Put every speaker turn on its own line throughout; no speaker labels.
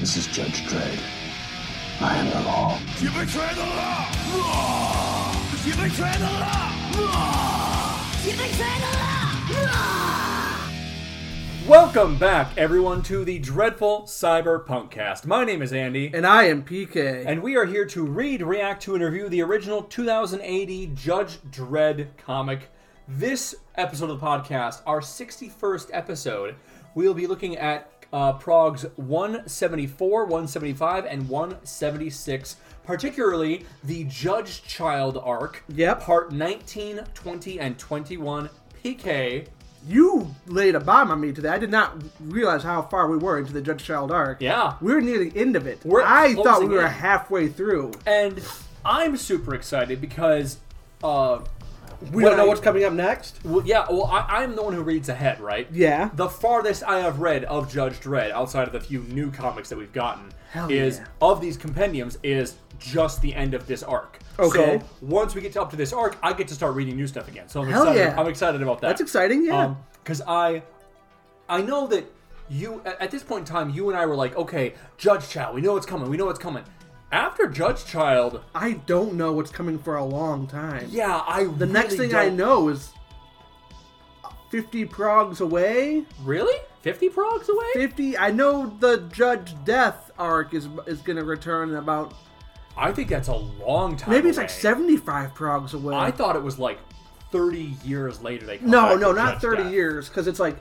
This is Judge Dredd. I am the law.
You betray the law! Roar! You betray the law! Roar! You betray the law! Roar!
Welcome back, everyone, to the Dreadful Cyberpunk Cast. My name is Andy,
And I am PK.
and we are here to read, react to, and review the original 2080 Judge Dredd comic. This episode of the podcast, our 61st episode, we'll be looking at uh, Prague's 174, 175, and 176, particularly the Judge Child arc.
Yep.
Part 19, 20, and 21. PK.
you laid a bomb on me today. I did not realize how far we were into the Judge Child arc.
Yeah.
We're near the end of it.
We're
I thought we
closing
were
in.
halfway through.
and I'm super excited because, uh,
We
When I-
coming up next.
well, yeah, well, I, I'm the one who reads ahead, right?
Yeah.
The farthest I have read of Judge Dredd, outside of the few new comics that we've gotten,
Hell
is
yeah.
of these compendiums is just the end of this arc.
Okay.
So once we get to up to this arc, I get to start reading new stuff again. So I'm
Hell
excited.
yeah.
I'm excited about that.
That's exciting, yeah.
because I, I know that you at at this point in time, you and I were like, okay, Judge Child, we know it's coming, we know it's coming. After Judge Child,
I don't know what's coming for a long time.
Yeah, I.
The next thing I know is 50 progs away.
Really? Fifty progs away?
50. I know the Judge Death arc is is going to return in about
I think that's a long time.
maybe it's like
away.
75 progs away.
I thought it was like thirty years later. They come
No,
back
no,
with
not
Judge
30
Death.
years, because it's like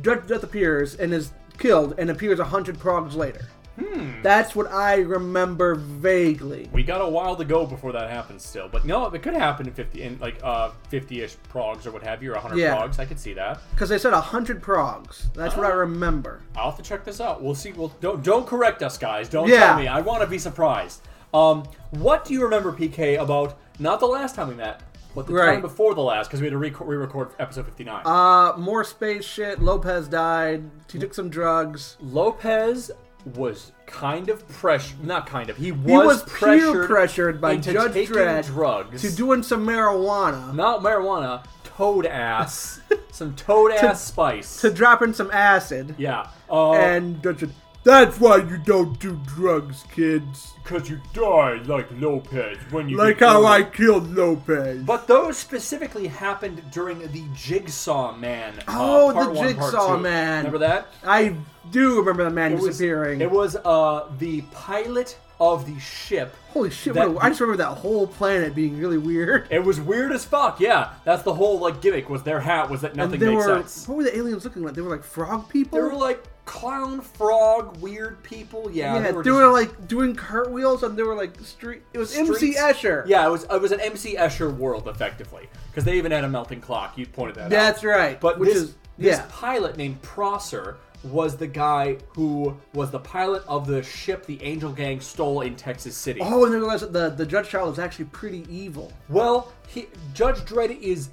Judge Death appears and is killed and appears 100 progs later. Hmm. That's what I remember vaguely.
We got a while to go before that happens still, but no, it could happen in fifty, in like uh fifty-ish progs or what have you, or hundred
Yeah.
progs. I could see that.
Because they said 100 progs. That's what I remember.
I'll have to check this out. We'll see. Well, don't don't correct us, guys. Don't
Yeah.
tell me. I want to be surprised. Um, what do you remember, PK, about not the last time we met, but the time
Right.
before the last? Because we had to re- re-record episode fifty-nine.
Uh, more space shit. Lopez died. She took some drugs.
Lopez was kind of pressure, not kind of. He was,
He was peer
pressured,
pressured by
into
Judge
taking
Dredd
drugs
to doing some marijuana,
not marijuana, toad ass, some toad ass spice.
to dropping some acid,
yeah, uh,
and Judge said, that's why you don't do drugs, kids.
because you die like Lopez when you
Like
get
how
older.
I killed Lopez.
But those specifically happened during the Jigsaw Man. uh,
Oh,
part
the
one, part
Jigsaw
two.
Man.
Remember that?
I do remember the man
It was-
disappearing.
It was uh, the pilot of the ship.
Holy shit!
that-
what a, I just remember that whole planet being really weird.
It was weird as fuck. Yeah, that's the whole like gimmick was their hat was that
And
nothing
they
makes
were
sense.
what were the aliens looking like? They were like frog people.
They were like clown frog weird people. Yeah,
yeah,
they were. just-
like doing cartwheels, and they were like street. It was MC
streets-
Escher.
Yeah, it was it was an MC Escher world effectively because they even had a melting clock. You pointed that out.
that's right.
But
which
this,
is
this
yeah,
pilot named Prosser was the guy who was the pilot of the ship the Angel Gang stole in Texas City.
Oh, and then realized that the, the Judge Child was actually pretty evil.
Well, he, Judge Dredd is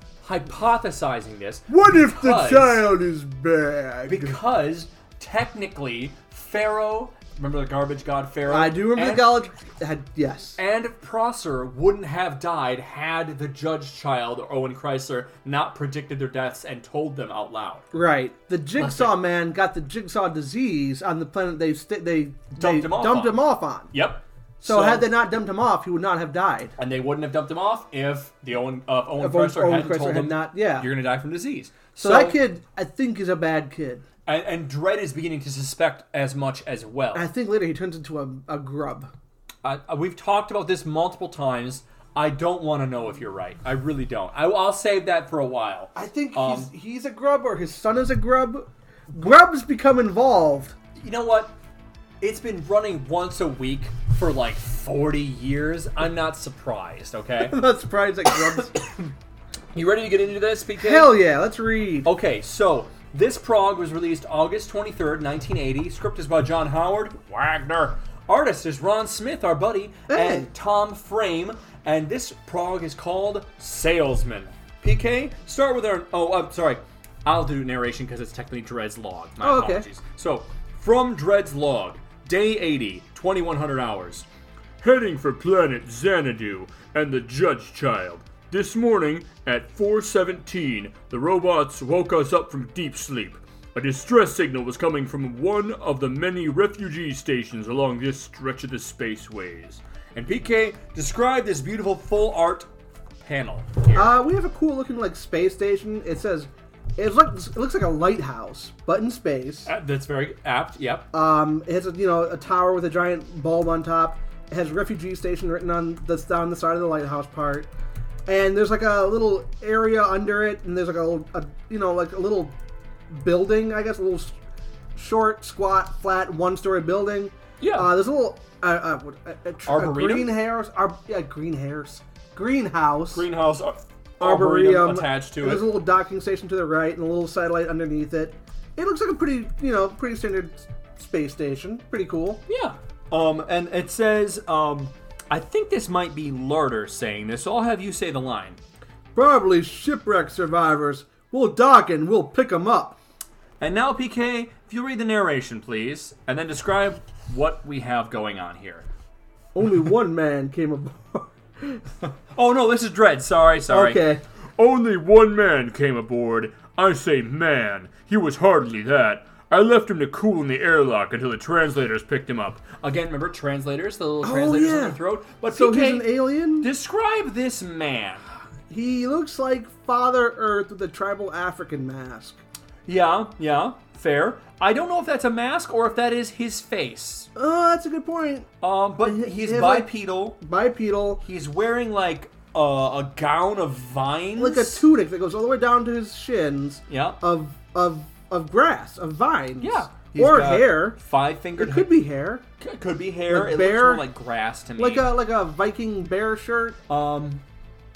hypothesizing this. because-
is bad?
Because technically, Pharaoh, remember the garbage god Pharaoh?
I do remember
and,
the college had yes.
And Prosser wouldn't have died had the Judge Child or Owen Chrysler not predicted their deaths and told them out loud.
Right. The Jigsaw Man got the Jigsaw disease on the planet they st- they they
him off
dumped
on.
him off on.
Yep.
So, had they not dumped him off, he would not have died.
and they wouldn't have dumped him off if the Owen uh, if Owen
If Owen-
Chrysler
Owen
hadn't
Chrysler
told
had
him
not- yeah.
you're gonna die from disease.
So, that kid, I think, is a bad kid.
and, and Dredd is beginning to suspect as much as well.
I think later he turns into a, a grub.
I, I- we've talked about this multiple times. I don't want to know if you're right. I really don't. I, will save that for a while.
I think
Um,
he's he's a grub, or his son is a grub. Grubs become involved.
you know what? It's been running once a week for like 40 years. I'm not surprised. Okay,
I'm not surprised that grubs.
you ready to get into this? PK?
Hell yeah, let's read.
Okay, so this prog was released August 23rd, 1980. Script is by John Howard Wagner. Artist is Ron Smith, our buddy,
Hey.
and Tom Frame. And this prog is called Salesman. PK, start with our. Oh, I'm sorry. I'll do narration because it's technically Dred's log. My
Oh, okay.
apologies. So, from Dred's log, day 80, 2100 hours. Heading for planet Xanadu and the Judge Child. This morning at 4:17, the robots woke us up from deep sleep.
A distress signal was coming from one of the many refugee stations along this stretch of the spaceways.
And PK, describe this beautiful full art panel. here.
Uh, we have a cool looking like space station. It says it looks it looks like a lighthouse, but in space.
Uh, That's very apt. Yep.
Um, it has a, you know a tower with a giant bulb on top. It has refugee station written on the down the side of the lighthouse part, and there's like a little area under it, and there's like a, little- a you know like a little building, I guess, a little s- short, squat, flat, one-story building.
Yeah.
Uh, there's a little uh, uh, what- a, a, tr- a
Arboretum?
green hairs, ar- yeah, green hairs, greenhouse,
Greenhouse ar-
arboretum,
arboretum attached to
There's a
it.
little docking station to the right and a little satellite underneath it. It looks like a pretty, you know, pretty standard s- space station. Pretty cool.
Yeah. Um, and it says, um, I think this might be Larder saying this. So I'll have you say the line.
Probably shipwreck survivors. We'll dock and we'll pick them up.
And now, PK, if you read the narration, please, and then describe what we have going on here.
Only one man came aboard.
Oh no, this is Dread. Sorry, sorry.
Okay.
Only one man came aboard. I say man. He was hardly that. I left him to cool in the airlock until the translators picked him up.
Again, remember translators, the little translators in
yeah.
your throat. But
So
PK,
he's an alien.
describe this man.
He looks like Father Earth with a tribal African mask.
Yeah, yeah, fair. I don't know if that's a mask or if that is his face.
Oh, that's a good point.
Um, but
He-
he's
he has, like-
bipedal.
Bipedal,
he's wearing like a, a gown of vines,
like a uh, tunic that goes all the way down to his shins.
Yeah.
Of of of grass, of vines.
Yeah. He's
Or
got
hair.
five fingered.
It could be hair,
could be hair.
like
it
bear-
looks more like grass to me.
like a like a Viking bear shirt,
um,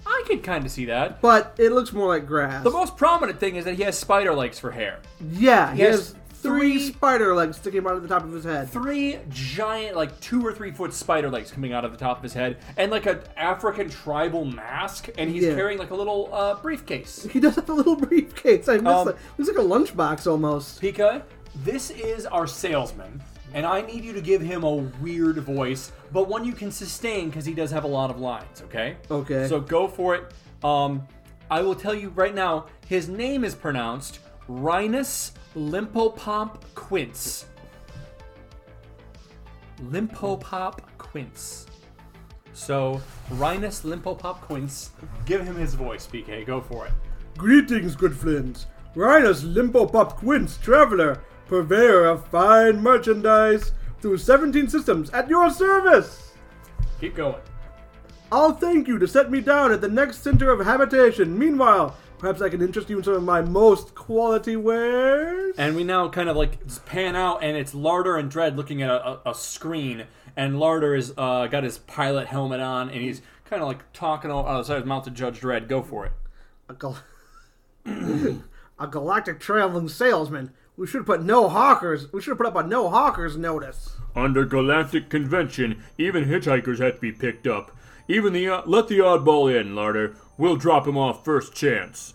I could kind of see that.
but it looks more like grass.
The most prominent thing is that he has spider legs for hair.
yeah, he,
he has
has, three,
three-
spider legs sticking out of the top of his head.
Three giant, like two or three foot spider legs coming out of the top of his head, and like an African tribal mask, and he's
Yeah.
carrying like a little uh, briefcase.
He does have a little briefcase. I missed
Um,
that. It's like a lunchbox almost.
Pika, this is our salesman, and I need you to give him a weird voice, but one you can sustain because he does have a lot of lines, okay?
Okay.
So go for it. Um, I will tell you right now, his name is pronounced Rhinus Limpopomp Quince. Limpopop Quince. So, Rhinus Limpopop Quince, give him his voice, PK. Go for it.
Greetings, good friends. Rhinus Limbo Pop Quince, traveler, purveyor of fine merchandise, through 17 systems at your service.
Keep going.
I'll thank you to set me down at the next center of habitation. Meanwhile, perhaps I can interest you in some of my most quality wares.
And we now kind of like just pan out, and it's Larder and Dread looking at a, a, a screen, and Larder is uh, got his pilot helmet on, and he's kind of like talking all out of the side of his mouth to Judge Dread. Go for it.
A, gal- a galactic traveling salesman. We should put no hawkers. We should have put up a no hawkers notice.
Under galactic convention, even hitchhikers had to be picked up. Even the uh, let the oddball in, Larder. We'll drop him off first chance.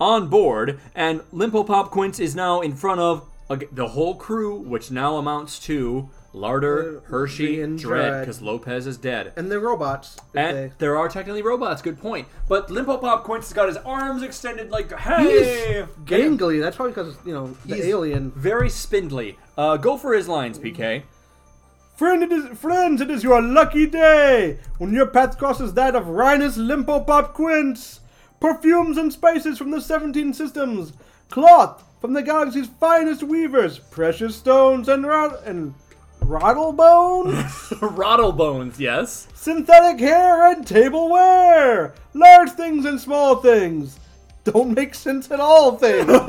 On board, and Limpo Pop Quince is now in front of ag- the whole crew, which now amounts to Larder, Hershey,
Uh, and
Dread,
Dredd.
because Lopez is dead.
And they're robots. if
And
they-
there are technically robots. Good point. But Limpo Pop Quince has got his arms extended like, hey,
He's gangly. That's probably because you know the
He's
alien.
very spindly. Uh, go for his lines, PK.
Friend, it is friends. It is your lucky day when your path crosses that of Rhinus Limpo Pop Quince. Perfumes and spices from the seventeen systems, cloth from the galaxy's finest weavers, precious stones and rot and rattle bone.
Rattle bones, yes.
synthetic hair and tableware, large things and small things. Don't make sense at all, things.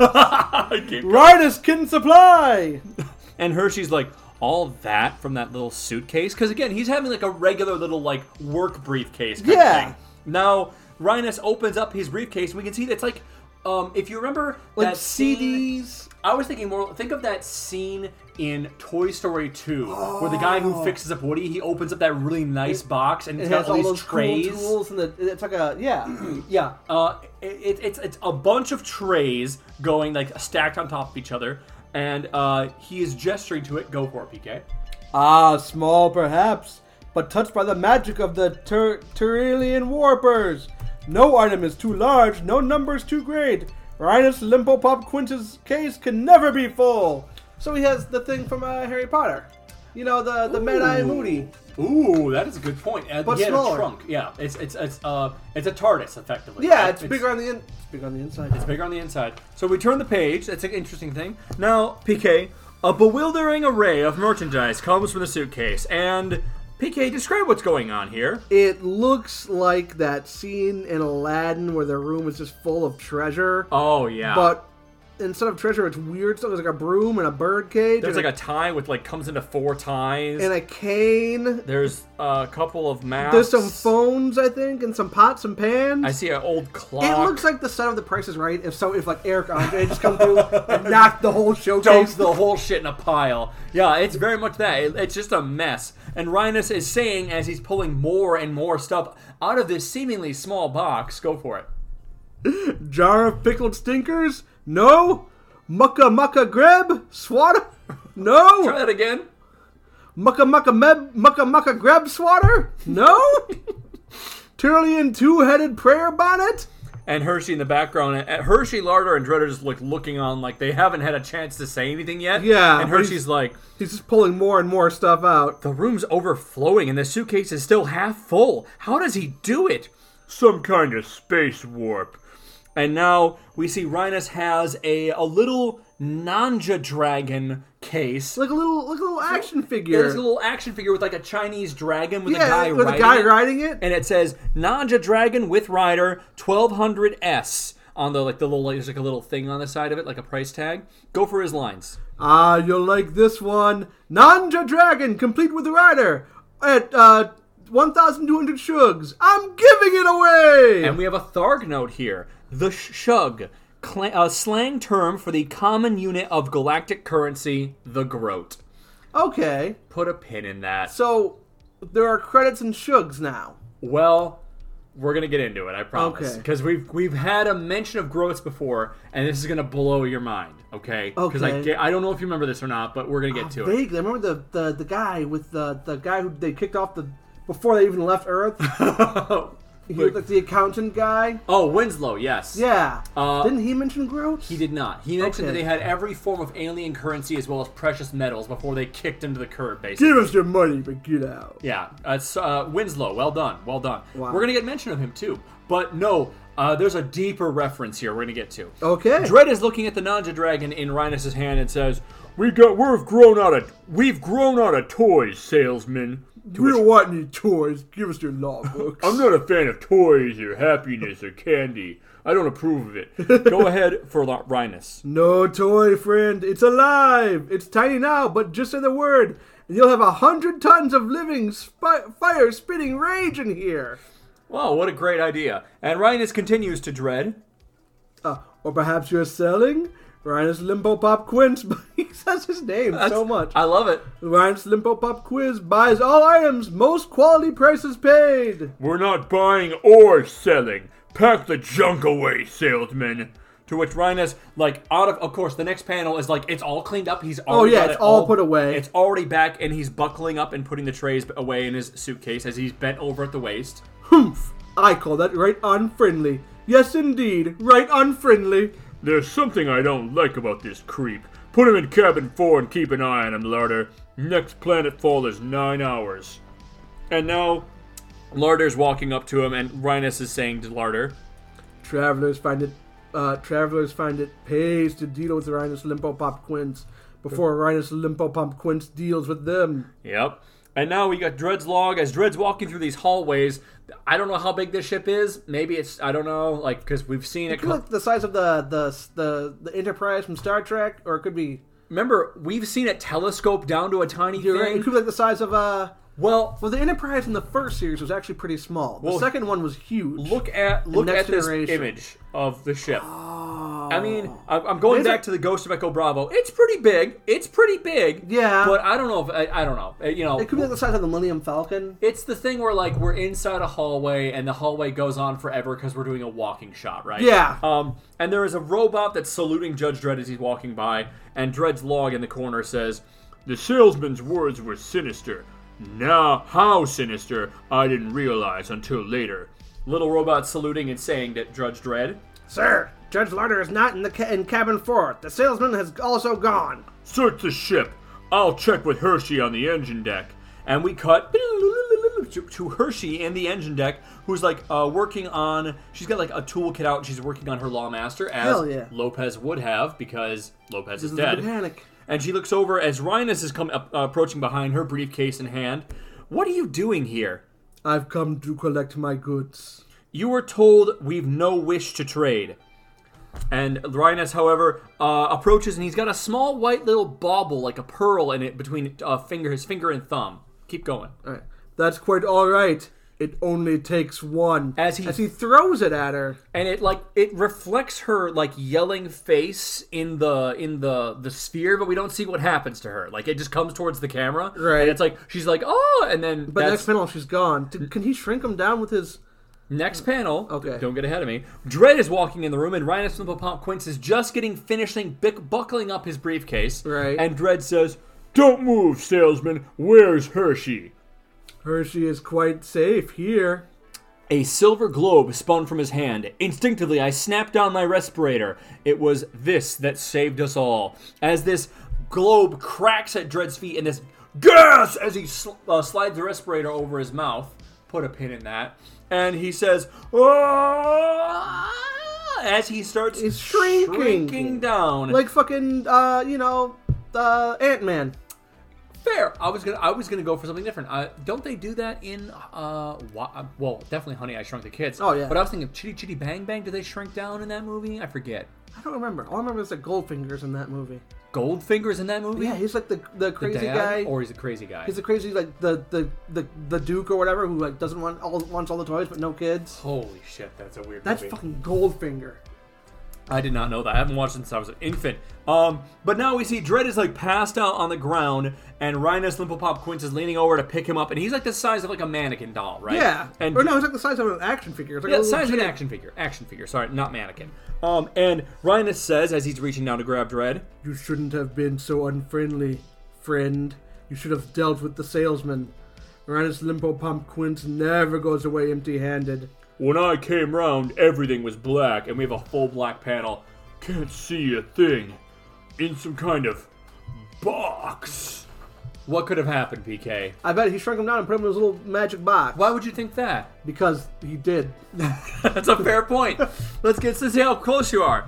Rhinus can supply.
And Hershey's like, all that from that little suitcase? Because again, he's having like a regular little like work briefcase. Kind
Yeah.
Of thing. Now, Rhinus opens up his briefcase and we can see that it's like, um, if you remember
Like
that scene-
CDs.
I was thinking more. Think of that scene in Toy Story 2 where the guy who fixes up Woody he opens up that really nice box and it's
Oh. It
got
has
all,
all
these
those
trays.
cool tools and the, it's like a yeah.
Yeah, uh, it, it's it's a bunch of trays going like stacked on top of each other, and uh, he is gesturing to it. Go for it, PK.
ah, small perhaps, but touched by the magic of the Ter- Terrelian warpers. No item is too large, no number is too great. Rhinus Limpopop Quintus' case can never be full. So he has the thing from uh, Harry Potter. You know, the, the Mad Eye
Ooh.
Moody.
Ooh, that is a good point. Uh,
But
yeah,
smaller.
a trunk. Yeah, it's it's it's uh it's a TARDIS effectively.
Yeah,
Right?
it's, bigger on the in- it's bigger on the inside.
It's bigger on the inside. So we turn the page. That's an interesting thing. Now, PK, a bewildering array of merchandise comes from the suitcase, and PK, describe what's going on here.
It looks like that scene in Aladdin where the room is just full of treasure,
Oh yeah,
but instead of treasure, it's weird stuff. There's like a broom and a bird cage,
there's
and,
like a tie with like comes into four ties.
a, and a cane.
There's a couple of masks.
There's some phones, I think, and some pots and pans.
I see an old clock.
It looks like the set of The Price is Right. If so, if like Eric Andre just come through and knocked the whole showcase.
dumped the whole shit in a pile. Yeah, it's very much that. It- it's just a mess. And Rhinus is saying as he's pulling more and more stuff out of this seemingly small box. Go for it.
jar of pickled stinkers? No. Mucka mucka grab? Swatter?
Try
No.
that again.
Mucka mucka meb? Mucka mucka grab swatter? No. Tyrian two-headed prayer bonnet?
And Hershey in the background. And Hershey, Larder, and Dreader just like looking on, like they haven't had a chance to say anything yet.
Yeah,
And
but he's-
Hershey's like,
He's just pulling more and more stuff out.
the room's overflowing, and the suitcase is still half full. How does he do it?
Some kind of space warp.
And now we see Rhinus has a a little Nanja dragon case.
Like a little, like a little action
Yeah,
figure.
there's a little action figure with like a Chinese dragon with a
Yeah,
guy
with a
riding
guy
it.
riding it.
and it says Nanja Dragon with Rider 1200S on the like the little there's like a little thing on the side of it like a price tag. Go for his lines.
Ah, you'll like this one. Nanja Dragon, complete with the rider. At uh, 1,200 shugs. I'm giving it away!
And we have a Tharg note here. The sh- shug, cl- a slang term for the common unit of galactic currency, the groat.
okay,
Put a pin in that.
so there are credits and shugs now.
Well, we're gonna get into it, I promise,
Okay.
because we've we've had a mention of groats before, and this is gonna blow your mind. Okay. Because I
Okay. Ah,
get- I don't know if you remember this or not, but we're gonna get to it.
Vaguely, I remember the, the, the guy with the, the guy who they kicked off the. before they even left Earth. he was like the accountant guy.
oh, Winslow, yes.
Yeah.
Uh,
Didn't he mention Groot?
He did not. He mentioned that
Okay.
they had every form of alien currency as well as precious metals before they kicked him to the curb, basically.
Give us your money, but get out.
Yeah, that's uh, Winslow. Well done, well done.
Wow.
We're gonna get mention of him too, but no, uh, there's a deeper reference here. We're gonna get to.
Okay.
Dread is looking at the Nanja dragon in Rhinus's hand and says,
We got we've grown out of we've grown out of toys, salesman.
we don't want any toys. Give us your law books.
Oh,
I'm not a fan of toys or happiness or candy. I don't approve of it. Go ahead for Lo- Rhinus.
No toy, friend. It's alive. It's tiny now, but just say the word, and you'll have a hundred tons of living spi- fire spitting rage in here.
"Wow, what a great idea!" And Rhinus continues to dread.
Uh, or perhaps you're selling Rhinus Limbo Pop Quince. he says his name so much.
I love it.
Rhinus Limbo Pop Quiz buys all items, most quality prices paid.
We're not buying or selling. Pack the junk away, salesman.
To which Rhinus, like, out of, of course, the next panel is like, it's all cleaned up. He's
Oh,
already
yeah,
got
it's
it
all put away.
It's already back, and he's buckling up and putting the trays away in his suitcase as he's bent over at the waist.
Humph! I call that right unfriendly. Yes, indeed, right unfriendly.
There's something I don't like about this creep. Put him in cabin four and keep an eye on him, Larder. Next planetfall is nine hours.
And now, Larder's walking up to him, and Rhinus is saying to Larder,
Travelers find it. Uh, travelers find it pays to deal with Rhinus Limpopop Quince before Rhinus Limpopop Quince deals with them.
Yep. And now we got Dred's log as Dred's walking through these hallways. I don't know how big this ship is. Maybe it's I don't know, like because we've seen it.
Could be like the size of the the the the Enterprise from Star Trek, or it could be.
Remember, we've seen it telescope down to a tiny
You're right.
thing.
It could be like the size of uh.
Well,
Well, the Enterprise in the first series was actually pretty small. The
Well,
second one was huge.
look at look
Next
at this
Generation. Oh.
image of the ship. I mean, I'm I'm going
There's a-
back to the Ghost of Echo Bravo. It's pretty big. It's pretty big.
Yeah.
But I don't know if I, I don't know. Uh, You know,
it could be like the size of the Millennium Falcon.
it's the thing where like we're inside a hallway and the hallway goes on forever because we're doing a walking shot, right?
Yeah.
Um, and there is a robot that's saluting Judge Dredd as he's walking by, and Dredd's log in the corner says,
The salesman's words were sinister. Now, how sinister, I didn't realize until later.
"Little robot saluting and saying that Judge Dredd."
Sir, Judge Larder is not in the ca- in cabin four. The salesman has also gone.
Search the ship. I'll check with Hershey on the engine deck.
and we cut to, to Hershey in the engine deck, who's like uh, working on. She's got like a toolkit out, and she's working on her Lawmaster as
Hell yeah.
Lopez would have because Lopez is
This
dead.
is the panic.
And she looks over as Rhinus is come up, uh, approaching behind her, briefcase in hand. What are you doing here?
I've come to collect my goods.
You were told we've no wish to trade. And Rhinus, however, uh, approaches and he's got a small white little bauble, like a pearl, in it between uh, finger, his finger and thumb. Keep going.
All right. That's quite all right. It only takes one.
As he-
throws it at her.
and it like it reflects her like yelling face in the in the the sphere but we don't see what happens to her like it just comes towards the camera
Right.
and it's like she's like oh and then
But
that's-
next panel, she's gone. Did, can he shrink him down with his?
next panel
Okay.
don't get ahead of me Dredd is walking in the room and Rhinus from the Pop Quince is just getting finishing bic- buckling up his briefcase
Right.
and Dredd says
Don't move, salesman. Where's Hershey?
Hershey is quite safe here.
A silver globe spun from his hand. Instinctively, I snapped down my respirator. It was this that saved us all. As this globe cracks at Dred's feet and this gas as he sl- uh, slides the respirator over his mouth. Put a pin in that. And he says, "Ah," as he starts
He's shrinking.
shrinking down.
Like fucking, uh, you know, uh, Ant Man.
fair. I was gonna, I was gonna go for something different. Uh, don't they do that in, uh, wa- well, definitely Honey, I Shrunk the Kids.
Oh, yeah.
But I was thinking, Chitty Chitty Bang Bang. Did they shrink down in that movie? I forget.
I don't remember. All I remember is that Goldfinger's in that movie.
Goldfinger's in that movie?
Yeah, he's like the the
The
crazy
dad?
guy.
or he's a crazy guy.
he's the crazy like the the the the Duke or whatever who like doesn't want all wants all the toys but no kids.
Holy shit, that's a weird
That's
movie.
fucking Goldfinger.
I did not know that. I haven't watched it since I was an infant. Um, but now we see Dredd is like passed out on the ground, and Rhinus Limpopop Quince is leaning over to pick him up, and he's like the size of like a mannequin doll, right?
Yeah.
And
or no, it's like the size of an action figure. It's like
Yeah,
a
size
size
of an action figure. Action figure. Sorry, not mannequin. Um, and Rhinus says as he's reaching down to grab Dredd,
You shouldn't have been so unfriendly, friend. You should have dealt with the salesman. Uranus Limpo Pump Quince never goes away empty-handed.
When I came round, everything was black, and we have a full black panel. Can't see a thing. In some kind of box.
"What could have happened, PK?
I bet he shrunk him down and put him in his little magic box.
Why would you think that?"
Because he did.
That's a fair point. Let's get to see how close you are.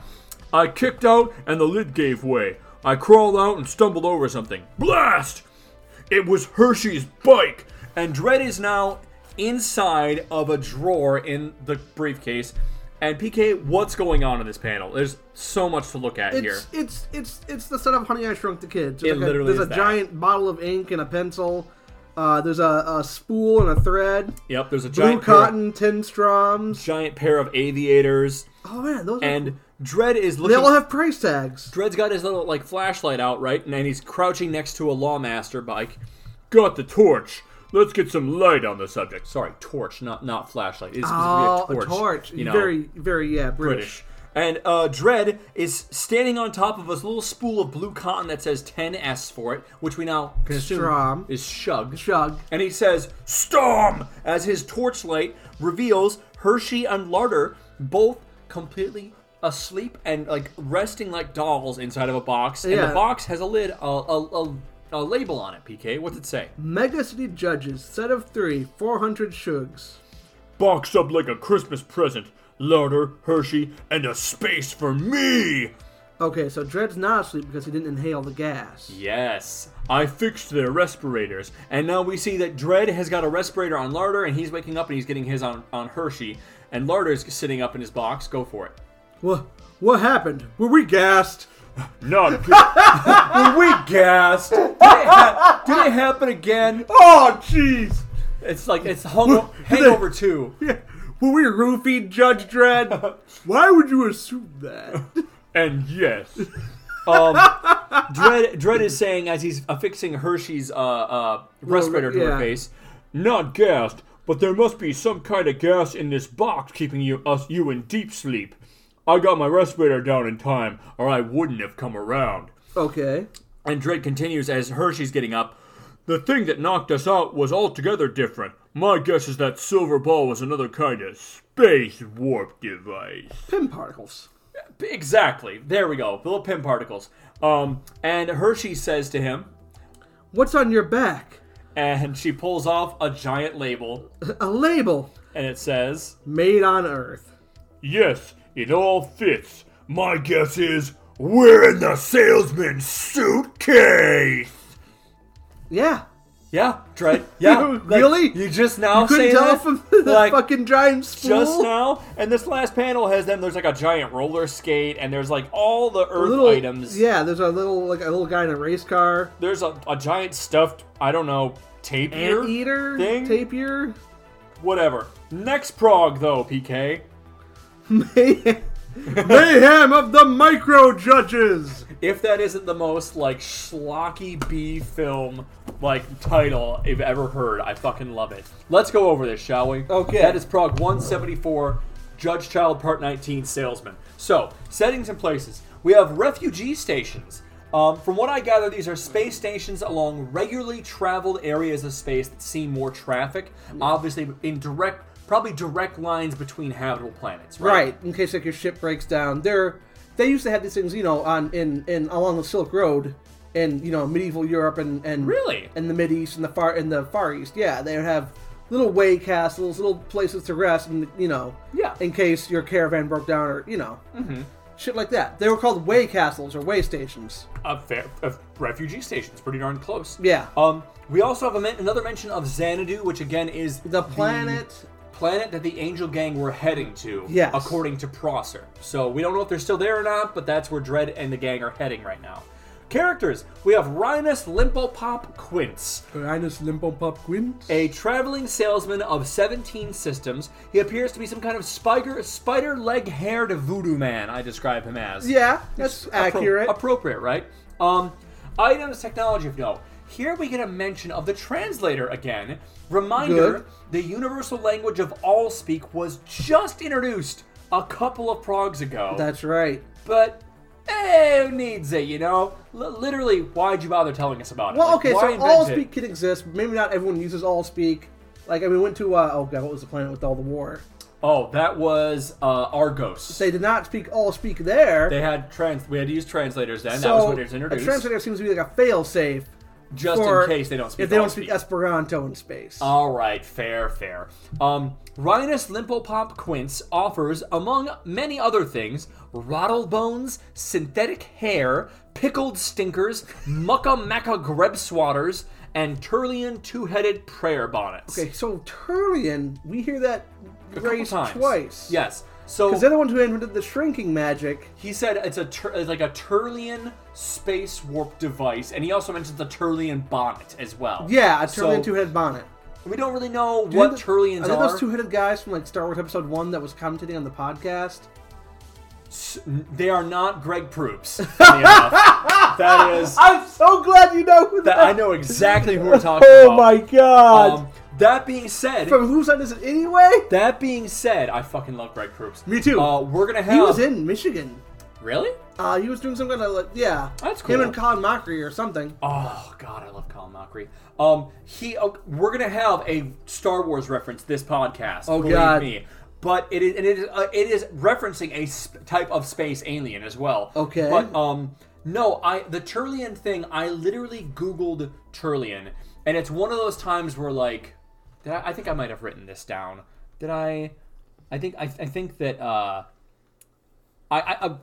I kicked out, and the lid gave way. I crawled out and stumbled over something. Blast!
It was Hershey's bike, and Dredd is now inside of a drawer in the briefcase. And PK, what's going on in this panel? There's so much to look at here.
It's it's it's it's the setup. Honey, I Shrunk the Kids. There's
It
like a-
literally
There's
is
a
that.
giant bottle of ink and a pencil. Uh, there's a, a spool and a thread.
Yep, there's a
Blue
giant pair,
cotton, tin strums.
giant pair of aviators,
Oh man, those. are,
and Dredd is
they
looking.
all have price tags.
Dredd's got his little like flashlight out, right, and then he's crouching next to a lawmaster bike.
Got the torch. Let's get some light on the subject.
Sorry, torch, not not flashlight. It's
Oh,
supposed to be a torch. You know,
Very very yeah British.
British. And uh, Dredd is standing on top of this little spool of blue cotton that says 10S for it, which we now can assume
Strom.
is Shug.
Shug.
And he says, Storm! As his torchlight reveals Hershey and Larder both completely asleep and like resting like dolls inside of a box. And
Yeah.
the box has a lid, a, a, a, a label on it, PK. What's it say?
Mega City Judges, set of three, 400 shugs.
Boxed up like a Christmas present. Larder, Hershey, and a space for me!
Okay, so Dred's not asleep because he didn't inhale the gas.
Yes. I fixed their respirators. And now we see that Dredd has got a respirator on Larder, and he's waking up and he's getting his on, on Hershey. And Larder's sitting up in his box. Go for it.
What, what happened? Were we gassed?
Not
we gassed. Did it, ha- did it happen again?
Oh, jeez!
It's like, it's hung- Hangover 2.
Were we roofied, Judge Dredd? Why would you assume that?
And yes.
Um, Dredd, Dredd is saying as he's affixing Hershey's uh, uh, respirator to
yeah.
her face,
Not gassed, but there must be some kind of gas in this box keeping you us you in deep sleep. I got my respirator down in time, or I wouldn't have come around.
okay.
And Dredd continues as Hershey's getting up.
The thing that knocked us out was altogether different. My guess is that silver ball was another kind of space warp device.
Pin particles.
Exactly. There we go. Little pin particles. Um, and Hershey says to him,
What's on your back?
and she pulls off a giant label,
A label.
and it says,
Made on Earth.
Yes, it all fits. My guess is we're in the salesman's suitcase.
Yeah.
"Yeah, Dread. Yeah,
You- really?
You just now
Couldn't
say
tell
that?
from the
like,
fucking giant spool.
just now." And this last panel has them. There's like a giant roller skate, and there's like all the Earth
little
items.
Yeah, there's a little like a little guy in a race car.
There's a, a giant stuffed, I don't know, tapir,
Anteater?
thing?
Tapir?
whatever. Next prog though, PK.
Mayhem of the micro judges.
If that isn't the most like schlocky B film like title I've ever heard, I fucking love it. Let's go over this, shall we?
Okay.
That is Prague 174, Judge Child Part 19, Salesman. So settings and places. We have refugee stations. Um, from what I gather, these are space stations along regularly traveled areas of space that see more traffic. Obviously, in direct, probably direct lines between habitable planets. Right.
Right, in case like your ship breaks down. They're they used to have these things, you know, on in, in along the Silk Road in, you know, medieval Europe and, and
Really?
in the Mid East and the far in the Far East. Yeah, they would have little way castles, little places to rest and you know
Yeah. Mm-hmm.
in case your caravan broke down or you know. Shit like that. They were called way castles or way stations.
a fair of refugee stations. Pretty darn close.
Yeah.
Um, we also have a men- another mention of Xanadu, which again is
The planet
planet that the Angel Gang were heading to,
Yes.
according to Prosser. So we don't know if they're still there or not, but that's where Dread and the gang are heading right now. Characters: We have Rhinus Limpopop Quince,
Uranus Limbo Pop Quint.
a traveling salesman of 17 systems. He appears to be some kind of spider spider leg haired voodoo man. I describe him as.
Yeah, that's
appro-
accurate.
appropriate, right? Um, items technology of no. Here we get a mention of the translator again. Reminder:
Good.
the universal language of all speak was just introduced a couple of progs ago.
That's right.
but eh, who needs it? You know, L- literally, why'd you bother telling us about it?
Well,
Like,
okay,
why
so
invent it?
AllSpeak can exist. but Maybe not everyone uses AllSpeak. Like, I mean, we went to, uh, oh god, what was the planet with all the war?
Oh, that was uh, Argos.
They did not speak AllSpeak there.
they had trans. We had to use translators then.
so
that was when it was
A
introduced.
translator seems to be like a fail safe.
just in case they don't speak. Um,
If they don't
AllSpeak.
speak Esperanto in space.
All right, fair, fair. Um, Rhinus Limpopop Quince offers, among many other things, rattle bones, synthetic hair, pickled stinkers, mucka macka greb swatters, and Turlian two-headed prayer bonnets.
okay, so Turlian, we hear that
A couple
race
times.
twice.
Yes. So
Because they're the ones who invented the shrinking magic.
he said it's a tur- it's like a Turlian space warp device, and he also mentions the Turlian bonnet as well.
Yeah, a Turlian
So,
two-headed bonnet.
We don't really know
Do you
what
know the-
Turlians
are.
are.
they those two-headed guys from like Star Wars Episode One that was commentating on the podcast?
They are not Greg Proops. funny enough. that is.
I'm so glad you know who
That I know exactly who we're talking
Oh
about.
my god!
Um, that being said,
From whose side is it anyway?
Uh, that being said, I fucking love Greg Proops.
Me too.
Uh, we're gonna have.
He was in Michigan.
Really?
Uh, he was doing some kind of like, yeah,
That's
Him
cool.
and Colin Mockery or something.
Oh god, I love Colin Mockery. Um, he. Uh, we're gonna have a Star Wars reference this podcast.
Oh,
believe
God.
me. But it is, and it is, uh, it is referencing a sp- type of space alien as well.
Okay.
But um, no, I the Turlian thing. I literally Googled Turlian, and it's one of those times where like, did I, I think I might have written this down. Did I? I think I, I think that uh, I, I, I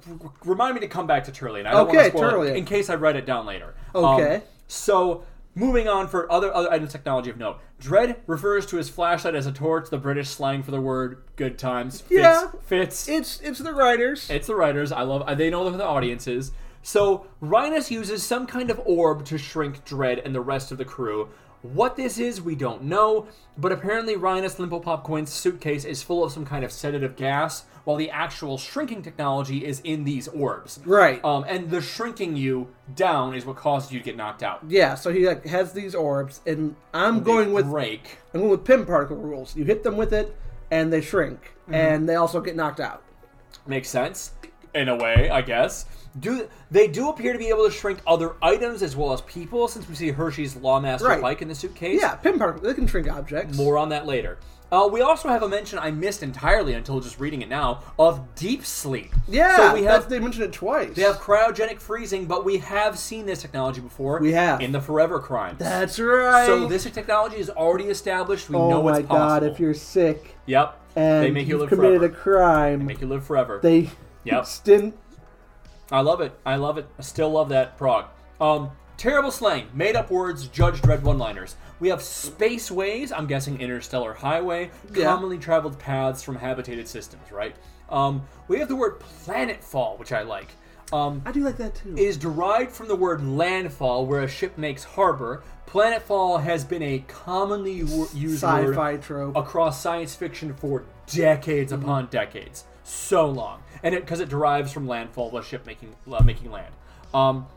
remind me to come back to Turlian. I don't
Okay,
want to spoil
Turlian.
it in case I write it down later. Um,
Okay.
so moving on for other other items technology of note. Dread refers to his flashlight as a torch, the British slang for the word good times. Fits,
Yeah.
Fits.
It's it's the writers.
It's the writers. I love. They know who the audience is. So Rhinus uses some kind of orb to shrink Dread and the rest of the crew. What this is, we don't know, but apparently Rhinus Limpopop Quint's suitcase is full of some kind of sedative gas, while the actual shrinking technology is in these orbs.
Right.
Um, and the shrinking you down is what causes you to get knocked out.
yeah, so he like has these orbs, and I'm going with
break.
I'm going with pin particle rules.
Mhm.
You hit them with it, and they shrink, and they also get knocked out.
Makes sense. in a way, I guess. Do they do appear to be able to shrink other items as well as people? Since we see Hershey's Lawmaster
Right.
bike in the suitcase,
Yeah, pinpoint. They can shrink objects.
More on that later. Uh, we also have a mention I missed entirely until just reading it now of deep sleep.
Yeah,
so we
that's-
have
they mentioned it twice.
we have cryogenic freezing, but we have seen this technology before.
We have.
in the Forever Crimes.
That's right.
So this technology is already established. We
Oh
know
my
it's
God!
possible.
If you're sick
yep,
and
they make you
you've
live
committed
forever.
a crime,
Make you live forever.
they
Yep.
didn't.
I love it. I love it. I still love that Prague. Um, terrible slang, made up words, Judge Dredd one liners. We have spaceways, I'm guessing interstellar highway,
Yeah.
commonly traveled paths from habitated systems, right? Um, we have the word planetfall, which I like. Um,
I do like that too.
is derived from the word landfall, where a ship makes harbor. Planetfall has been a commonly wo- used word
Sci-fi trope. Mm-hmm.
across science fiction for decades upon decades, so long, and because it, derives from landfall, the ship making uh, making land. Um,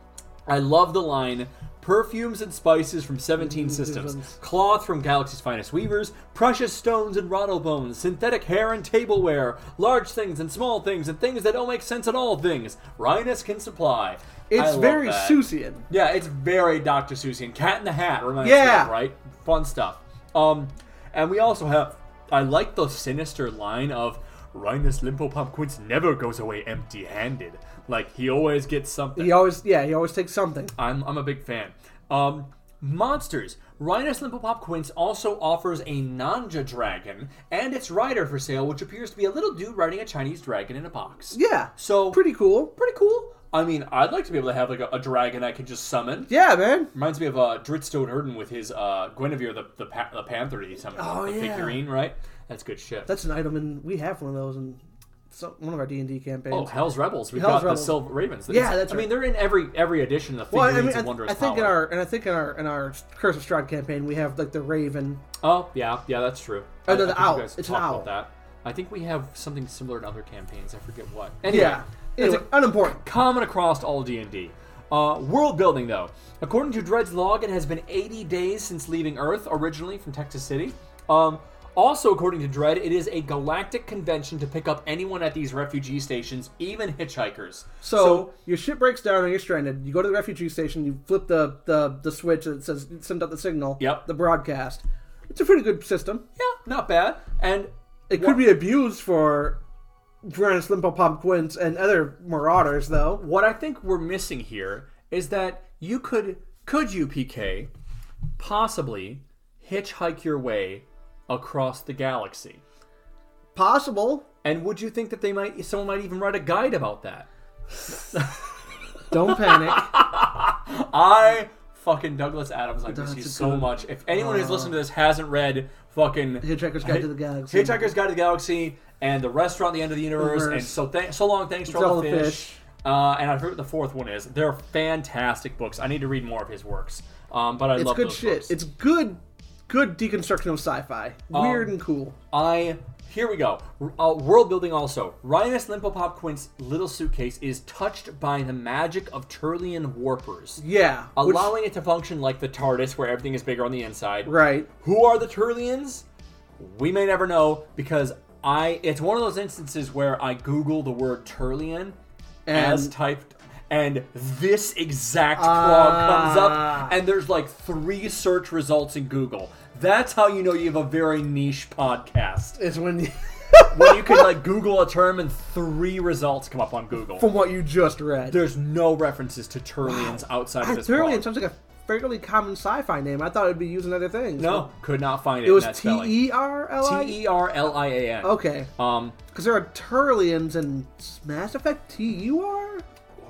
I love the line. Perfumes and spices from 17 systems,
Mm, systems.
cloth from galaxy's finest weavers, precious stones and rattle bones, synthetic hair and tableware, large things and small things, and things that don't make sense at all things. Rhinus can supply. I
it's
love
very
that.
Seussian.
Yeah, it's very Dr. Susie and Cat in the Hat reminds me
Yeah.
of, right? Fun stuff. Um, and we also have, I like the sinister line of Rhinus Limpopop Quince never goes away empty handed. Like, he always gets something.
He always, yeah, he always takes something.
I'm, I'm a big fan. Um, monsters. Rhinus Limpopop Quince also offers a Nanja dragon and its rider for sale, which appears to be a little dude riding a Chinese dragon in a box.
Yeah.
So, pretty,
pretty cool.
pretty cool. I mean, I'd like to be able to have like a, a dragon I could just summon.
Yeah, man.
Reminds me of uh, Dritstone Herden with his uh, Guinevere, the the, pa- the panther he summoned,
Oh,
the
yeah.
figurine, right? That's good shit.
That's an item, and we have one of those in some, one of our D and D campaigns.
oh, Hell's Rebels. We've
Hell's
got the
Rebels.
Silver Ravens.
Yeah, that's
I mean,
right.
they're in every every edition of the
well,
figurines
I mean, I,
of Wondrous
I think in
Power.
our and I think in our in our Curse of Strahd campaign, we have like the Raven.
Oh yeah, yeah, that's true. I
Oh, no, the
think you
owl.
guys
It's an
talked
owl.
About that. I think we have something similar in other campaigns. I forget what. Anyway,
Yeah,
it's
anyway,
a
unimportant.
common across all D&D. Uh, world building, though. According to Dred's log, it has been 80 days since leaving Earth, originally from Texas City. Um, also, according to Dred, it is a galactic convention to pick up anyone at these refugee stations, even hitchhikers.
So, your ship breaks down and you're stranded. You go to the refugee station. You flip the the, the switch that says send out the signal.
Yep.
The broadcast. It's a pretty good system.
yeah, not bad. And
It could be abused for Grannis Limpo Pop Quince and other marauders, though.
what I think we're missing here is that you could, could you, PK, possibly hitchhike your way across the galaxy?
Possible.
And would you think that they might, someone might even write a guide about that?
Don't panic.
I fucking Douglas Adams. I miss you
That's a
so
good-
much. If anyone who's listened to this hasn't read fucking
Hitchhiker's Guide to the Galaxy.
Hitchhiker's Guide to the Galaxy and the Restaurant at the End of the Universe,
Universe.
and so th- so long. Thanks for all, the fish. Uh, and I forget what the fourth one is. They're fantastic books. I need to read more of his works. Um, but I
It's
love
good
those
shit.
books. Um,
It's good, good deconstruction of sci-fi. Weird and cool.
I here we go. R- Uh, world building also. Rhinus Limpopop Quint's little suitcase is touched by the magic of Turlian warpers,
Yeah. which-
allowing it to function like the TARDIS, where everything is bigger on the inside.
right.
Who are the Turlians? We may never know because I it's one of those instances where I Google the word Turlian as
And
typed and this exact blog comes
Ah.
up and there's like three search results in Google. That's how you know you have a very niche podcast.
it's when you,
When you can like Google a term and three results come up on Google.
from what you just read.
There's no references to Turlians outside
I
of this
thoroughly it
blog.
sounds like a fairly common sci-fi name. I thought it'd be used in other things.
No, could not find it.
It
in
was
that
T
spelling.
E R L I.
T E R L I A N.
Okay.
Um
Because there are Turlians and Mass Effect T U R.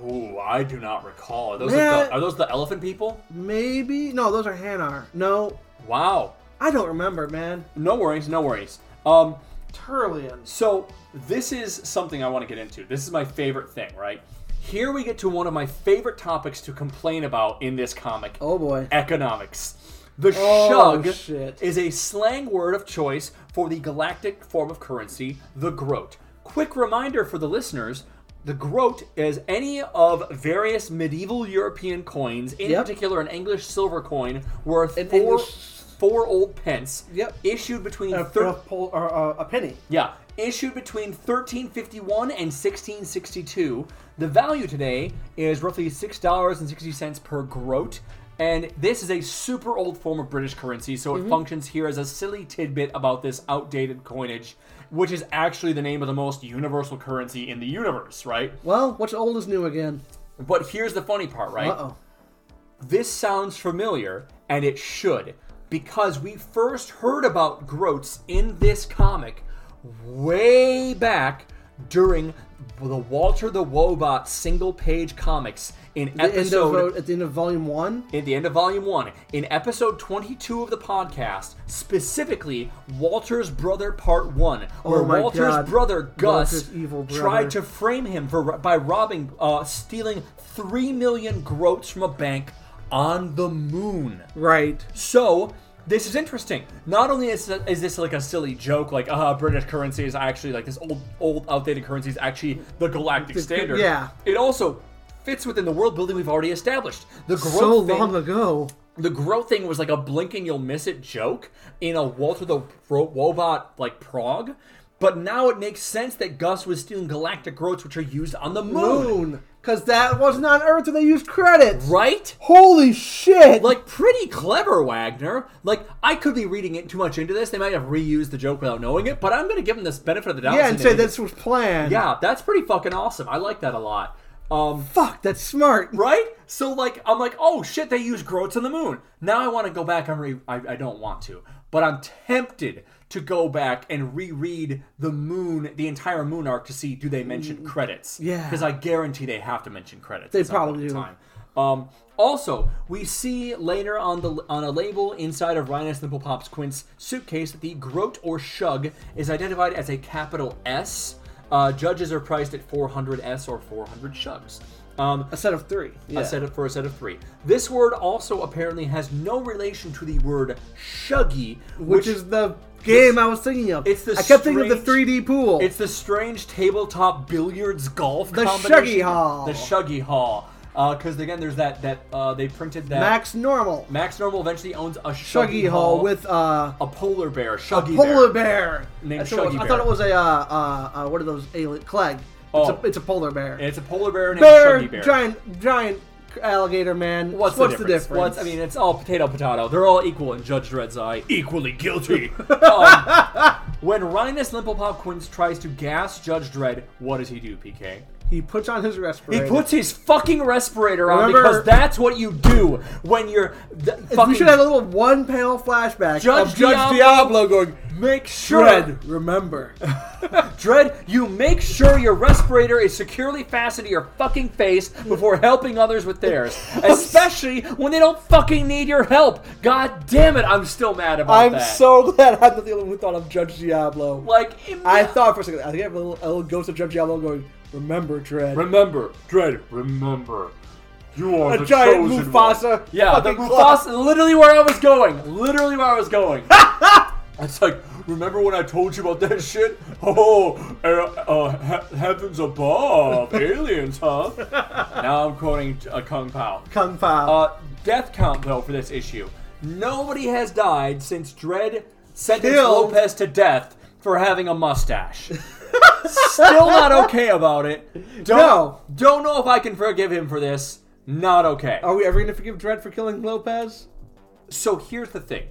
Ooh, I do not recall. Are those,
Man.
like the, are those the elephant people?
Maybe no, those are Hanar. No,
Wow.
I don't remember, man.
No worries, no worries. Um,
Turlians.
so this is something I want to get into. This is my favorite thing, right? Here we get to one of my favorite topics to complain about in this comic.
Oh boy.
Economics. The
Oh,
shug
shit.
is a slang word of choice for the galactic form of currency, the groat. Quick reminder for the listeners the groat is any of various medieval European coins, in
Yep.
particular an English silver coin worth
An
four,
English-
four old pence,
Yep.
issued between
A,
thir-
a, pol- or, uh, a penny.
yeah, Issued between 1351 and 1662, the value today is roughly $6.60 per groat. And this is a super old form of British currency, so it functions here as a silly tidbit about this outdated coinage, which is actually the name of the most universal currency in the universe, right?
Well, what's old is new again.
But here's the funny part, right?
Uh oh.
This sounds familiar, and it should, because we first heard about groats in this comic way back during the Walter the Wobot single page comics in
At the, end of,
episode
vo- at the end of volume one,
at the end of volume 1 in episode 22 of the podcast specifically walter's brother part 1 where
Oh my
walter's
God.
brother gus
Walter's evil brother.
tried to frame him for by robbing uh, stealing 3 million groats from a bank on the moon
right?
so this is interesting. Not only is, is this like a silly joke, like ah, British currency is actually like this old, old, outdated currency is actually the galactic standard.
yeah.
It also fits within the world building we've already established. The growth
So
thing,
long ago.
the grow thing was like a blink and you'll miss it joke in a Walter the Ro- Wobot like prog, but now it makes sense that Gus was stealing galactic groats which are used on the moon,
Moon, because that wasn't on Earth when they used credits.
right?
Holy shit!
Like pretty clever Wagner. Like I could be reading it too much into this. They might have reused the joke without knowing it, but I'm gonna give them this benefit of the doubt.
yeah, and say
today.
this was planned.
Yeah, that's pretty fucking awesome. I like that a lot. Um,
Fuck, that's smart.
right? So like, I'm like, oh shit, they use Groats on the moon. Now I want to go back and re. I, I don't want to, but I'm tempted to go back and reread the moon, the entire moon arc to see do they mention credits?
Mm. yeah.
because I guarantee they have to mention credits.
They
at some point
probably
in
do.
Time. Um, also, we see later on the on a label inside of Rhinus Nipple Pop's Quint's suitcase that the groat or shug is identified as a capital S. Uh, judges are priced at 400 S or 400 shugs. Um,
A set of three. Yeah.
a set of for a set of three. This word also apparently has no relation to the word shuggy,
which, is the game I was thinking of.
it's the
I kept thinking of the
strange-
3D pool.
it's the strange tabletop billiards golf.
The
combination.
shuggy hall.
The shuggy hall. Because again, there's that that uh, they printed that
Max Normal
Max Normal eventually owns a shuggy,
Shuggy Hall with uh,
a polar bear. Shuggy bear.
polar bear.
Named
That's what it was.
Shuggy
I thought
Bear.
it was a uh, uh, uh, what are those alien Clegg? It's,
Oh.
a, it's a polar bear.
And it's a polar bear named
bear,
Shuggy Bear.
giant, giant alligator man.
What's,
What's
the, difference? What's, I mean, it's all potato potato. They're all equal in Judge Dredd's eye. Equally guilty. um, when Rhinus Limpopop Quince tries to gas Judge Dredd, what does he do, PK?
he puts on his
He
respirator.
puts his fucking respirator on
Remember-
because that's what you do when you're th-
We
fucking.
should have a little one panel flashback
Judge
of Judge
Diablo
Diablo going,
make sure,
Dread, remember.
Dredd, you make sure your respirator is securely fastened to your fucking face before helping others with theirs, especially when they don't fucking need your help. God damn it, I'm still mad about
I'm
that.
so glad I'm not the only one who thought of Judge Diablo.
Like im-
I thought for a second, I think I have a little, a little ghost of Judge Diablo going, remember, Dread.
Remember, Dread, remember. You are
a
the
giant
chosen one.
Mufasa.
yeah, the
fucking claw.
Mufasa, literally where I was going, literally where I was going.
It's like, remember when I told you about that shit? Oh, uh,
er,
uh, he- heavens above, aliens, huh?
now I'm quoting uh, Kung Pao.
Kung Pao.
Uh, death count though for this issue. Nobody has died since Dredd sentenced
Killed.
Lopez to death for having a mustache. Still not okay about it. Don't,
No.
don't know if I can forgive him for this. Not okay.
Are we ever going to forgive Dread for killing Lopez?
So here's the thing.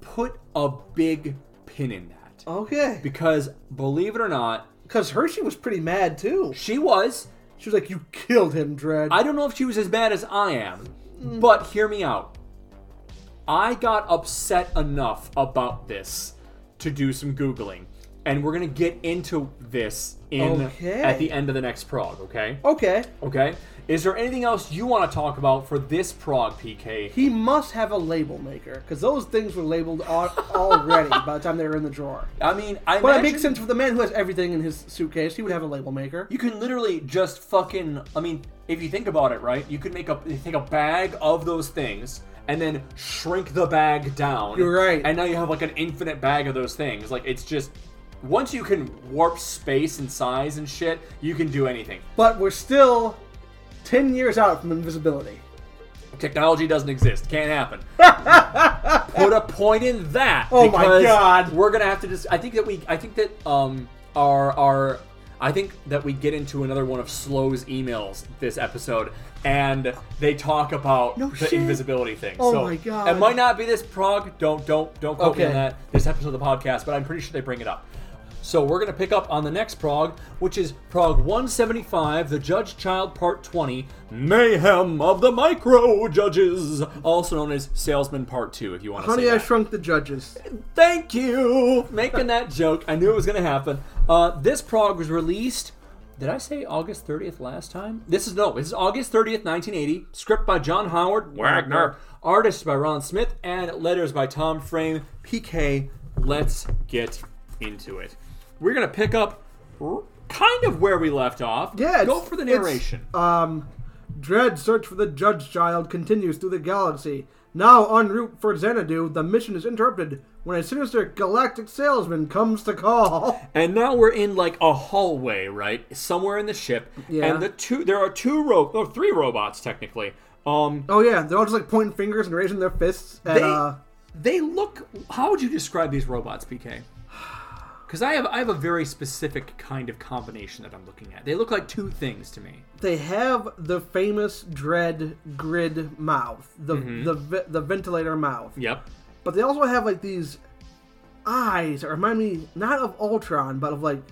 Put a big pin in that.
Okay.
Because believe it or not,
Because Hershey was pretty mad too.
she was
She was like, you killed him, Dread.
I don't know if she was as bad as I am, but hear me out. I got upset enough about this to do some Googling, and we're going to get into this in
Okay.
at the end of the next prog, okay?
okay.
Okay? Is there anything else you want to talk about for this prog, PK?
He must have a label maker because those things were labeled al- already by the time they were in the drawer.
I mean, I
But it
imagine
makes sense for the man who has everything in his suitcase. He would have a label maker.
You can literally just fucking. I mean, if you think about it, right? You could make a take a bag of those things and then shrink the bag down.
You're right.
And now you have like an infinite bag of those things. Like it's just once you can warp space and size and shit, you can do anything.
But we're still 10 years out from invisibility.
Technology doesn't exist. Can't happen. Put a point in that.
Oh my
because
God.
We're gonna have to just. I think that we. I think that um are are. I think that we get into another one of Slow's emails this episode, and they talk about
No
the
shit.
invisibility thing.
Oh
so
my God.
It might not be this prog. Don't don't don't quote me on
Okay.
that. This episode of the podcast, but I'm pretty sure they bring it up. So we're gonna pick up on the next prog, which is prog 175, the Judge Child Part 20, Mayhem of the Micro Judges, also known as Salesman Part 2, if you want to.
Honey,
say
I
that.
shrunk the judges.
Thank you! Making that joke. I knew it was going to happen. Uh, this prog was released. Did I say August 30th last time? This is no, this is August 30th, 1980. Script by John Howard.
Wagner.
Artist by Ron Smith. And letters by Tom Frame. PK, let's get into it. We're going to pick up r- kind of where we left off.
Yeah, it's-
Go for the
it's-
narration.
Um, Dread search for the Judge Child continues through the galaxy. Now en route for Xanadu, the mission is interrupted when a sinister galactic salesman comes to call.
And now we're in like a hallway, right? Somewhere in the ship.
Yeah.
And the two there are two ro- oh, three robots technically. Um
Oh yeah, they're all just like pointing fingers and raising their fists at
they
uh
they look how would you describe these robots, PK? Cuz I have I have a very specific kind of combination that I'm looking at. They look like two things to me.
they have the famous dread grid mouth, the the ve- the ventilator mouth.
Yep.
But they also have like these eyes that remind me not of Ultron, but of like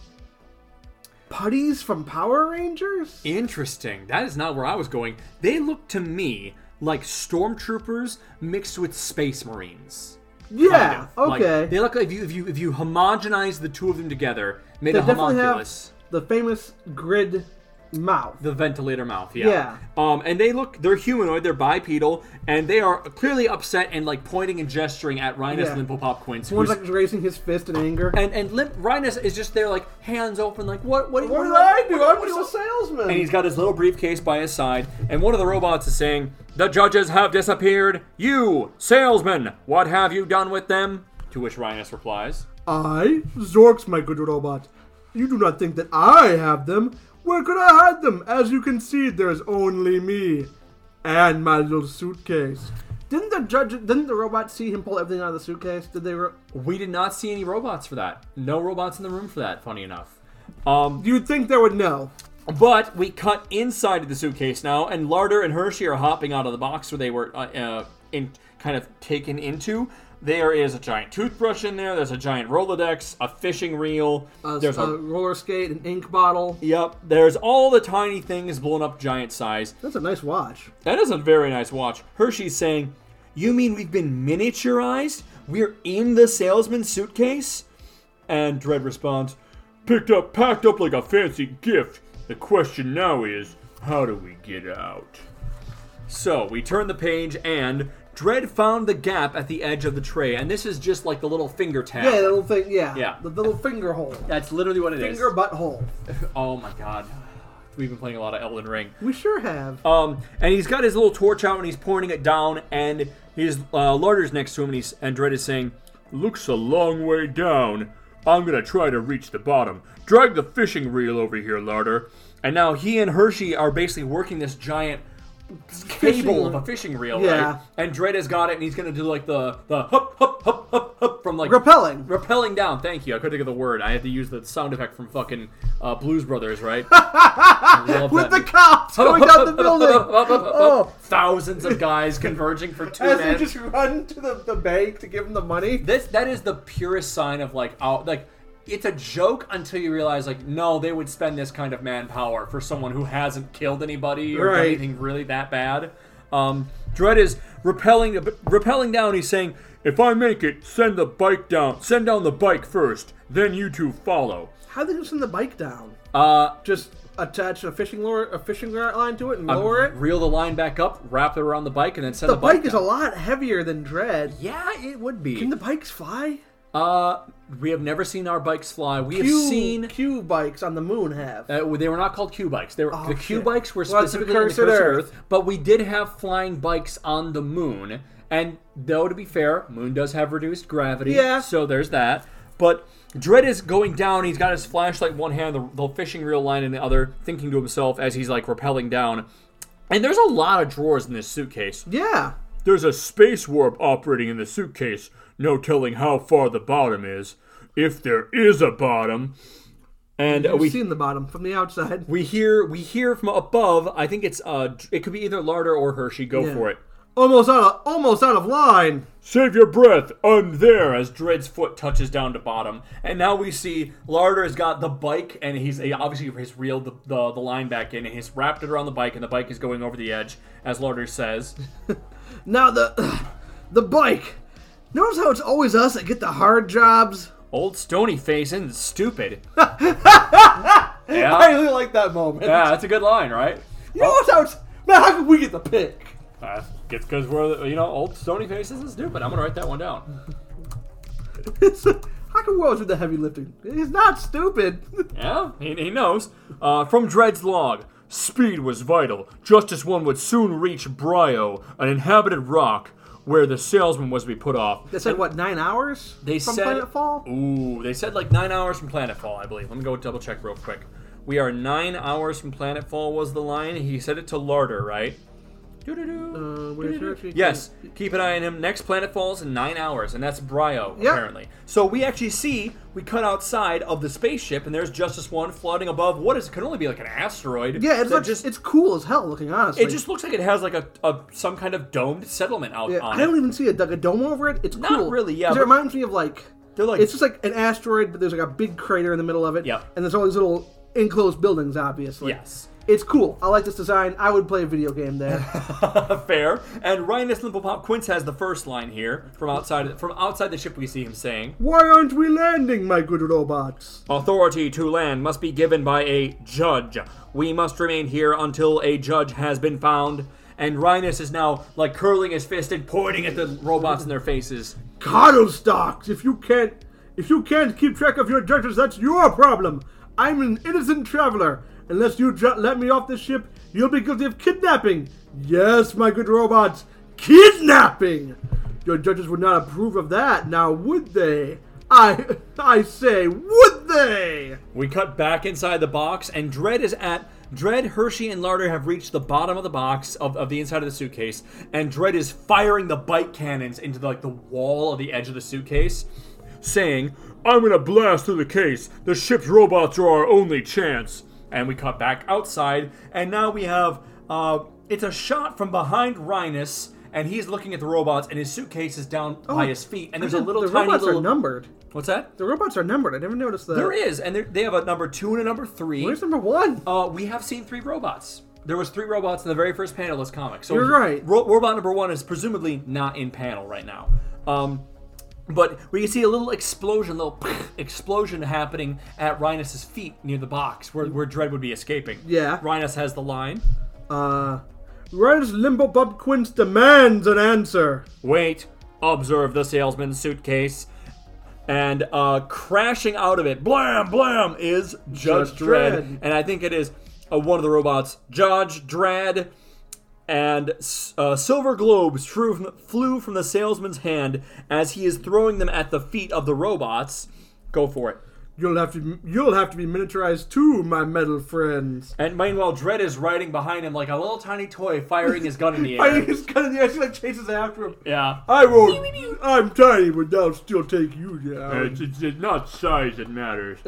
putties from Power Rangers.
Interesting. That is not where I was going. They look to me like stormtroopers mixed with space marines.
Yeah.
Kind of. Like,
okay.
they look like if you if you if you homogenize the two of them together, made
They
a
definitely have-
homunculus.
the famous grid mouth.
the ventilator mouth. Yeah.
Yeah.
Um, and they look, they're humanoid, they're bipedal, and they are clearly upset and like pointing and gesturing at Rhinus
Yeah.
Limpopop Quince.
One's
who's-
like raising his fist in anger.
and and Limp, Rhinus is just there, like hands open, like what? What,
what
do
did
you
I
want-
do?
what-
I'm
what do you
just a
want?"
salesman.
And he's got his little briefcase by his side, and one of the robots is saying, "The judges have disappeared. You, salesman, what have you done with them?" To which Rhinus replies,
I, Zorks, my good robot. You do not think that I have them. Where could I hide them? As you can see, there is only me and my little suitcase. Didn't the judge? Didn't the robot see him pull everything out of the suitcase? Did they? Re-
"We did not see any robots for that. No robots in the room for that. Funny enough." Um,
You'd think they would know.
But we cut inside of the suitcase now, and Larder and Hershey are hopping out of the box where they were uh, uh, in, kind of taken into. There is a giant toothbrush in there. There's a giant Rolodex, a fishing reel.
A,
there's
a
a
roller skate, an ink bottle.
yep. There's all the tiny things blown up giant size.
That's a nice watch.
That is a very nice watch. Hershey's saying, "You mean we've been miniaturized? We're in the salesman's suitcase?" And Dread responds,
Picked up, packed up like a fancy gift. The question now is, how do we get out?
So we turn the page, and Dread found the gap at the edge of the tray, and this is just like the little finger tap.
Yeah, the little thing. Yeah.
Yeah.
The little finger hole.
That's literally what it is.
Finger butthole.
oh my god, we've been playing a lot of Elden Ring.
We sure have.
Um, and he's got his little torch out, and he's pointing it down, and his uh, larder's next to him, and he's and Dread is saying,
Looks a long way down. I'm gonna try to reach the bottom. Drag the fishing reel over here, Larder.
and now he and Hershey are basically working this giant cable of a fishing reel,
Yeah.
right? And Dread has got it, and he's gonna do like the the hop hop hop hop hop from like
Repelling.
Repelling down. Thank you. I couldn't think of the word. I had to use the sound effect from fucking uh, Blues Brothers, right? I love
With the
that.
cops going out the building. oh.
Thousands of guys converging for two
As
men.
they just run to the, the bank to give him the money.
This that is the purest sign of like out like it's a joke until you realize like no they would spend this kind of manpower for someone who hasn't killed anybody or done
Right.
anything really that bad. Um, Dredd is repelling repelling down. He's saying
If I make it, send the bike down. Send down the bike first, then you two follow.
How they just send the bike down?
uh,
Just attach a fishing lure, a fishing line to it, and lower it.
reel the line back up, wrap it around the bike, and then send
The
the,
bike, is a
down.
lot heavier than dread.
Yeah, it would be.
Can the bikes fly?
uh, we have never seen our bikes fly. We have
Q,
seen.
Q bikes on the moon have.
Uh, they were not called Q bikes. They were, the Q
Oh, shit.
bikes were
Well, it's
specifically on the
precursor
Cursed
to
Earth.
Earth.
but we did have flying bikes on the moon. And though to be fair, Moon does have reduced gravity.
Yeah.
So there's that. But Dredd is going down. He's got his flashlight in one hand, the, the fishing reel line in the other, thinking to himself as he's like rappelling down. And there's a lot of drawers in this suitcase.
yeah.
There's a space warp operating in the suitcase. No telling how far the bottom is. If there is a bottom.
And uh,
We've
we
seen the bottom from the outside.
we hear we hear from above. I think it's uh it could be either Larder or Hershey. Go
Yeah.
for it.
Almost out of almost out of line.
Save your breath, I'm there, as Dred's foot touches down to bottom. And now we see Larder has got the bike, and he's he obviously has reeled the, the, the line back in, and he's wrapped it around the bike, and the bike is going over the edge, as Larder says.
Now the the bike. Notice how it's always us that get the hard jobs.
Old stony face isn't stupid.
I
yeah,
really like that moment.
yeah, that's a good line, right?
You know what's out? Man, how can we get the pick?
Uh, it's because we're, you know, old stony face isn't stupid. I'm going to write that one down.
It's, how can Wells do the heavy lifting? He's not stupid.
Yeah, he, he knows. Uh, from Dred's log. Speed was vital, just as one would soon reach Brio, an inhabited rock where the salesman was to be put off.
They said what nine hours?
They
from
said-
Planet Fall.
Ooh, they said like nine hours from Planetfall, I believe. Let me go double check real quick. We are nine hours from Planetfall was the line. He said it to Larder, right? Doo-doo-doo.
Uh, where's your-
Yes, keep an eye on him. Next planet falls in nine hours, and that's Brio,
Yeah.
apparently. So we actually see, we cut outside of the spaceship, and there's Justice One floating above what is, can only be like an asteroid.
Yeah, it's
that
like,
just,
it's cool as hell looking. Honestly,
it just looks like it has like a, a some kind of domed settlement out
Yeah,
on
I don't
it.
even see a, like, a dome over it. It's
Not
cool.
really, yeah,
'Cause
but-
it reminds me of like
They're like-
it's just like an asteroid, but there's like a big crater in the middle of it.
Yep.
And there's all these little enclosed buildings, obviously.
Yes.
It's cool. I like this design. I would play a video game there.
Fair. And Rhinus Limpopop Quince has the first line here from outside from outside the ship. We see him saying,
Why aren't we landing, my good robots?
"Authority to land must be given by a judge. We must remain here until a judge has been found." And Rhinus is now like curling his fist and pointing at the robots in their faces.
Coddle stocks! If you can't if you can't keep track of your judges, that's your problem. I'm an innocent traveler. Unless oh, you ju- let me off this ship, you'll be guilty of kidnapping. Yes, my good robots, kidnapping. Your judges would not approve of that, now would they? I I say, would they?
We cut back inside the box, and Dredd is at. Dredd, Hershey, and Larder have reached the bottom of the box of, of the inside of the suitcase, and Dredd is firing the bike cannons into like the wall of the edge of the suitcase, saying,
I'm gonna blast through the case. The ship's robots are our only chance.
and we cut back outside, and now we have uh, it's a shot from behind Rhinus, and he's looking at the robots, and his suitcase is down by his feet, and there's a little
Oh, the
tiny
robots
little
are numbered.
what's that?
The robots are numbered. I never noticed that.
There is, and there- they have a number two and a number three.
Where's number one?
Uh, we have seen three robots. There was three robots in the very first panel of this comic. So
You're right.
Ro- robot number one is presumably not in panel right now. Um, but we see a little explosion, little explosion happening at Rhinus's feet near the box where, where Dread would be escaping.
Yeah.
Rhinus has the line.
Uh, Ryan's Limbo Bob Quince demands an answer.
Wait, observe the salesman's suitcase. And uh, crashing out of it, blam, blam, is Judge,
Judge
Dredd.
Dredd.
And I think it is uh, one of the robots, Judge Dredd. And s- uh, silver globes flew from, flew from the salesman's hand as he is throwing them at the feet of the robots. Go for it.
You'll have to you'll have to be miniaturized too, my metal friends.
And meanwhile, Dredd is riding behind him like a little tiny toy, firing his gun in the
I
air.
just kind of the she like chases after him.
yeah.
I won't. I'm tiny, but I'll still take you down.
It's, it's, it's not size that matters.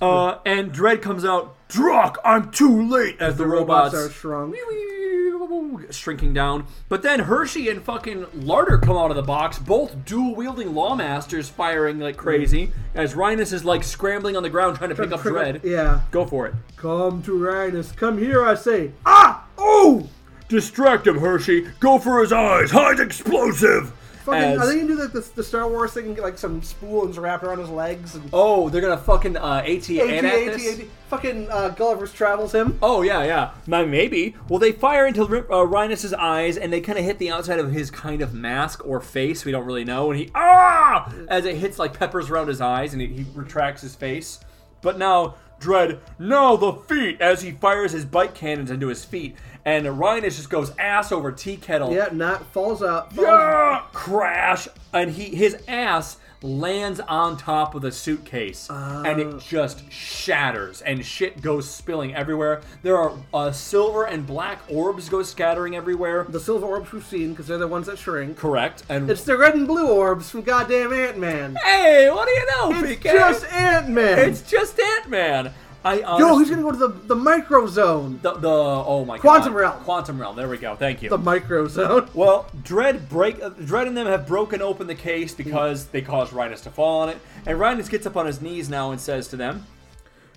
Uh, and Dredd comes out, Drock, I'm too late, as the, robots,
are shrunk.
shrinking down. But then Hershey and fucking Larder come out of the box, both dual wielding lawmasters firing like crazy, as Rhinus is like scrambling on the ground trying to pick up Dread.
Yeah.
Go for it.
Come to Rhinus. Come here, I say. Ah! Oh!
Distract him, Hershey. Go for his eyes. Hide explosive.
Fucking,
As-
are they gonna do like the, the Star Wars thing and get like some spool and just wrap it around his legs and
Oh, they're gonna fucking uh, AT
AT, AT, AT. fucking uh, Gulliver's Travels him?
Oh yeah, yeah. My maybe. Well, they fire into uh, Rhinus's eyes, and they kind of hit the outside of his kind of mask or face. We don't really know. And he ah, as it hits like peppers around his eyes, and he, he retracts his face. But now Dread, now the feet, as he fires his bike cannons into his feet, and Rhinus just goes ass over tea kettle.
Yeah, not falls out. Falls,
Ah, crash, and he his ass lands on top of the suitcase and
Uh.
it just shatters and shit goes spilling everywhere. There are uh, silver and black orbs go scattering everywhere.
The silver orbs we've seen, because they're the ones that shrink.
Correct. And
It's the red and blue orbs from goddamn Ant Man.
hey, what do you know,
It's
PK?
just Ant Man.
it's just Ant Man. I honestly,
Yo, he's gonna go to the the micro zone.
the, the oh my
Quantum
God.
realm.
Quantum realm. There we go. Thank you.
The micro zone.
Well, Dread break uh, Dread and them have broken open the case because they caused Rhinus to fall on it, and Rhinus gets up on his knees now and says to them,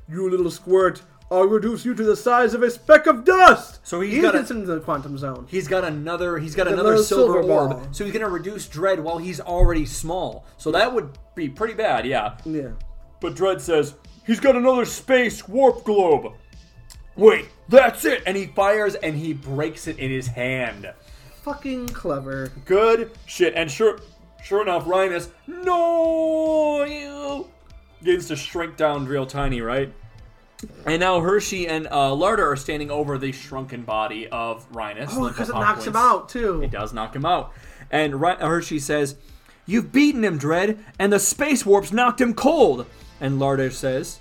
You little squirt. I'll reduce you to the size of a speck of dust.
So he's
he
got a-
gets into the quantum zone.
"He's got another he's got another,
Another
silver,
silver
orb,
ball.
so he's gonna reduce Dread while he's already small. So that would be pretty bad, yeah."
Yeah.
But Dread says, he's got another space warp globe. Wait, that's it! And he fires and he breaks it in his hand.
Fucking clever.
Good shit. And sure sure enough, Rhinus, no you begins to shrink down real tiny, right? And now Hershey and uh, Larder are standing over the shrunken body of Rhinus.
Oh, because it knocks him out too.
It does knock him out. And Ry- Hershey says, You've beaten him, Dread, and the space warps knocked him cold. And Larder says,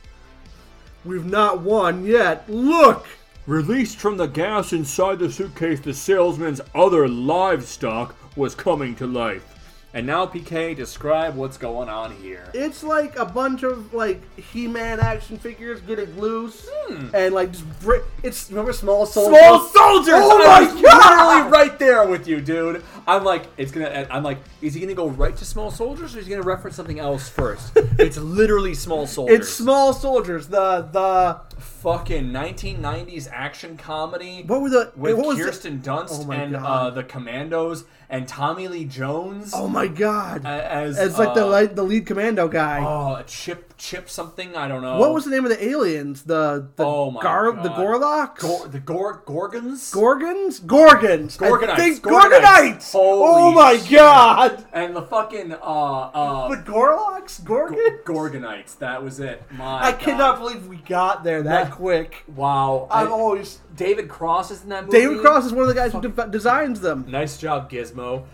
We've not won yet. Look.
Released from the gas inside the suitcase, the salesman's other livestock was coming to life.
And now, PK, describe what's going on here.
It's like a bunch of like He-Man action figures getting loose and like just bri- it's remember small soldiers.
Hmm. Small soldiers!
Oh
I
my
was
God!
literally right there with you, dude. I'm like, it's gonna. I'm like, is he gonna go right to small soldiers, or is he gonna reference something else first? it's literally small soldiers.
It's small soldiers. The the
fucking 1990s action comedy.
what were the
with
what was the-
Kirsten
Oh
Dunst
my
and uh,
God.
the Commandos and Tommy Lee Jones
Oh my god!
as
it's like the
uh,
like, the lead commando guy.
oh Chip Chip something I don't know
what was the name of the aliens? The the
Oh my
Gar-
God.
the Gorlocks.
Gor- the Gor- Gorgons
Gorgons? Gorgons.
Gorgonites,
I think
Gorgonites.
Gorgonites. oh
Holy
my
shit.
god.
and the fucking uh uh
But Gorlocks? Gorgon?
Gorgonites that was it my
I
God.
cannot believe we got there that
Yeah.
quick.
wow
I'm
I-
always.
David Cross is in that movie
David Cross is one of the guys who de- designs them.
nice job Gizmo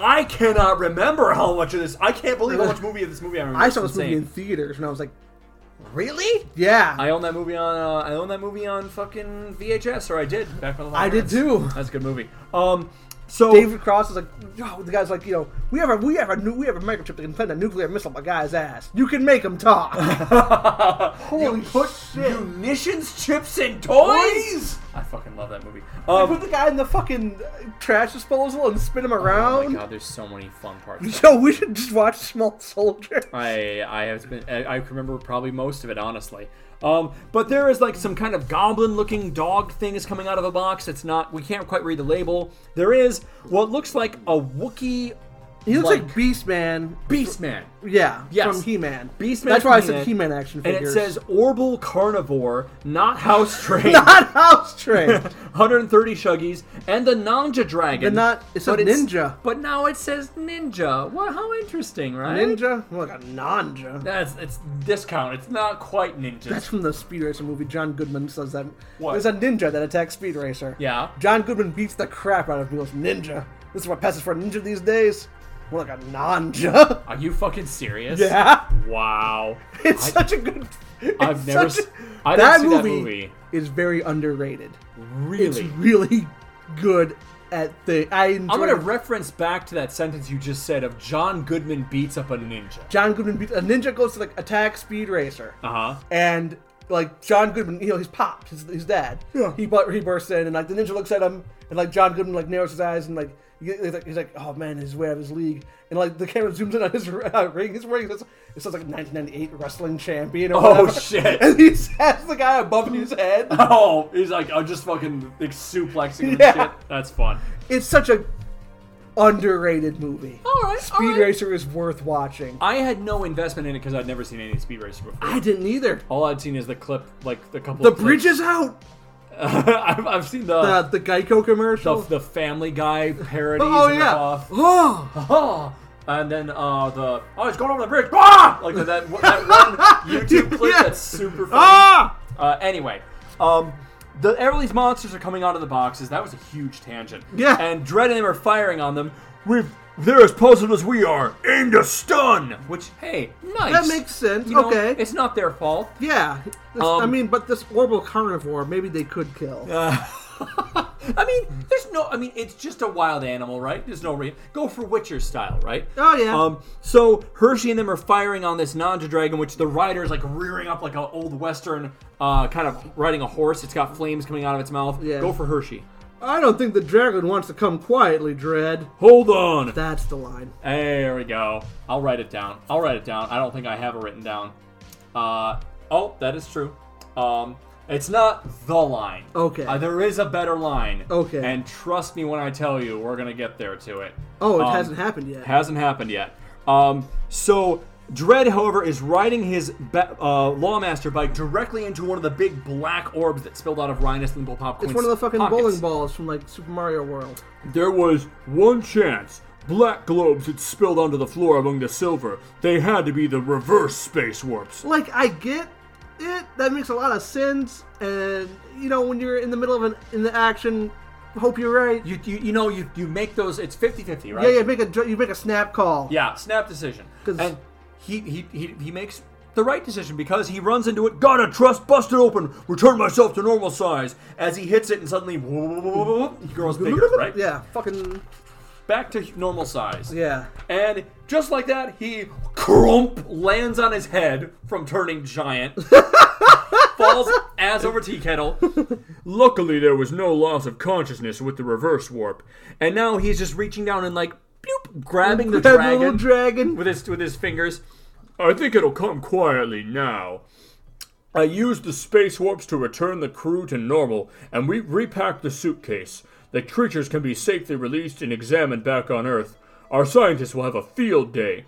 I cannot remember how much of this I can't believe how much movie of this movie I remember
I saw
It's
this movie in
insane.
theaters and I was like,
really
yeah.
I own that movie on uh, I own that movie on fucking VHS, or I did back when
I did too.
That's a good movie. Um, so
David Cross is like, oh, the guy's like, you know, we have a we have a nu- we have a microchip that can plant a nuclear missile up a guy's ass. You can make him talk. Holy
put
shit!
munitions, chips, and toys.
Boys!
I fucking love that movie.
They
Um,
put the guy in the fucking uh, trash disposal and spin him
oh my
around.
god, there's so many fun parts.
Yo, we should just watch Small Soldier.
I I have been I I remember probably most of it honestly. Um, but there is like some kind of goblin-looking dog thing is coming out of a box. It's not we can't quite read the label. There is what looks like a Wookiee
He looks like,
like-
Beast Man.
beast man.
Yeah,
Yes.
from He Man.
Beastman.
That's why I
from
said He Man action
And
figures.
it says Orbital Carnivore, not House Train.
not House Train.
130 Shuggies and the Ninja Dragon.
The not- it says
But
Ninja.
But now it says Ninja. What? How interesting, right?
ninja, like a ninja.
That's it's discount. It's not quite ninja.
That's from the Speed Racer movie. John Goodman says that
What?
there's a ninja that attacks Speed Racer.
yeah.
John Goodman beats the crap out of people's ninja. This is what passes for a ninja these days. More like a ninja.
Are you fucking serious?
yeah,
Wow.
it's
I-
such a good. it's
I've never.
such
s-
a-
I didn't
that,
see
movie
that movie.
is very underrated. It's
Really.
really good at the. I enjoy
I'm gonna
it.
reference back to that sentence you just said of John Goodman beats up a ninja.
John Goodman beats a ninja goes to like attack Speed Racer.
Uh huh.
and like John Goodman, you know, he's popped, his, his dad.
Yeah.
He bu- he bursts in, and like the ninja looks at him, and like John Goodman like narrows his eyes, and like you- he's like, he's like, oh man, he's way out of his league, and like the camera zooms in on his uh, ring, his ring, it says it says, like 1998 wrestling champion. Or
Oh,
whatever.
shit.
And he has the guy above his head.
Oh, he's like, I'm just fucking like suplexing him
Yeah.
and shit. That's fun.
It's such a underrated movie.
All right,
Speed Racer is worth watching.
I had no investment in it because I'd never seen any Speed Racer before.
I didn't either.
All I'd seen is the clip, like the couple.
The
of
bridge is out. Uh,
clips. I've, I've seen the
The the Geico commercial.
Oh. the, the Family Guy parodies.
oh
and
yeah.
stuff.
Oh.
Oh, and then uh, the oh, he's going over the bridge. Ah! Like that, that one YouTube clip
Yeah.
that's super funny.
Ah!
Uh, anyway, um, the all these monsters are coming out of the boxes. That was a huge tangent.
Yeah.
And Dread and him are firing on them,
We've, they're as puzzled as we are. Aimed to stun.
which hey, nice.
That makes sense.
You know,
okay.
It's not their fault.
yeah. This- I
Um,
mean, but this orbital carnivore, maybe they could kill.
I mean, there's no. I mean, it's just a wild animal, right? There's no reason. Go for Witcher style, right?
Oh, yeah.
Um. So Hershey and them are firing on this Nanja dragon, which the rider is like rearing up like an old western, uh, kind of riding a horse. It's got flames coming out of its mouth.
Yeah.
Go for Hershey.
I don't think the dragon wants to come quietly, Dread.
Hold on.
That's the line.
There we go. I'll write it down. I'll write it down. I don't think I have it written down. Uh. Oh, that is true. Um. It's not the line.
Okay.
Uh, there is a better line.
Okay.
And trust me when I tell you, we're gonna get there to it.
Oh, it
Um,
hasn't happened yet.
Hasn't happened yet. Um, so Dread, however, is riding his ba- uh, Lawmaster bike directly into one of the big black orbs that spilled out of Rhinus Limbo Pop
it's
Queen's
one of the fucking
pockets.
bowling balls from like Super Mario World.
There was one chance. Black globes had spilled onto the floor among the silver. They had to be the reverse space warps.
Like I get it. That makes a lot of sense. And you know, when you're in the middle of an in the action, hope you're right.
You, you, you know, you, you make those, it's 50 50, right?
yeah, yeah. Make a dr- you make a snap call.
Yeah, snap decision.
'Cause-
And he, he, he, he makes the right decision because he runs into it, gotta trust, busted open, return myself to normal size. As he hits it and suddenly, he grows bigger, right?
Yeah. Fucking
Back to normal size.
yeah.
And just like that, he crump lands on his head from turning giant. falls ass over tea kettle.
Luckily, there was no loss of consciousness with the reverse warp.
And now he's just reaching down and like bloop, grabbing the
Grab a
dragon
little dragon.
with his with his fingers.
I think it'll come quietly now. I used the space warps to return the crew to normal, and we repacked the suitcase. The creatures can be safely released and examined back on Earth. Our scientists will have a field day.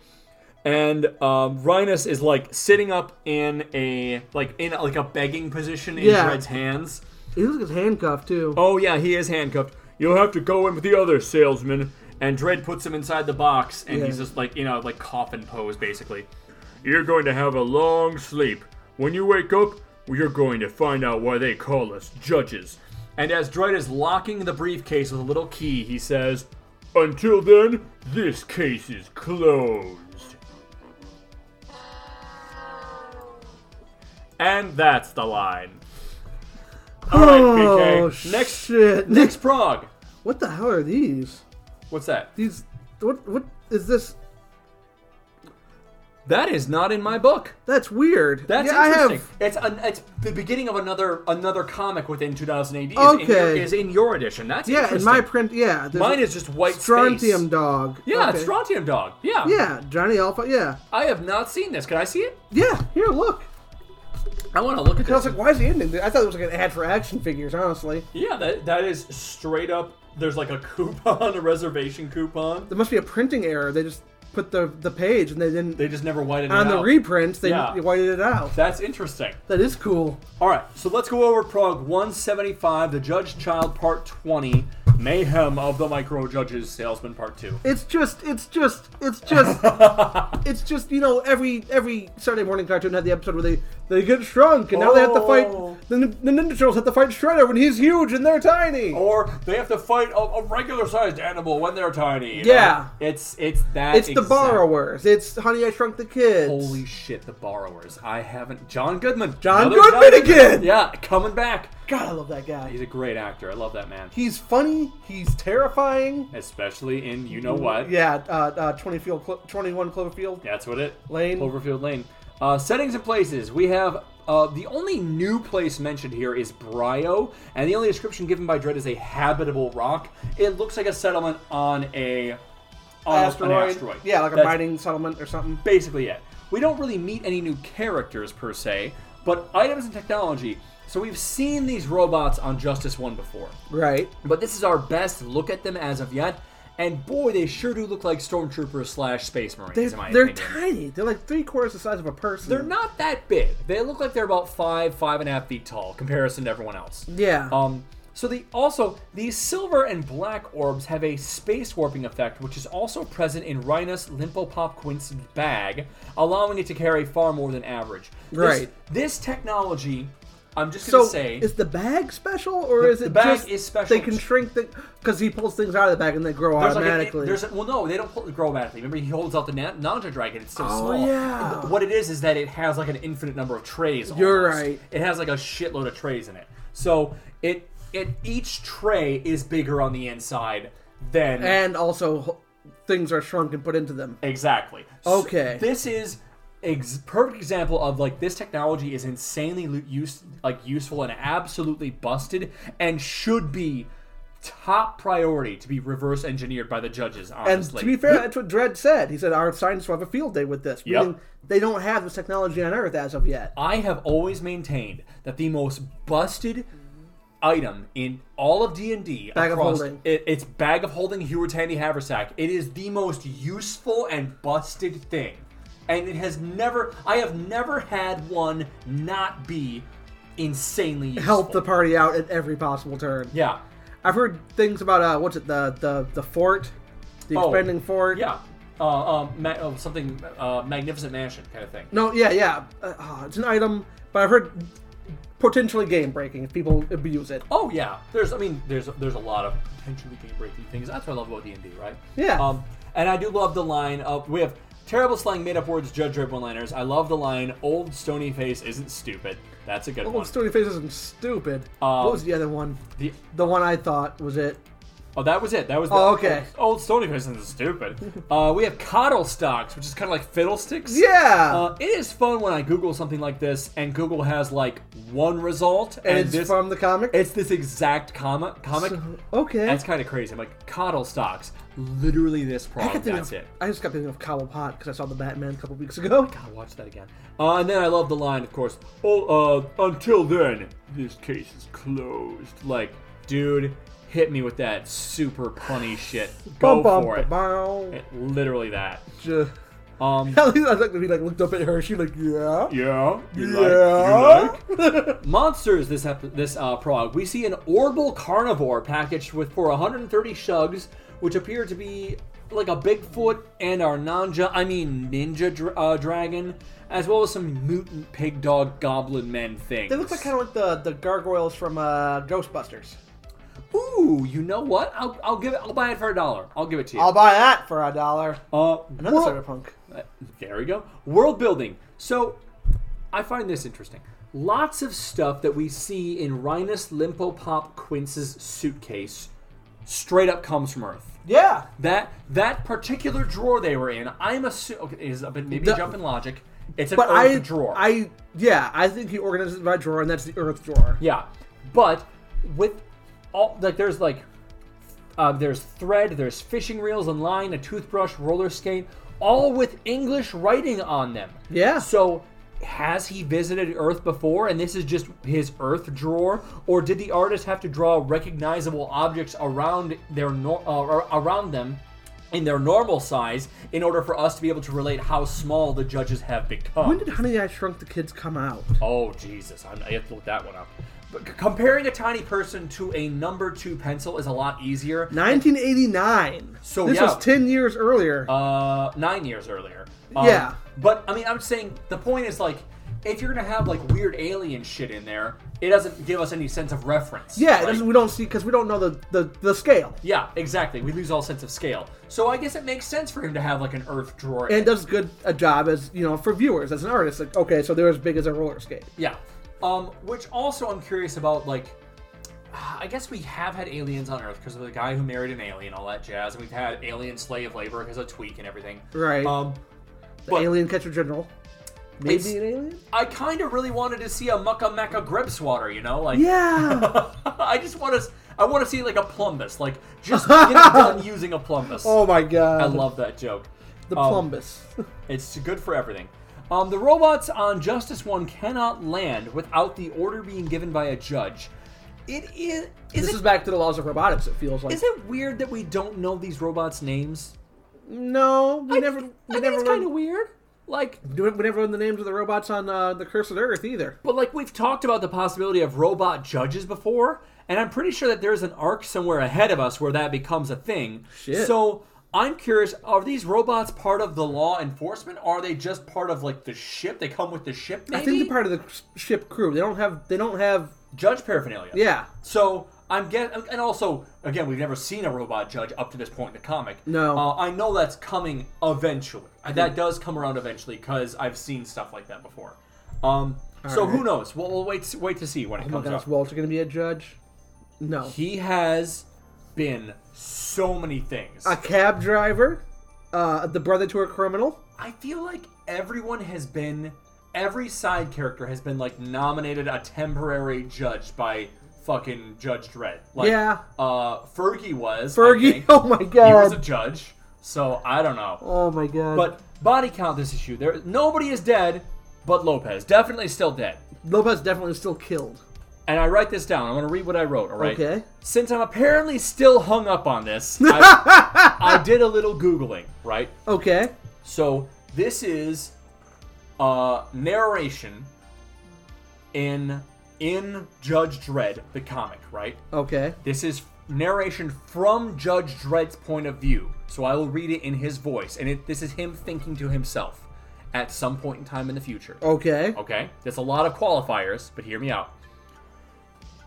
And um, Rhinus is like sitting up in a like in like a begging position in
Yeah.
Dread's hands.
He looks handcuffed too.
Oh yeah, he is handcuffed.
You'll have to go in with the other salesman.
And Dread puts him inside the box, and
Yeah.
he's just like you know like coffin pose basically.
You're going to have a long sleep. When you wake up, you're going to find out why they call us judges.
And as Dread is locking the briefcase with a little key, he says,
Until then, this case is closed.
And that's the line.
Oh,
PK.
Next-
shit.
Next Prague.
What the hell are these?
What's that?
These what what is this?
That is not in my book.
That's weird.
That's
yeah,
interesting. It's an, it's the beginning of another another comic within 2008 is, in, your,
Okay.
is in your edition. That's
I have yeah, in
interesting.
my print yeah. there's
Mine
a
is just white
Strontium
Space.
dog.
Yeah,
Okay.
it's Strontium Dog. Yeah.
Yeah, Johnny Alpha. Yeah,
I have not seen this. Can I see it?
yeah. Here, look.
I want to look at
And I was
this.
like, why is he ending? This? I thought it was like an ad for action figures. Honestly,
yeah, that, that is straight up. There's like a coupon, a reservation coupon.
there must be a printing error. They just put the the page and they didn't.
They just never whited it
on the
out.
reprints, they
Yeah.
whited it out.
That's interesting.
That is cool.
All right, so let's go over Prague 175, The Judge Child Part 20, Mayhem of the Micro Judges Salesman Part 2.
It's just, it's just, it's just, it's just. You know, every every Saturday morning cartoon had the episode where they they get shrunk and now they have to fight.
Oh.
The, nin- the Ninja Turtles have to fight Shredder when he's huge and they're tiny.
Or they have to fight a, a regular sized animal when they're tiny. you
Yeah.
know? It's it's that
it's the
exact-
borrowers. It's Honey I Shrunk the Kids.
Holy shit, the borrowers. I haven't John Goodman.
John
Another
Goodman again!
Yeah, coming back.
God, I love that guy.
He's a great actor. I love that man.
He's funny. He's terrifying.
Especially in you know what.
Yeah, uh, uh, 20 field, Clo- 21 Cloverfield.
That's what it.
Lane.
Cloverfield Lane. Uh, settings and places. We have uh, the only new place mentioned here is Brio, and the only description given by Dread is a habitable rock. It looks like a settlement on a on a-
asteroid.
An asteroid.
Yeah, like a
That's
mining settlement or something.
Basically, it. We don't really meet any new characters per se, but items and technology. So we've seen these robots on Justice One before.
Right.
But this is our best look at them as of yet, and boy, they sure do look like stormtroopers slash space marines.
They,
in my
they're
opinion.
tiny. They're like three quarters the size of a person.
They're not that big. They look like they're about five, five and a half feet tall, comparison to everyone else.
Yeah.
Um. So the also these silver and black orbs have a space warping effect, which is also present in Rhinus Limpopop Quint's bag, allowing it to carry far more than average. This-
Right.
This technology I'm just
So
gonna say
is the bag special or is it
the bag
just
is special
They can shrink the because he pulls things out of the bag and they grow
there's like a-
automatically.
there's a- well, no, they don't pull, grow automatically. Remember, he holds out the na- Ninja Dragon; it's still
Oh,
small.
yeah.
What it is is that it has like an infinite number of trays.
You're
almost.
right.
It has like a shitload of trays in it. So it it each tray is bigger on the inside than
and also h- things are shrunk and put into them.
Exactly. So
Okay.
this is ex- perfect example of like this technology is insanely lu- use like useful and absolutely busted and should be top priority to be reverse engineered by the judges.
And
Honestly,
to be fair, that's what Dredd said. He said our scientists will have a field day with this.
Yep.
Meaning they don't have this technology on Earth as of yet.
I have always maintained that the most busted item in all of D and D
Bag of holding.
it, it's bag of holding Heward's handy haversack. It is the most useful and busted thing, and it has never. I have never had one not be insanely useful.
Help the party out at every possible turn.
yeah.
I've heard things about uh, what's it the the the fort, the
Oh,
expanding fort.
Yeah. Uh, um, ma- oh, something uh, magnificent mansion kind of thing.
No, yeah, yeah. Uh, ah, it's an item, but I've heard potentially game breaking if people abuse it.
Oh yeah, there's I mean there's there's a lot of potentially game breaking things. That's what I love about D and D, right?
Yeah.
Um, and I do love the line of we have terrible slang, made up words, judge red one liners. I love the line "Old Stony Face isn't stupid." That's a good
Well,
one.
Stony Face isn't stupid.
Um,
what was the other one?
The-
The one I thought was it.
oh, that was it. That was the,
Oh, okay.
Old, old Stony Face isn't stupid. uh, we have coddle stocks, which is kind of like fiddlesticks.
Yeah,
Uh, it is fun when I Google something like this, and Google has like one result, and,
and it's
this
from the comic.
it's this exact comic comic.
okay.
That's kind of crazy. I'm like, coddle stocks. Literally this
I,
product.
kept thinking
oh, That's
of,
it.
I just kept thinking of Cobblepot because I saw the Batman a couple weeks ago.
I'll watch that again. Uh, and then I love the line, of course. Oh, uh, until then, this case is closed. Like, dude, hit me with that super punny shit. Go for it.
bum.
It- Literally that.
Ju-
Um,
At least I think we like looked up at her. She like, yeah,
Yeah, you like, you
yeah.
like.
monsters this ep- this uh, prog. We see an orbital carnivore packaged with for 130 shugs, which appear to be like a Bigfoot and our ninja, I mean ninja dra- uh, dragon, as well as some mutant pig dog goblin men things.
They look like kind of like the the gargoyles from uh, Ghostbusters.
Ooh, you know what? I'll, I'll give it. I'll buy it for a dollar. I'll give it to you.
I'll buy that for a dollar.
uh,
Another
world-
cyberpunk.
Uh, there we go. World building. So, I find this interesting. Lots of stuff that we see in Rhinus Limpopop Quince's suitcase straight up comes from Earth.
Yeah.
That that particular drawer they were in, I'm assuming, okay, is a bit maybe
The-
a jump in logic. It's an
But
Earth
I
drawer.
I yeah, I think he organizes it by drawer, and that's the Earth drawer.
Yeah, but with all like there's like uh, there's thread, there's fishing reels and line, a toothbrush, roller skate, all with English writing on them.
Yeah.
So has he visited Earth before, and this is just his Earth drawer, or did the artist have to draw recognizable objects around their nor- uh, ar- around them? In their normal size, in order for us to be able to relate how small the judges have become.
When did Honey I Shrunk the Kids come out?
Oh Jesus, I'm, I have to look that one up. But c- comparing a tiny person to a number two pencil is a lot easier.
1989.
So,
this
yeah.
was 10 years earlier.
Uh, nine years earlier. Um,
Yeah.
But I mean, I'm saying the point is like, if you're gonna have like weird alien shit in there, it doesn't give us any sense of reference.
yeah, it
Like,
doesn't, we don't see because we don't know the, the the scale.
yeah, exactly. We lose all sense of scale. So I guess it makes sense for him to have like an Earth drawer.
And it does good a job as you know for viewers as an artist. Like, okay, so they're as big as a roller skate.
Yeah. Um, which also I'm curious about, like, I guess we have had aliens on Earth because of the guy who married an alien, all that jazz, and we've had alien slave labor because of tweak and everything.
Right.
Um,
The
but-
alien catcher general.
It's-
Maybe an alien.
I kind of really wanted to see a mucka mecca grip swatter, you know, like.
Yeah.
I just want to. I want to see like a plumbus, like just get it done using a plumbus.
oh my god.
I love that joke.
the
um,
plumbus.
It's good for everything. Um, the robots on Justice One cannot land without the order being given by a judge. It is. Is
this
it
is back to the laws of robotics. It feels like.
Is it weird that we don't know these robots' names?
No, we never. We
I think
never.
it's
learned-
kind of weird. Like,
Do it- We never learned the names of the robots on uh, the Cursed Earth either.
but like we've talked about the possibility of robot judges before, and I'm pretty sure that there's an arc somewhere ahead of us where that becomes a thing.
Shit.
So I'm curious, are these robots part of the law enforcement? Are they just part of like the ship? They come with the ship, maybe?
I think they're part of the ship crew. They don't have. They don't have.
Judge paraphernalia.
Yeah.
So I'm getting, and also again, we've never seen a robot judge up to this point in the comic.
No.
uh, I know that's coming eventually. that does come around eventually because I've seen stuff like that before. Um, so who
right.
knows? We'll, we'll wait, wait to see when it
Oh my
comes
God, is
up.
Walter going to be a judge? No.
He has been so many things.
A cab driver. Uh, the brother to a criminal.
I feel like everyone has been, every side character has been like nominated a temporary judge by fucking Judge Dredd. Like,
Yeah.
Uh, Fergie was. I
Fergie.
think.
Oh my
He was a
God.
judge, so I don't know.
Oh my God.
But body count this issue. There, nobody is dead, but Lopez definitely still dead.
Lopez definitely is still killed.
And I write this down. I'm gonna read what I wrote. All right.
Okay.
Since I'm apparently still hung up on this, I, I did a little googling. Right.
Okay.
So this is uh, narration in in Judge Dredd, the comic, right?
Okay.
This is narration from Judge Dredd's point of view. So I will read it in his voice, and it, this is him thinking to himself at some point in time in the future.
Okay.
Okay, that's a lot of qualifiers, but hear me out.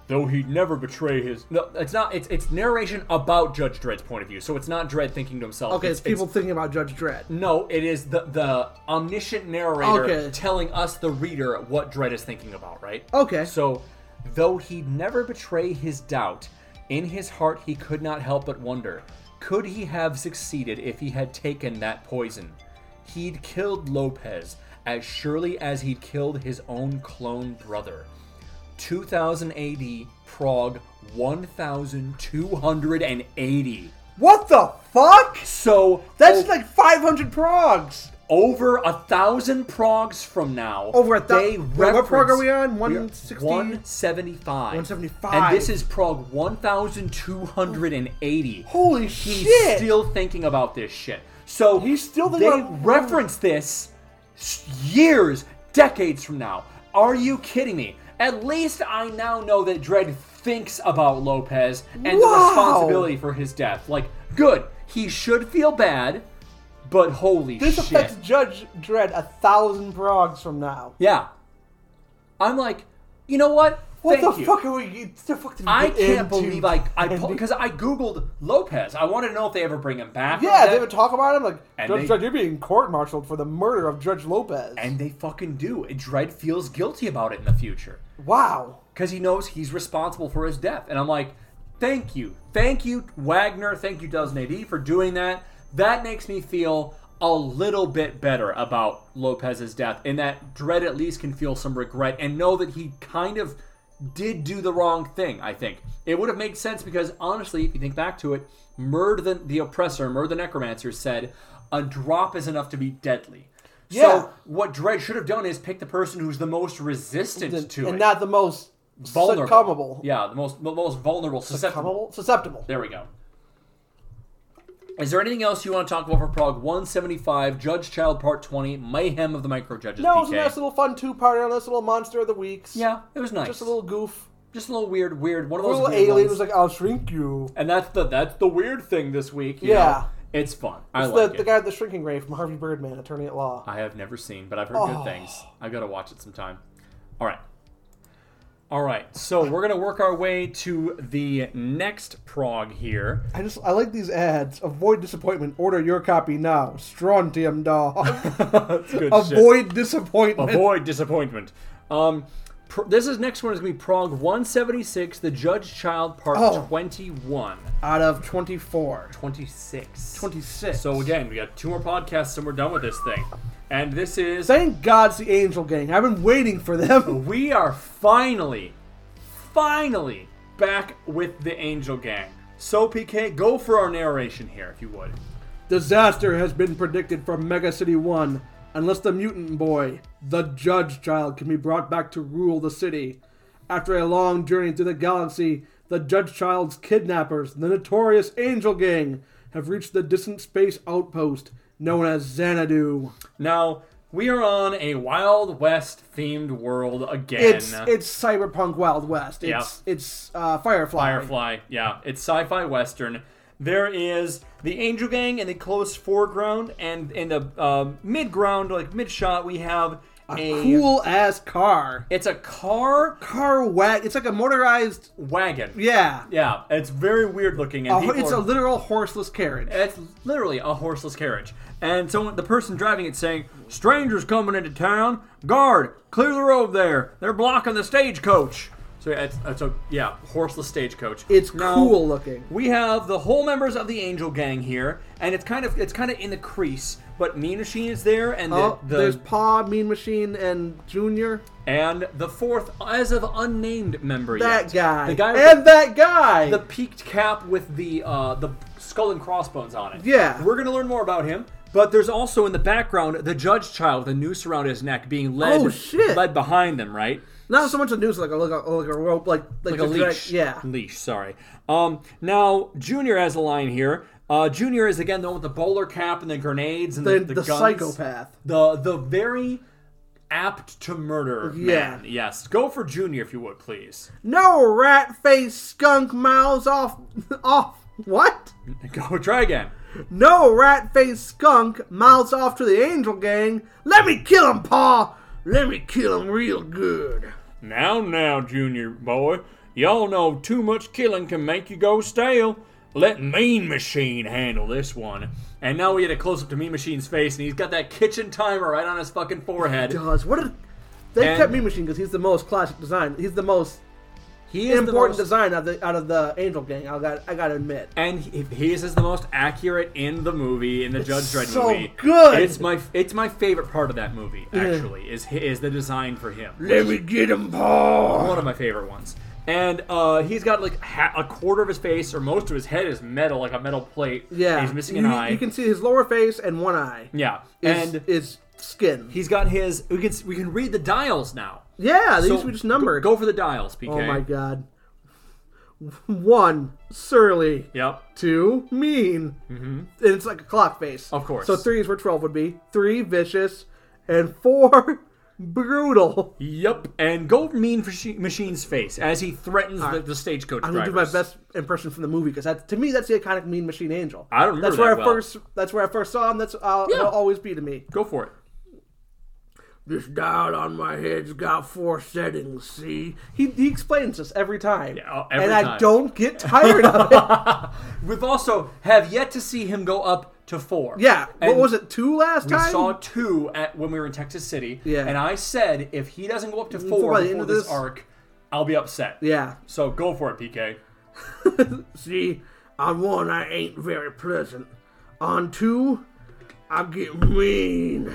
Though he'd never betray his. No, it's not. It's it's narration about Judge Dredd's point of view, so it's not Dredd thinking to himself.
Okay. It's, people thinking about Judge Dredd.
No, it is the the omniscient narrator
Okay.
telling us the reader what Dredd is thinking about, right?
Okay.
So, though he'd never betray his doubt, in his heart he could not help but wonder, could he have succeeded if he had taken that poison? He'd killed Lopez as surely as he'd killed his own clone brother. 2000 AD, Prague 1280.
What the fuck?
So oh,
That's
o-
like 500 progs.
over a thousand progs from now.
Over a thou-
they
Wait, what prog are we
reference-
on?
we are
160?
175.
175.
And this is prog 1280.
Holy
He's
shit.
still thinking about this shit. So
He's still
they
thinking about-
reference this s- years, decades from now. Are you kidding me? At least I now know that Dredd thinks about Lopez and the
Wow.
responsibility for his death. Like, good. He should feel bad, but holy
this
shit.
affects Judge Dredd a thousand progs from now.
Yeah. I'm like, you know what?
What
Thank
the
you.
fuck are we? It's the fuck did we
I
get
can't
into?
believe I I because I googled Lopez. I wanted to know if they ever bring him back.
Yeah,
That-
they would talk about him like
And
Judge
they-
Dredd. You're being court-martialed for the murder of Judge Lopez.
and they fucking do. And Dredd feels guilty about it in the future
wow.
because he knows he's responsible for his death. And I'm like, thank you, thank you, Wagner, thank you, Doznady, for doing that. That makes me feel a little bit better about Lopez's death, and that Dredd at least can feel some regret and know that he kind of did do the wrong thing. I think it would have made sense because honestly, if you think back to it, Murd the, the oppressor, Murd the necromancer said, "A drop is enough to be deadly."
Yeah.
So what Dredd should have done is pick the person who's the most resistant
And,
to it
and not the most
vulnerable.
succumbable.
Yeah, the most the most vulnerable. Susceptible.
Succumbable? Susceptible.
There we go. Is there anything else you want to talk about for Prague 175, Judge Child Part 20, Mayhem of the Micro Judges?
No, it was
PK?
a nice little fun two-parter, a nice little monster of the weeks.
yeah, it was nice.
Just a little goof.
just a little weird, weird. One of
A
those
little
weird
alien
ones.
was like, I'll shrink you.
and that's the that's the weird thing this week. you
Yeah.
know? it's fun. I
It's
like
the,
it.
the guy with the shrinking ray from Harvey Birdman, Attorney at Law.
I have never seen, but I've heard
Oh.
good things. I've got to watch it sometime. All right. All right, so we're gonna work our way to the next prog here.
I just I like these ads. Avoid disappointment. Order your copy now. Strontium dog.
That's good shit.
Avoid disappointment.
Avoid disappointment.
Um, pr- this is next one is gonna be Prog 176, The Judge Child Part
Oh.
21,
Out of 24.
26,
26.
So again, we got two more podcasts and we're done with this thing. And this is
thank God it's the Angel Gang. I've been waiting for them.
we are finally, finally back with the Angel Gang. So PK, go for our narration here, if you would.
Disaster has been predicted for Mega City 1 unless the mutant boy, the Judge Child, can be brought back to rule the city. After a long journey through the galaxy, the Judge Child's kidnappers, the notorious Angel Gang, have reached the distant space outpost known as Xanadu.
Now we are on a Wild West themed world again.
It's it's cyberpunk Wild West. It's it's uh, Firefly.
Firefly. Yeah, it's sci-fi western, There is the Angel Gang in the close foreground, and in the uh, mid ground, like mid shot, we have a,
Cool ass car.
It's a car
Car wag. It's like a motorized.
wagon.
Yeah.
Yeah, it's very weird looking. And
A ho-
people
it's
are- Eh,
a literal horseless carriage.
It's literally a horseless carriage. And so the person driving it saying, "Strangers coming into town. Guard, clear the road there. They're blocking the stagecoach." So yeah, it's, it's a yeah, horseless stagecoach.
It's
Now,
cool looking.
We have the whole members of the Angel Gang here, and it's kind of it's kind of in the crease. But Mean Machine is there, and the,
Oh,
the
there's Pa, Mean Machine, and Junior.
and the fourth as of unnamed member.
That
yet.
guy.
the guy with
and that guy.
the peaked cap with the uh, the skull and crossbones on it.
Yeah.
we're gonna learn more about him. But there's also in the background the judge child with a noose around his neck being led
Oh, shit.
led behind them, right?
Not so much a noose, like a like a, like a rope, like
Like
like,
a
the drag-
leash.
Yeah.
leash. Sorry. Um, now Junior has a line here. Uh, Junior is again the one with the bowler cap and the grenades and the,
The,
the,
the,
guns.
psychopath.
The the very apt to murder.
Yeah.
man. Yes. Go for Junior if you would, please.
No rat face skunk mouths off off what?
Go try again.
No rat face skunk mouths off to the angel gang. Let me kill him, Pa! Let me kill him real good.
Now, now, Junior boy, y'all know too much killing can make you go stale. Let Mean Machine handle this one.
And now we get a close up to Mean Machine's face, and he's got that kitchen timer right on his fucking forehead.
Does what did they
And-
kept Mean Machine because he's the most classic design. He's the most
He is
important
the most,
design out of the out of the angel gang. I got I gotta admit.
and he, he is the most accurate in the movie in the Judge Dredd
so
movie.
good.
It's my it's my favorite part of that movie actually is hi- is the design for him.
Let me get him, Paul.
One of my favorite ones. And uh, he's got like ha- a quarter of his face, or most of his head is metal, like a metal plate.
Yeah,
he's missing
you,
an eye.
You can see his lower face and one eye.
yeah,
is,
and
is skin.
he's got his. We can s- we can read the dials now.
yeah, these
So
used to be just numbered.
Go, go for the dials, PK.
oh my god. One surly.
Yep.
Two mean. Mm-hmm. And it's like a clock face.
Of course.
So three is where twelve would be. Three vicious, and four brutal.
Yep, and go mean Machi- machine's face as he threatens the, the stagecoach
I'm gonna
drivers.
do my best impression from the movie because that to me that's the iconic Mean Machine Angel.
I remember
that's
that
where I
well.
first. That's where I first saw him. That's uh,
Yeah.
will always be to me.
Go for it.
This dial on my head's got four settings. See, he, he explains this every time,
Yeah, uh, every
and I
time.
don't get tired of it.
We've also have yet to see him go up to four.
Yeah,
And
what was it? Two last
We
time.
saw two at when we were in Texas City.
Yeah.
and I said if he doesn't go up to
by
four before,
the end of
this,
this-
arc, I'll be upset.
yeah.
So go for it, PK.
See, on one I ain't very pleasant. On two, I get mean.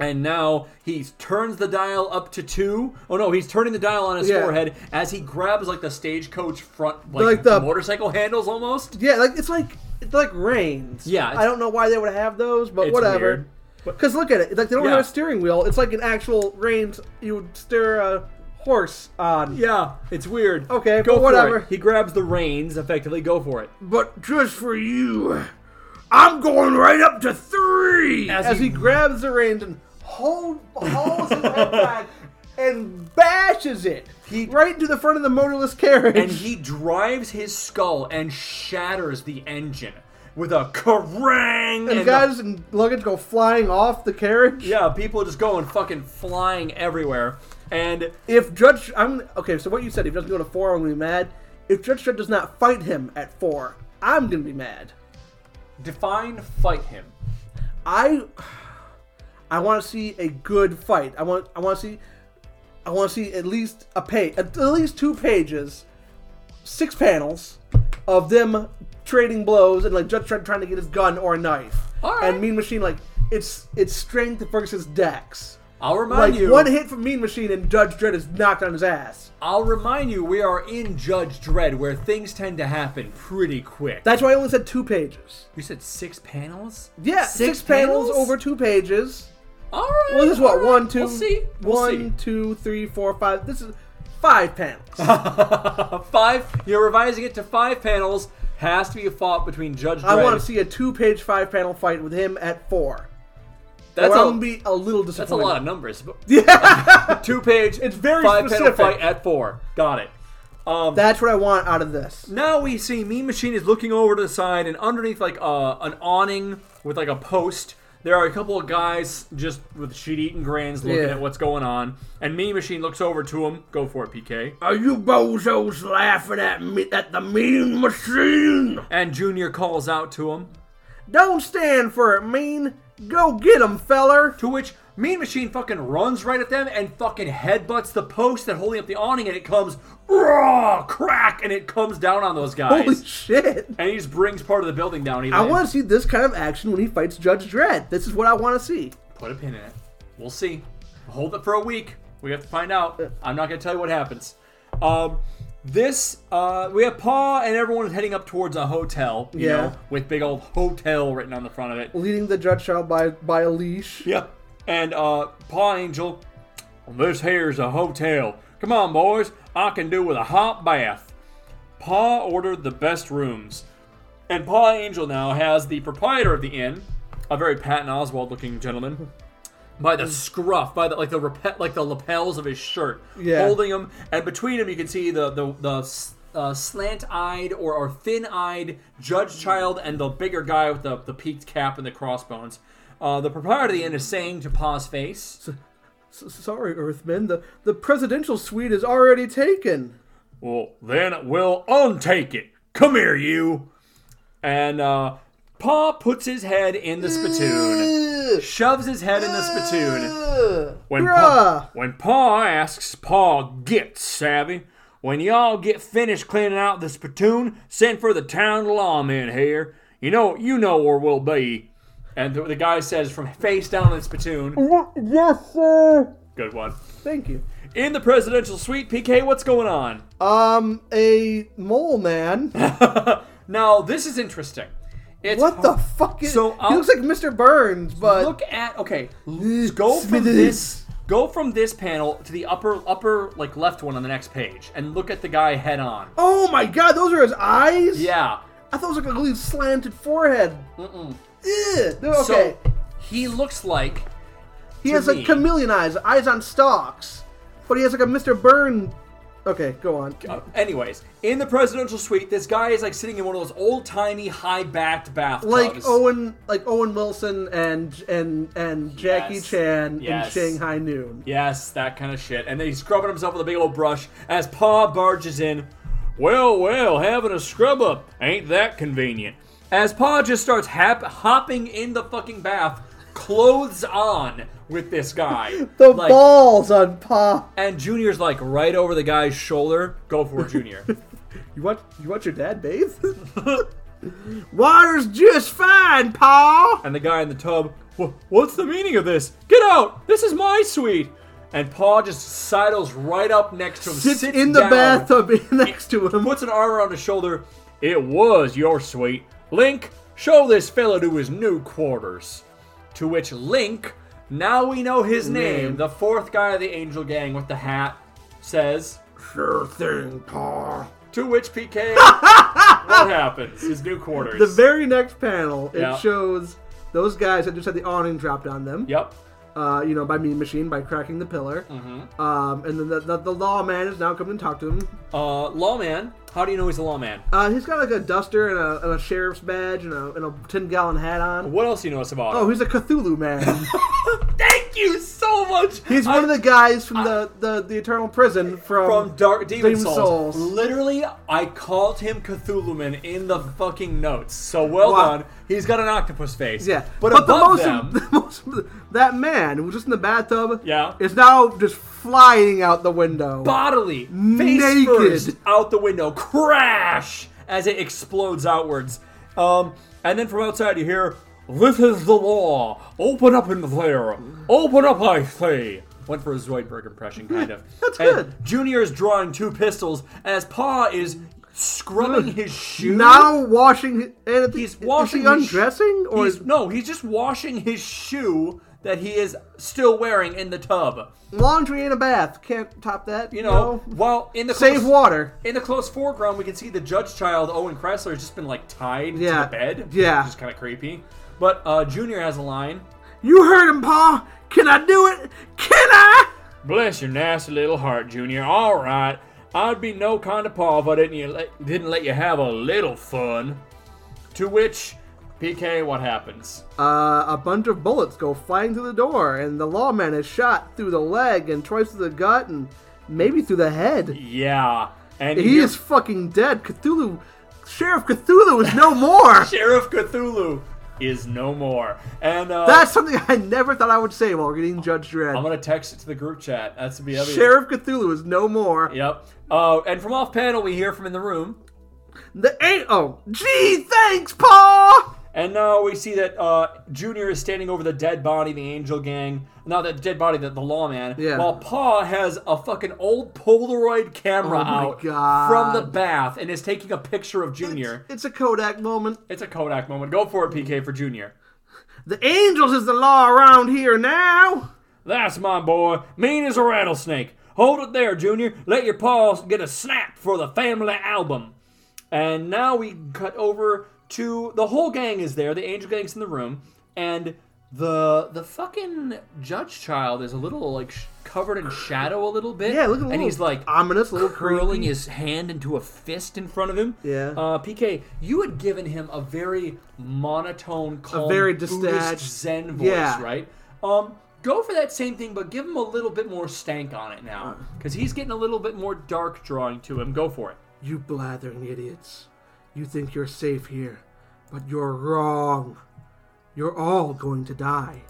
And now he turns the dial up to two. Oh no, he's turning the dial on his
Yeah.
forehead as he grabs like the stagecoach front, like,
Like the-
motorcycle handles almost.
Yeah, like it's like it's like rains.
Yeah, it's-
I don't know why they would have those, but
It's
whatever.
weird.
Because look at it, like they don't
Yeah.
have a steering wheel. It's like an actual reins you would steer a horse on.
Yeah, it's weird.
Okay,
go
but
for
whatever.
it. He grabs the reins, effectively. Go for it.
But just for you,
I'm going right up to three.
as he, grabs the reins and hold, holds his head back and bashes it
He-
right into the front of the motorless carriage.
and he drives his skull and shatters the engine with a karang.
And
the-
guys and luggage go flying off the carriage.
yeah, people just going fucking flying everywhere. And
If Judge, I'm okay. So what you said, if he doesn't go to four, I'm gonna be mad. If Judge Dredd does not fight him at four, I'm gonna be mad.
define fight him.
I, I want to see a good fight. I want, I want to see, I want to see at least a page, at least two pages, six panels, of them trading blows and like Judge Dredd trying to get his gun or a knife,
Alright.
and Mean Machine like it's it's strength versus Dex.
I'll remind
Like
you.
one hit from Mean Machine and Judge Dredd is knocked on his ass.
I'll remind you. We are in Judge Dredd, where things tend to happen pretty quick.
That's why I only said two pages.
you said six panels.
Yeah, six, panels? over two pages.
All right.
Well, this is what
all right.
one, two,
We'll see. We'll
one, two, three, four, five. This is five panels.
five. You're revising it to five panels. Has to be a fought between Judge Dredd.
I want to see a two-page five-panel fight with him at four.
That's
or I'm
a,
gonna be a little
that's a
disappointed.
lot of numbers. Yeah. Two page.
It's very
five
specific.
panel fight at four. Got it.
That's what I want out of this.
Now we see Mean Machine is looking over to the side, and underneath like uh, an awning with like a post, there are a couple of guys just with shit-eating grins looking
Yeah.
at what's going on. And Mean Machine looks over to him. Go for it, PK.
Are you bozos laughing at me at the mean machine?
And Junior calls out to him.
Don't stand for it, mean. Go get 'em, feller.
To which Mean Machine fucking runs right at them and fucking headbutts the post that holding up the awning, and it comes raw crack, and it comes down on those guys.
Holy shit.
and he just brings part of the building down. He
I
lands.
want to see this kind of action when he fights Judge Dredd. This is what I want to see.
put a pin in it. We'll see. Hold it for a week. We have to find out. I'm not going to tell you what happens. Um, this uh, we have Paw and everyone is heading up towards a hotel. You
Yeah.
know, with big old hotel written on the front of it.
Leading the judge child by by a leash.
Yep. And uh, Paw Angel, this here's a hotel. Come on, boys. I can do with a hot bath. Paw ordered the best rooms. And Paw Angel now has the proprietor of the inn, a very Patton Oswald looking gentleman, by the scruff, by the like the rep- like the lapels of his shirt,
Yeah.
holding him, and between him you can see the the the s- uh, slant-eyed or, or thin-eyed Judge Child and the bigger guy with the, the peaked cap and the crossbones. Uh, the proprietor of the inn is saying to Pa's face,
S- sorry, Earthman. The the presidential suite is already taken.
Well, then we'll untake it. Come here, you.
and uh, Pa puts his head in the spittoon,
Ugh.
shoves his head in the spittoon.
Ugh.
When
Bruh.
Pa, when Pa asks, Pa gets savvy. When y'all get finished cleaning out the spittoon, send for the town lawman here. You know, you know where we'll be.
And the, the guy says from face down in the spittoon,
yes, sir.
good one.
Thank you.
In the presidential suite, PK, what's going on?
Um, a mole man.
Now this is interesting. It's
What the fuck is?
So,
he
I'll-
looks like Mr. Burns, but
look at okay l- go from this go from this panel to the upper upper like left one on the next page and look at the guy head on
oh my god, those are his eyes.
yeah
I thought it was like a really slanted forehead. Mm-mm. Ew. Okay.
so he looks like
he has
me-
like chameleon eyes, eyes on stalks, but he has like a Mr. Burns. Okay, go on.
uh, anyways in the presidential suite this guy is like sitting in one of those old-timey high-backed bathtubs
like oh, Owen, like Owen Wilson and and and Jackie
Yes.
Chan
Yes.
in Shanghai Noon.
yes that kind of shit and then he's scrubbing himself with a big old brush as paw barges in
Well, well, having a scrub up ain't that convenient.
As Pa just starts hap- hopping in the fucking bath, clothes on with this guy.
The
Like,
balls on Pa.
And Junior's like right over the guy's shoulder. Go for it, Junior.
You watch you watch your dad bathe. Water's just fine, Pa.
and the guy in the tub, "Wha- what's the meaning of this? Get out! This is my suite! And Pa just sidles right up next to him,
Sits
sits,
in the
down,
bathtub next to him.
puts an arm around his shoulder.
It was your sweet.
Link, show this fellow to his new quarters. To which Link, now we know his name,
Name.
the fourth guy of the Angel Gang with the hat, says,
Sure thing, Pa.
To which PK, what happens? His new quarters.
The very next panel, it
Yeah.
shows those guys that just had the awning dropped on them.
yep.
Uh, you know, by Mean Machine, by cracking the pillar.
Mm-hmm.
Um, and then the, the, the lawman is now coming to talk to them.
Uh, lawman. How do you know he's a lawman?
Uh, he's got like a duster and a, and a sheriff's badge and a, and a 10 gallon hat on.
What else do you know us about?
Oh,
him?
he's a Cthulhu man.
thank you so much.
He's one of the guys from the, the, the Eternal Prison from,
from Dark Demon,
Demon
Souls.
Souls.
Literally, I called him Cthulhuman in the fucking notes. So well
Wow.
done. He's got an octopus face.
Yeah.
but,
the
above
most,
them,
the most that man who was just in the bathtub
Yeah.
is now just flying out the window.
bodily, face
Naked.
first, out the window, crash as it explodes outwards. Um, and then from outside you hear, "This is the law. Open up in there. Open up, I say." Went for a Zoidberg impression, kind of.
That's
And
good.
Junior is drawing two pistols as Pa is scrubbing his shoe.
now washing his- and at the-
He's washing
is he
his sh-
undressing or
He's-
is,
no, he's just washing his shoe that he is still wearing in the tub.
laundry and a bath can't top that
You know, while in the
save
close-
water
In the close foreground, we can see the judge child Owen Chrysler has just been like tied
Yeah.
to the bed.
Yeah.
which is kind of creepy. But uh, Junior has a line.
you heard him pa can i do it can i
Bless your nasty little heart, Junior. All right.
I'd be no kind of paw if I didn't, you let, didn't let you have a little fun. To which, PK, what happens?
Uh, a bunch of bullets go flying through the door, and the lawman is shot through the leg and twice through the gut and maybe through the head.
Yeah. And
He
you-
is fucking dead. Cthulhu, Sheriff Cthulhu is no more.
Sheriff Cthulhu is no more. And uh,
That's something I never thought I would say while reading Judge
I'm
Dredd.
gonna text it to the group chat. That's the other.
Sheriff Cthulhu is no more.
Yep. Uh, and from off panel, we hear from in the room,
The eight oh, gee, thanks, Paul.
and now we see that uh, Junior is standing over the dead body of the Angel Gang. Not the dead body, the, the lawman.
Yeah.
While Pa has a fucking old Polaroid camera
Oh my
out
God.
from the bath and is taking a picture of Junior.
It's a Kodak moment.
It's, a Kodak moment. Go for it, PK, for Junior.
The angels is the law around here now.
That's my boy, mean as a rattlesnake. Hold it there, Junior. Let your paws get a snap for the family album. And now we cut over to the whole gang is there. The angel gang's in the room, and the the fucking judge child is a little like sh- covered in shadow a little bit.
Yeah, look at
and he's like
ominous little
curling
creepy.
his hand into a fist in front of him.
Yeah.
Uh, PK, you had given him a very monotone, calm,
very
Buddhist
detached-
Zen voice,
Yeah.
right? Um, go for that same thing, but give him a little bit more stank on it now, because he's getting a little bit more dark drawing to him. Go for it.
You blathering idiots. You think you're safe here, but you're wrong. You're all going to die.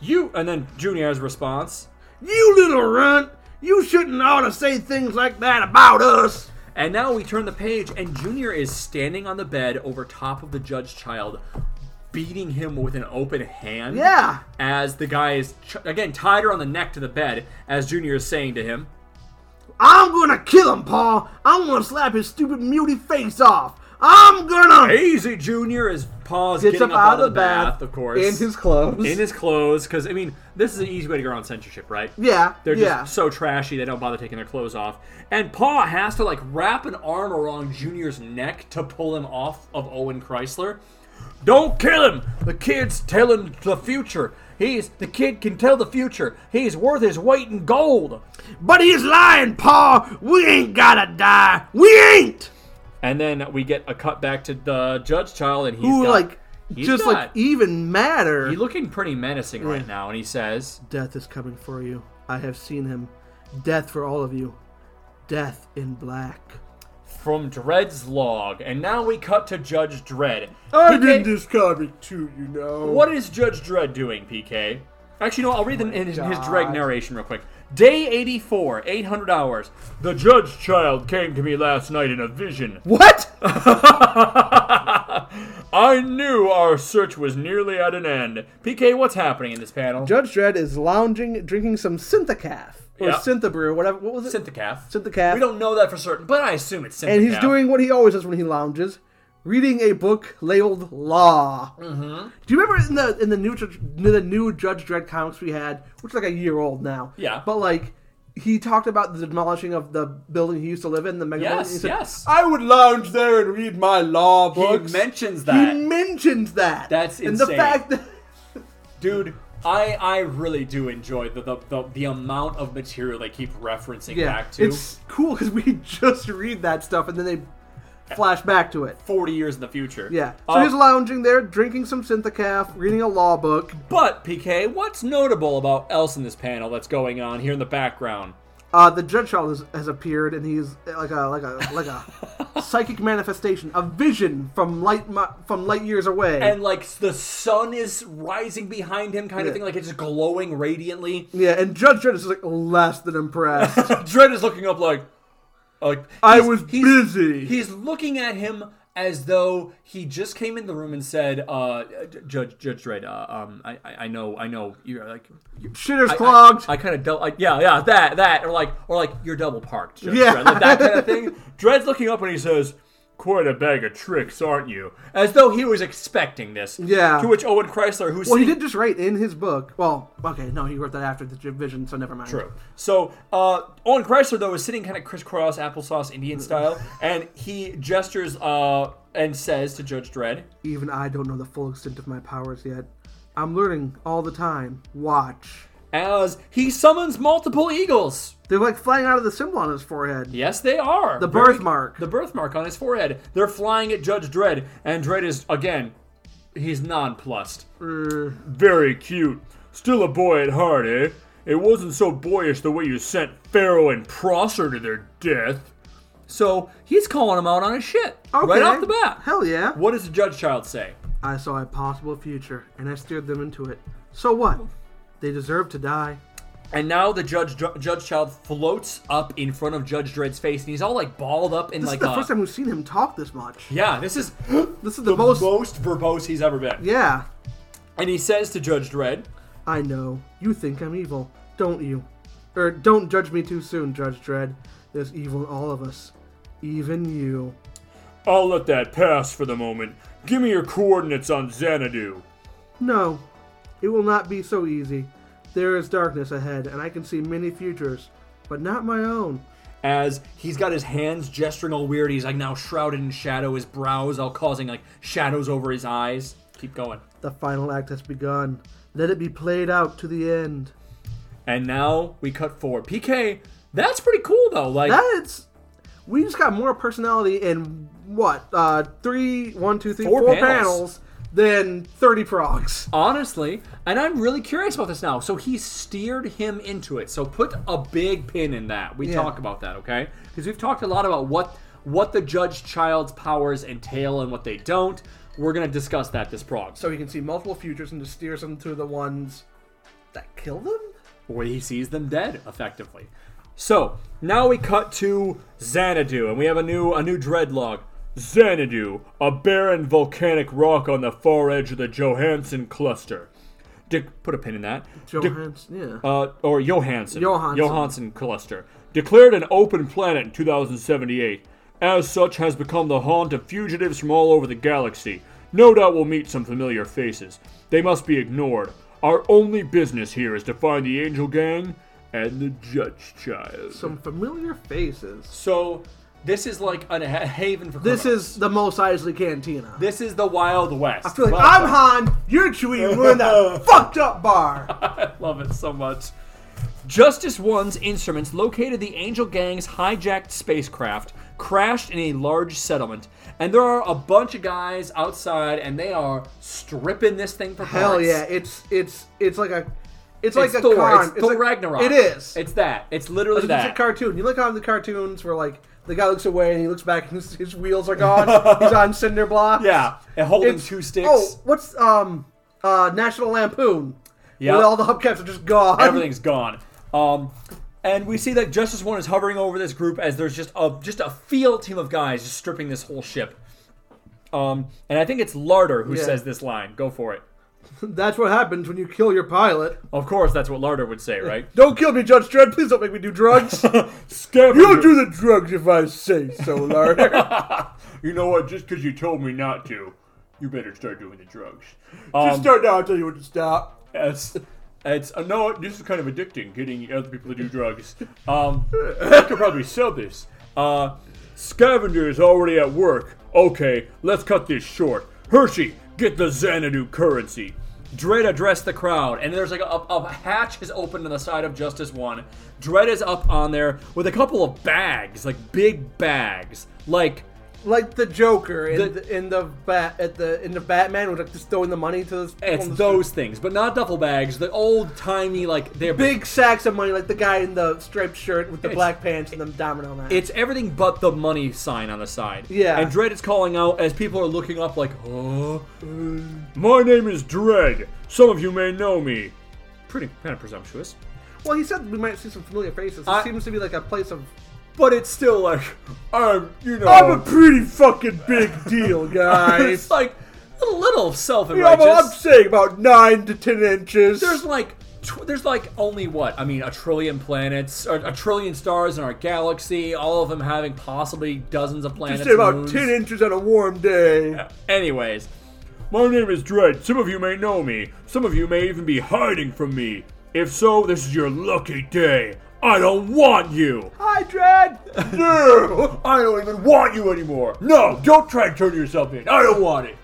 You and then Junior's response,
You little runt! You shouldn't ought to say things like that about us!
and now we turn the page, and Junior is standing on the bed over top of the judge child, beating him with an open hand.
Yeah!
As the guy is ch- again tied her on the neck to the bed, as Junior is saying to him,
I'm gonna kill him, Paul! I'm gonna slap his stupid muty face off! I'm gonna!
Easy Junior is paws getting up, out of the bath, of course,
In his clothes.
in his clothes. Because I mean, this is an easy way to go around censorship, right?
yeah,
They're
yeah.
just so trashy they don't bother taking their clothes off. And Paw has to like wrap an arm around Junior's neck to pull him off of Owen Chrysler. Don't kill him! The kid's telling the future. He's the kid can tell the future. He's worth his weight in gold.
But he's lying, Paul! We ain't gotta die! We ain't!
And then we get a cut back to the judge child, and he's
Who,
got-
like,
he's
just
got-
like even madder.
He's looking pretty menacing right now, and he says,
Death is coming for you. I have seen him. Death for all of you. Death in black.
"From Dredd's log." And now we cut to Judge Dredd. PK,
this comic too, you know.
What is Judge Dredd doing, PK? Actually, no. I'll read them in his, his Dredd narration real quick. Day eighty-four, eight hundred hours. The Judge Child came to me last night in a vision.
What?
I knew our search was nearly at an end. PK, what's happening in this panel?
Judge Dredd is lounging, drinking some Synthacaf. Or
Yeah.
Synthabrew, whatever. What was it?
Synthicaf.
Synthacaf.
We don't know that for certain, but I assume it's Synthicaf.
and he's doing what he always does when he lounges. Reading a book labeled Law. Mm-hmm. Do you remember in the in the new Judge- the new Judge Dredd comics we had, which is like a year old now?
Yeah.
But like, he talked about the demolishing of the building he used to live in, the mega building.
Yes,
He said,
yes.
I would lounge there and read my law
He
books.
mentions
He
that.
mentioned that.
That's
and the
insane.
fact that
dude i i really do enjoy the the, the, the amount of material they keep referencing
yeah,
back to
it's cool because we just read that stuff and then they flash back to it.
40 years in the future
Yeah. So
Uh,
he's lounging there, drinking some Synthacaf, reading a law book.
but pk what's notable about else in this panel that's going on here in the background
Uh, the judge child has, has appeared, and he's like a like a like a psychic manifestation, a vision from light mi- from light years away.
and like the sun is rising behind him kind
Yeah.
of thing like it's just glowing radiantly
yeah, and Judge Dredd is like less than impressed.
Dredd is looking up like like
I
he's-
was
he's-
busy.
He's looking at him as though he just came in the room and said, uh, "Judge, Judge Dredd, uh, um, I, I, I know, I know, you're like,
Shitter's
I-
clogged.
I, kind of double. I, yeah, yeah, that, that, or like, or like, you're double parked. Judge
Yeah.
Dredd, like that kind of thing. Dred's looking up and he says, "Quite a bag of tricks, aren't you?" As though he was expecting this.
Yeah.
To which Owen Chrysler, who's
well, he did just write in his book. Well, okay, no, he wrote that after the j- vision, so never mind.
True. So uh, Owen Chrysler though is sitting kind of crisscross applesauce Indian style, and he gestures uh, and says to Judge Dredd,
Even I don't know the full extent of my powers yet. I'm learning all the time. Watch.
as he summons multiple eagles.
They're like flying out of the symbol on his forehead.
Yes, they are.
The
Very-
birthmark.
The birthmark on his forehead. They're flying at Judge Dredd, and Dredd is, again, he's nonplussed.
Mm.
Very cute. Still a boy at heart, eh? It wasn't so boyish the way you sent Pharaoh and Prosser to their death.
So he's calling him out on his shit right
Okay.
off the bat.
Hell yeah.
What does the Judge Child say?
I saw a possible future and I steered them into it. So what? They deserve to die.
And now the Judge Judge Child floats up in front of Judge Dredd's face, and he's all like balled up in
This
like
is the
a-
first time we've seen him talk this much.
yeah. This is
This is the, most.
most verbose he's ever been.
yeah,
And he says to Judge Dredd,
I know. You think I'm evil, don't you? Or don't judge me too soon, Judge Dredd. There's evil in all of us, even you.
I'll let that pass for the moment. Give me your coordinates on Xanadu.
No, it will not be so easy. There is darkness ahead, and I can see many futures, but not my own.
as he's got his hands gesturing all weird. He's like now shrouded in shadow, his brows all causing like shadows over his eyes. Keep going.
The final act has begun. Let it be played out to the end.
And now we cut forward. PK, that's pretty cool though. Like
That's we just got more personality in what uh three one two three
Four
four
panels.
panels. than 30 frogs
honestly, and I'm really curious about this now. So he steered him into it. So put a big pin in that. We talk about that, okay? Because we've talked a lot about what what the judge child's powers entail and what they don't. We're gonna discuss that this prog. So
so he can see multiple futures and just steers them to the ones that kill them
where he sees them dead, effectively. So now we cut to Xanadu, and we have a new a new dread log.
Xanadu, a barren volcanic rock on the far edge of the Johansen cluster. Dick, put a pin in that.
Johannes, yeah
uh, or Johansson.
Johansson.
Johansson cluster. Declared an open planet in 2078. As such, has become the haunt of fugitives from all over the galaxy. No doubt we'll meet some familiar faces. They must be ignored. Our only business here is to find the Angel Gang and the Judge Child.
some familiar faces
So this is like a ha- haven for
this
criminals.
is the most Eisley cantina
this is the Wild West.
I feel like
Well
I'm
done.
Han, you're Chewie, and we're in that fucked up bar.
Love it so much. Justice One's instruments located the Angel Gang's hijacked spacecraft, crashed in a large settlement, and there are a bunch of guys outside, and they are stripping this thing for
Hell
parts.
yeah, it's it's it's like a it's like
It's,
a
Thor.
con.
It's, Thor
like-
Ragnarok.
It is.
It's that. It's
It's
literally
just
that.
a cartoon. You look on the cartoons where like the guy looks away and he looks back and his, his wheels are gone. He's on cinder blocks.
yeah, and holding
It's-
two sticks.
Oh, what's um uh National Lampoon?
Yeah.
Where all the hubcaps are just gone.
Everything's gone. Um, and we see that Justice One is hovering over this group as there's just a just a field team of guys just stripping this whole ship. Um, and I think it's Larder who
Yeah.
says this line. Go for it.
That's what happens when you kill your pilot.
Of course, that's what Larder would say, right?
Don't kill me, Judge Dredd. Please don't make me do drugs.
Scavenger-
You'll do the drugs if I say so, Larder.
You know what? Just because you told me not to, you better start doing the drugs.
Um,
just start now. I'll tell you when to stop.
It's, it's uh, no. This is kind of addicting. Getting other people to do drugs. Um, I could probably sell this. Uh, scavenger is already at work. Okay, let's cut this short. Hershey, get the Xanadu currency.
Dredd addressed the crowd, and there's like a, a hatch is open to the side of Justice One. Dredd is up on there with a couple of bags, like big bags, like
Like the Joker in
The-
the, in the bat at the in the Batman, was like just throwing the money to this.
it's
on the-
those things, but not duffel bags. The old timey, like they're
big sacks of money, like the guy in the striped shirt with the
It's-
black pants and the domino mask.
It's everything but the money sign on the side.
Yeah.
And Dredd is calling out as people are looking up, like, oh,
My name is Dread. Some of you may know me.
pretty kind of presumptuous.
well, he said we might see some familiar faces. It
I-
seems to be like a place of.
But it's still like,
I'm, you know,
I'm a pretty fucking big deal,
it's
guys.
like a little
You know, I'm
self-righteous.
saying about nine to ten inches.
There's like, tw- there's like only what I mean, a trillion planets, or a trillion stars in our galaxy. All of them having possibly dozens of planets.
Just say about
moons.
ten inches on a warm day.
Anyways,
My name is Dredd. Some of you may know me. Some of you may even be hiding from me. If so, this is your lucky day. I don't want you.
Hi, Dredd.
No, I don't even want you anymore. No, don't try and turn yourself in. I don't want it.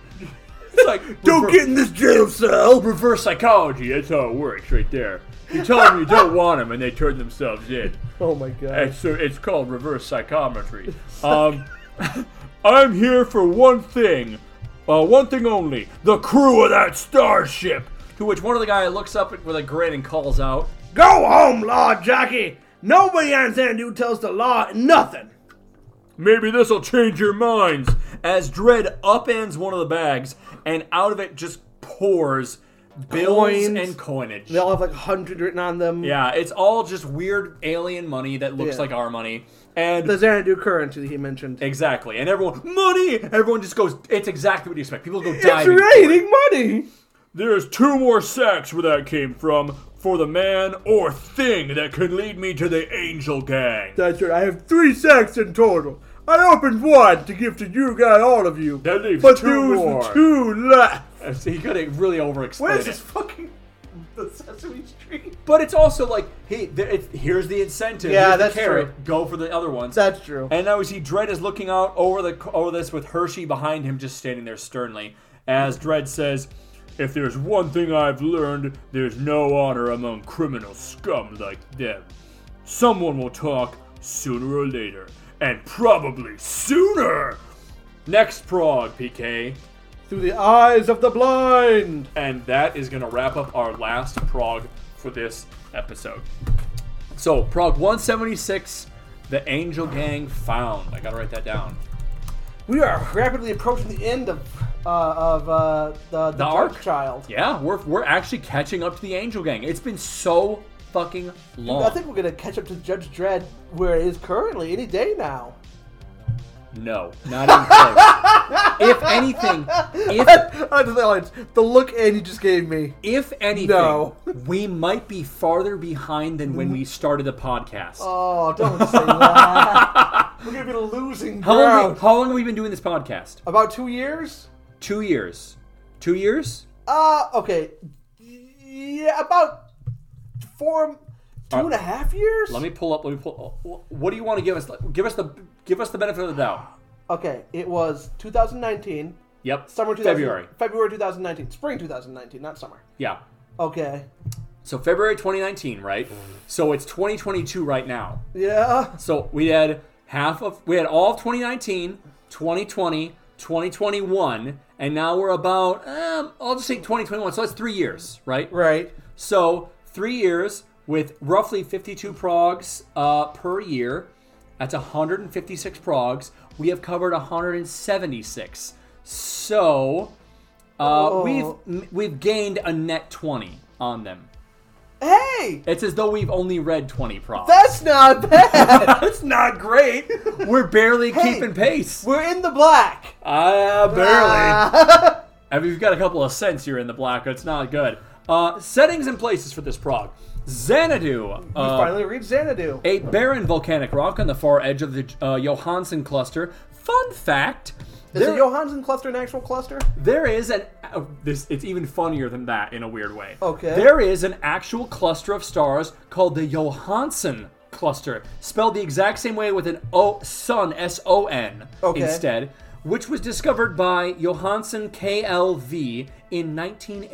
It's like
Don't
rever-
get in this jail cell.
reverse psychology.
Psychology, that's how it works right there. You tell them you don't want them and they turn themselves in.
Oh my god.
It's, it's called reverse psychometry. Um, I'm here for one thing, uh, one thing only: the crew of that starship.
To which one of the guy looks up with a grin and calls out,
Go home, Law Jockey. Nobody on Xanadu tells the law nothing.
Maybe this'll change your minds.
as Dread upends one of the bags, and out of it just pours bills
Coins.
and coinage.
They all have like hundred written on them.
yeah, it's all just weird alien money that looks
Yeah.
like our money. And
The Xanadu currency that he mentioned.
exactly, and everyone money. Everyone just goes. It's exactly what you expect. People go
It's
diving. for it.
raining money.
There's two more sacks where that came from for the man or thing that could lead me to the Angel Gang.
That's right. I have three sacks in total. I opened one to give to you guys, all of you.
That leaves
but
two
there's
more.
two left.
So you gotta really over-explain
What
it.
is this
fucking the Sesame Street? But it's also like, hey, there, it's, here's the incentive.
Yeah,
here's
that's
the
true.
carrot. Go for the other ones.
That's true.
and now we see Dredd is looking out over the over this with Hershey behind him, just standing there sternly. As Dredd says,
If there's one thing I've learned, there's no honor among criminal scum like them. Someone will talk sooner or later, and probably sooner.
"Next prog, PK,"
Through the eyes of the blind.
and that is gonna wrap up our last prog for this episode. So prog 176, the Angel Gang found. I gotta write that down.
We are rapidly approaching the end of uh, of uh, the, the, Dark
arc?
Child.
Yeah, we're, we're actually catching up to the Angel Gang. It's been so fucking long.
I think we're gonna catch up to Judge Dredd where it is currently any day now.
No, not even close. if anything, if
I just realized the look Andy just gave me.
if anything,
No.
we might be farther behind than when we started the podcast.
Oh, don't say that. we're gonna be losing
how, long
ground.
we- how long have we been doing this podcast?
About two years.
Two years. Two years?
Uh, okay. Yeah, about four, two
Uh,
and a half years.
Let me pull up. Let me pull. uh, wh- What do you want to give us? Give us the give us the benefit of the doubt.
Okay, it was 2019,
Yep.
summer 2000,
February.
February 2019, spring 2019, not summer.
Yeah.
Okay.
So February 2019, right? So it's 2022 right now.
Yeah.
So we had half of we had all of 2019, 2020, 2021, and now we're about um, I'll just say 2021. So that's three years, right?
Right.
So three years with roughly 52 progs uh, per year. That's 156 progs. We have covered 176. So uh, we've we've gained a net 20 on them.
Hey,
It's as though we've only read 20 progs.
that's not bad.
That's not great. We're barely keeping pace.
we're in the black.
Ah, barely.
Ah.
I mean, you've got a couple of cents here in the black, but it's not good. Uh, settings and places for this prog. Xanadu. uh,
Finally, read Xanadu.
a barren volcanic rock on the far edge of the uh, Johansen cluster. Fun fact.
Is
there-
the Johansen cluster an actual cluster?
There is an oh, this it's even funnier than that in a weird way.
Okay.
There is an actual cluster of stars called the Johansen cluster, spelled the exact same way with an O sun S O N
Okay.
instead, which was discovered by Johansen KLV in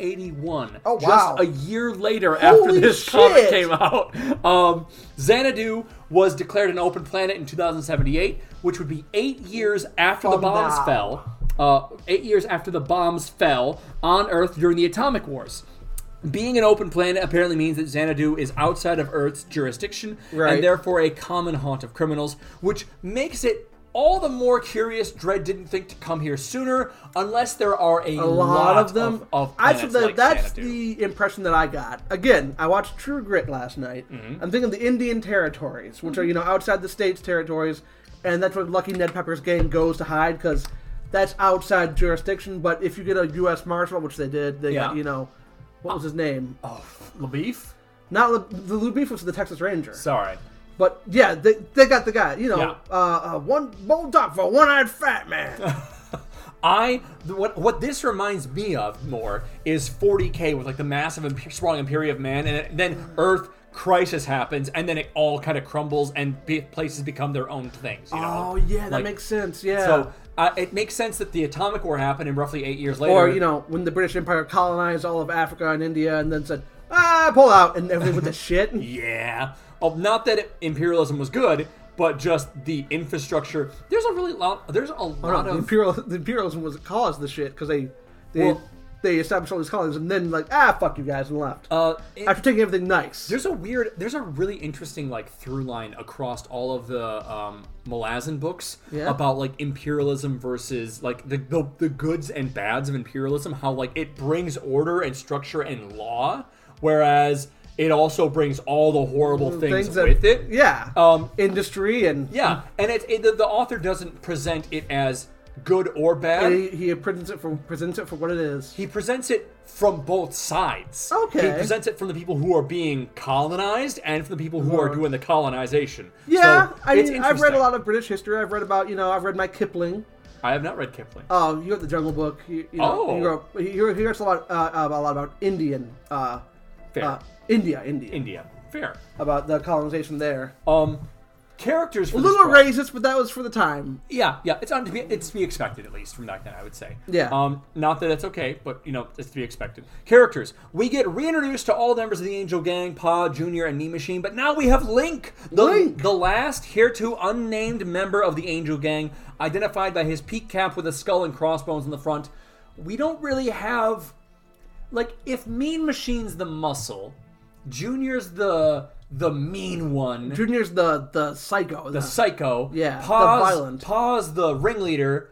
1981.
Oh, wow.
Just a year later after
Holy
this comic
shit.
came out. Um, Xanadu was declared an open planet in 2078, which would be 8 years after the
From
bombs
now.
fell uh, eight years after the bombs fell on Earth during the atomic wars. Being an open planet apparently means that Xanadu is outside of Earth's jurisdiction
Right.
and therefore a common haunt of criminals, which makes it all the more curious Dread didn't think to come here sooner, unless there are a,
a lot, of them.
Of, of
I,
planets
so that-
like
that's
Xanadu.
the impression that I got. Again, I watched True Grit last night.
Mm-hmm.
I'm thinking the Indian territories, which are you know outside the states territories, and that's where Lucky Ned Pepper's gang goes to hide because that's outside jurisdiction. But if you get a U.S. marshal, which they did, they
Yeah.
got you know what was his name?
Oh, LaBeef?
Not Le- the Lou Beef was the Texas Ranger,
Sorry.
but yeah, they, they got the guy. You know,
Yeah.
uh, uh, one bone dog for one eyed fat man.
I th- what what this reminds me of more is 40k with like the massive imp- sprawling Imperium of Man, and it- then Earth crisis happens, and then it all kind of crumbles, and be- places become their own things. You know?
oh yeah, that
Like,
makes sense. Yeah.
So Uh, it makes sense that the atomic war happened in roughly eight years later.
Or, you know, when the British Empire colonized all of Africa and India and then said, ah, pull out, and everyone went to shit.
Yeah. Well, not that imperialism was good, but just the infrastructure. There's a really lot. There's a lot
oh, The,
of.
imperial, the imperialism was caused the shit because they they,
Well-
they established all these colonies and then like ah fuck you guys and left
uh, it-
after taking everything nice.
there's a weird. There's a really interesting like through line across all of the um, Malazan books
Yeah.
about like imperialism versus like the, the the goods and bads of imperialism. How like it brings order and structure and law, whereas it also brings all the horrible things,
Mm, that-
with it.
yeah,
Um,
industry and
Yeah, and it, it the, the author doesn't present it as good or bad.
he, he presents it for presents it for what it is.
he presents it from both sides.
Okay.
He presents it from the people who are being colonized and from the people who are
Right.
doing the colonization.
Uh-huh. Yeah,
So,
I
it's
mean I've read a
interesting.
lot of British history. I've read about you know I've read my Kipling.
I have not read Kipling.
Oh, you got the Jungle Book. You, you know,
Oh.
you wrote, he, he writes a lot uh, about- a lot about Indian uh,
Fair.
uh, India, India,
India. Fair.
about the colonization there.
Um, characters. For
a
this
little
book-
racist, but that was for the time.
Yeah, yeah. It's on to be. It's to be expected at least from back then. I would say.
Yeah.
Um, not that it's okay, but you know, it's to be expected. Characters. We get reintroduced to all members of the Angel Gang, Pa, Junior, and Me Machine, but now we have Link, the
Link!
the last hereto unnamed member of the Angel Gang, identified by his peak cap with a skull and crossbones in the front. We don't really have, like, if Mean Machine's the muscle, Junior's the the mean one
Junior's the the psycho.
the psycho.
Yeah, the
Pa's,
violent.
Pa's the ringleader.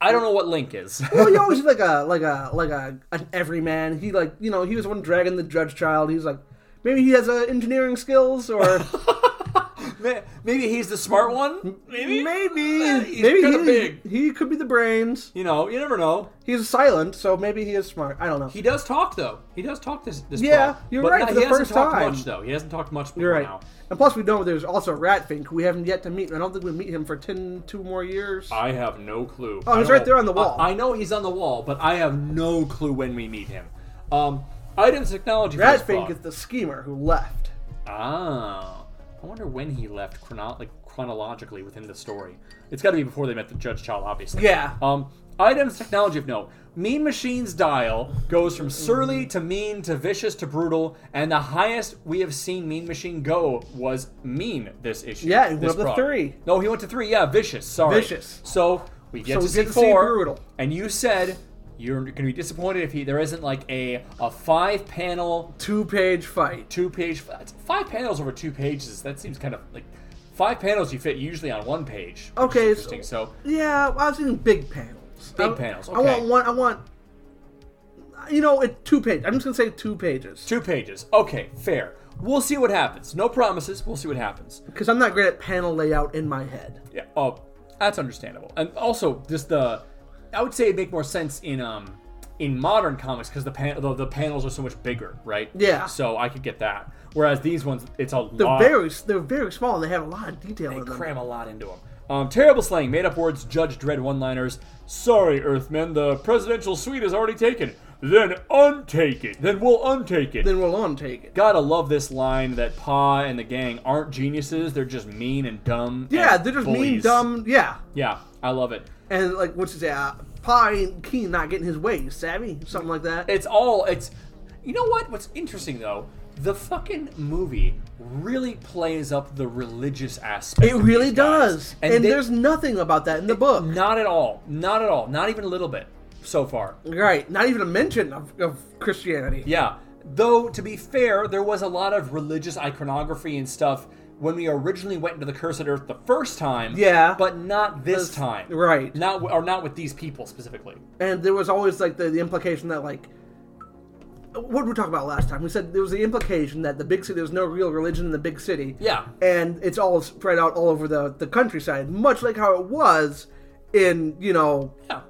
I don't know what Link is.
Well, he always was like a like a like a an everyman. He like you know he was the one dragging the judge child. He's like maybe he has uh, engineering skills or
Ma- Maybe he's the smart one. Maybe. Uh,
maybe
he's
maybe
kinda
he,
big.
he could be the brains.
You know, you never know.
He's silent, so maybe he is smart. I don't know.
He does talk though. He does talk this. this
Yeah,
far.
you're
But
right,
no-
for
he
the
hasn't
first
talked
time.
much though. He hasn't talked much.
You're
before
right.
Now.
And plus, we know there's also Ratfink. who We haven't yet to meet. I don't think we meet him for ten two more years.
I have no clue.
Oh, he's
I don't-
right there on the wall.
I, I know he's on the wall, but I have no clue when we meet him. Um, items technology. for this
Ratfink
book.
is the schemer who left.
Ah, I wonder when he left chrono- like chronologically within the story. It's got to be before they met the Judge Child, obviously.
Yeah.
Um, items technology of note. Mean Machine's dial goes from surly
Mm.
to mean to vicious to brutal, and the highest we have seen Mean Machine go was mean this issue.
Yeah, he went
this
up to
prog.
three.
No, he went to three. Yeah, vicious. Sorry.
Vicious.
So we get
So
to
we
see
get to see
four.
brutal.
And you said you're going to be disappointed if he there isn't like a a five panel
Two page fight.
two page that's- five panels over two pages that seems kind of like five panels you fit usually on one page which is
Okay, so-
interesting so,
Yeah, well, I was thinking big panels.
Big
I-
panels,
I want
okay.
one. I want. You know, it two pages. I'm just gonna say two pages
two pages okay fair we'll see what happens no promises we'll see what happens
because I'm not great at panel layout in my head.
yeah oh that's understandable and also just the i would say it'd make more sense in um in modern comics because the, pan- the the panels are so much bigger right
Yeah.
so i could get that whereas these ones it's a
They're
lot
very they're very small and they have a lot of detail in them.
Uh, cram a lot into them. Um, terrible slang, made up words, Judge Dredd one liners. Sorry, Earthmen, the presidential suite is already taken. Then untake it. Then we'll untake it.
Then we'll on take it.
Gotta love this line that Pa and the gang aren't geniuses. They're just mean and dumb.
Yeah,
and
they're just mean,
bullies.
dumb. Yeah,
Yeah, I love it.
and like what's his uh, Pa ain't keen not getting his way, savvy, something like that.
It's all. It's. You know what? What's interesting though, the fucking movie really plays up the religious aspect.
It
of
really
these guys.
does, and,
they-
there's nothing about that in the book.
not at all, not at all, not even a little bit so far.
right, not even a mention of, of Christianity.
Yeah. Though, to be fair, there was a lot of religious iconography and stuff when we originally went into the Cursed Earth the first time.
Yeah.
But not this
This-
time.
right.
Not w- or not with these people specifically.
and there was always like the, the implication that like what did we talk about last time? We said there was the implication that the big city there's no real religion in the big city.
Yeah.
And it's all spread out all over the, the countryside, much like how it was in, you know,
Yeah.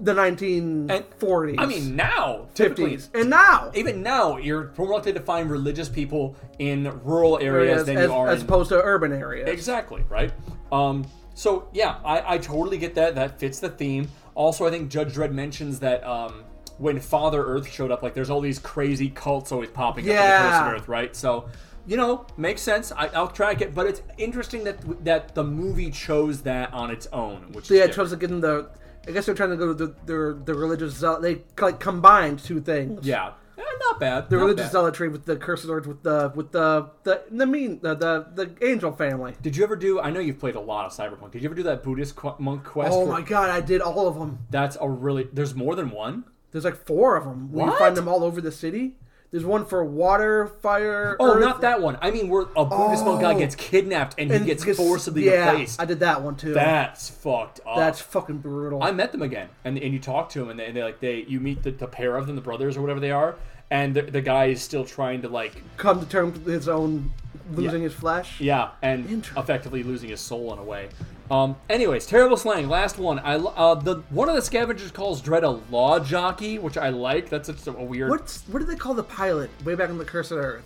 the nineteen forties.
I mean, now typically.
fifties. And now
Even now, you're more likely to find religious people in rural areas
as,
than
as-
you are
as
in
opposed to urban areas.
Exactly, right? Um, so yeah, I, I totally get that. That fits the theme. Also, I think Judge Dredd mentions that um, when Father Earth showed up, like there's all these crazy cults always popping up in the
Yeah.
Curse of Earth, right? So you know, makes sense. I, I'll track it, but it's interesting that that the movie chose that on its own, which
So yeah,
is
it tries
different.
to get them the. I guess they're trying to go to the, their the religious zeal. They like combined two things.
yeah, Eh, not bad.
The
not
religious
bad.
zealotry with the cursed lords with the with the the the mean the the, the angel family.
Did you ever do? I know you've played a lot of Cyberpunk. Did you ever do that Buddhist qu- monk quest?
Oh
where-
my god, I did all of them.
That's a really. There's more than one.
There's like four of them. You
What?
find them all over the city. There's one for water, fire.
Oh,
earth, Oh.
not that one. I mean, where a Buddhist monk guy gets kidnapped and,
and
he gets
this-
forcibly
yeah,
replaced.
I did that one too.
That's fucked up.
That's fucking brutal.
I met them again, and and you talk to them, and they, and they like they you meet the, the pair of them, the brothers or whatever they are, and the, the guy is still trying to like
come to terms with his own losing his flesh.
yeah, and
Interesting.
effectively losing his soul in a way. Um, anyways, terrible slang. Last one. I lo- uh, the one of the scavengers calls Dread a law jockey, which I like. That's just a, a weird.
What's what did they call the pilot way back on the Cursed Earth?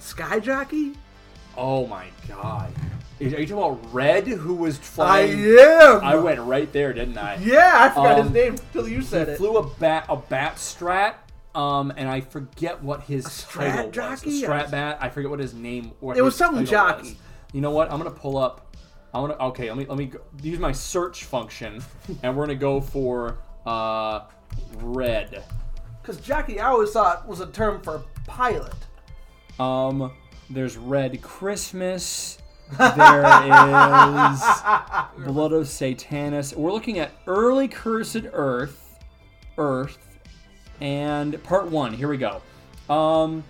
Sky jockey?
Oh my god. Are you talking about Red, who was
I
flying?
am.
I went right there, didn't I?
yeah, I forgot
Um,
his name till you said it.
flew a bat a bat strat um and i forget what his
strat
title was
jockey?
a strat bat i forget what his name what
It was
his
something
title
jockey.
you know what i'm gonna pull up i'm gonna okay let me let me go, use my search function and we're gonna go for uh red
Because jockey, I always thought was a term for pilot.
um there's red christmas there is blood of satanus we're looking at early cursed earth earth and part one. Here we go. Um,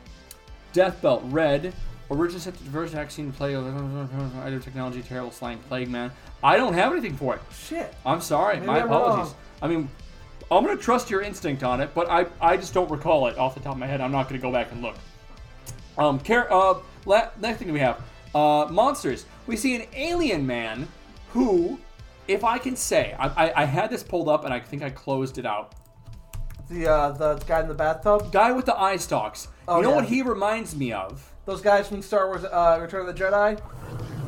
Death Belt Red. Originally set to diverse vaccine plague, item technology, terrible slang, plague man. I don't have anything for it.
Shit.
I'm sorry. my
I'm
apologies.
wrong.
I mean, I'm gonna trust your instinct on it, but I I just don't recall it off the top of my head. I'm not gonna go back and look. Um, care. Uh, la- next thing we have, uh, monsters. We see an alien man who, if I can say, I, I, I had this pulled up and I think I closed it out.
The uh, the guy in the bathtub.
guy with the eye stalks.
Oh,
you know
yeah.
what he reminds me of?
Those guys from Star Wars: uh, Return of the Jedi.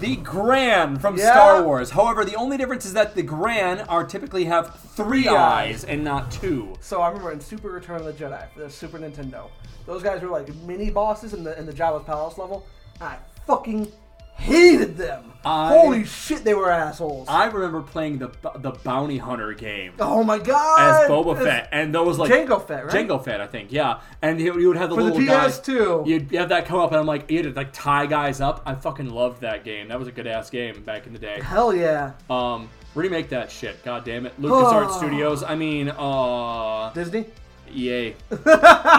The Gran from
Yeah.
Star Wars. However, the only difference is that the Gran are typically have three eyes
eyes.
and not two.
So I remember in Super Return of the Jedi for the Super Nintendo, those guys were like mini bosses in the in the Jabba's palace level. and I fucking hated them.
I-
Holy shit, they were assholes.
I remember playing the b- the bounty hunter game
oh my god.
as Boba
It's-
Fett, and those like
Jango Fett, right?
Jango Fett, I think, yeah. And he, you would have the
For the
little guy-
PS2.
You'd have that come up, and I'm like, you had to like tie guys up. I fucking loved that game. That was a good ass game back in the day.
Hell yeah.
Um, remake that shit. God damn it, LucasArts
Oh.
Studios. I mean, uh, E
Disney.
EA.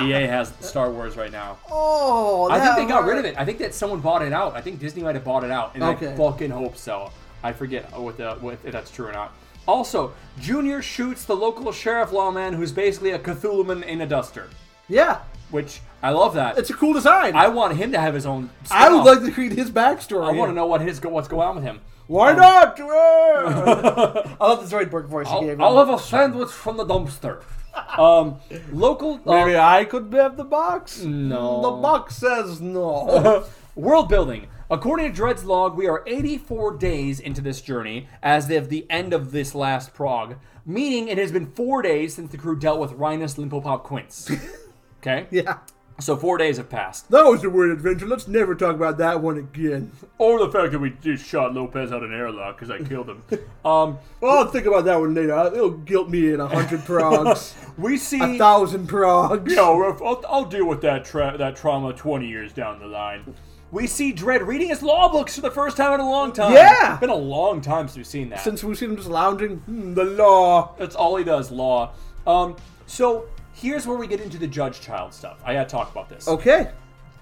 EA has Star Wars right now.
Oh,
I think
that
they got
hurt.
rid of it. I think that someone bought it out. I think Disney might have bought it out, and I
Okay.
fucking hope so. I forget what the what if that's true or not. Also, Junior shoots the local sheriff lawman, who's basically a Cthulhuman in a duster.
Yeah,
Which I love that.
it's a cool design.
I
I,
want him to have his own.
would
spin-off.
like to read his backstory.
I want to know what his go- what's going on with him. Um,
Why not? I love the Zoidberg voice he gave.
I'll,
him.
I'll have a sandwich from the dumpster. Um, local. uh,
Maybe I could have the box.
No.
The box says no.
World building. According to Dred's log, we are 84 days into this journey, as of the end of this last prog, meaning it has been four days since the crew dealt with Rhinus Limpopop Quince. Okay?
yeah.
So four days have passed.
That was a weird adventure. Let's never talk about that one again.
Or the fact that we just shot Lopez out an airlock because I killed him.
Um,
I'll think about that one later. It'll guilt me in a hundred progs,
we see.
a thousand progs.
no, Ruff, Oh, I'll, I'll deal with that tra- that trauma 20 years down the line.
we see Dred reading his law books for the first time in a long time.
Yeah!
It's been a long time since we've seen that.
Since we've seen him just lounging, hmm, the law.
That's all he does, law. Um, so here's where we get into the judge child stuff. I gotta talk about this.
Okay.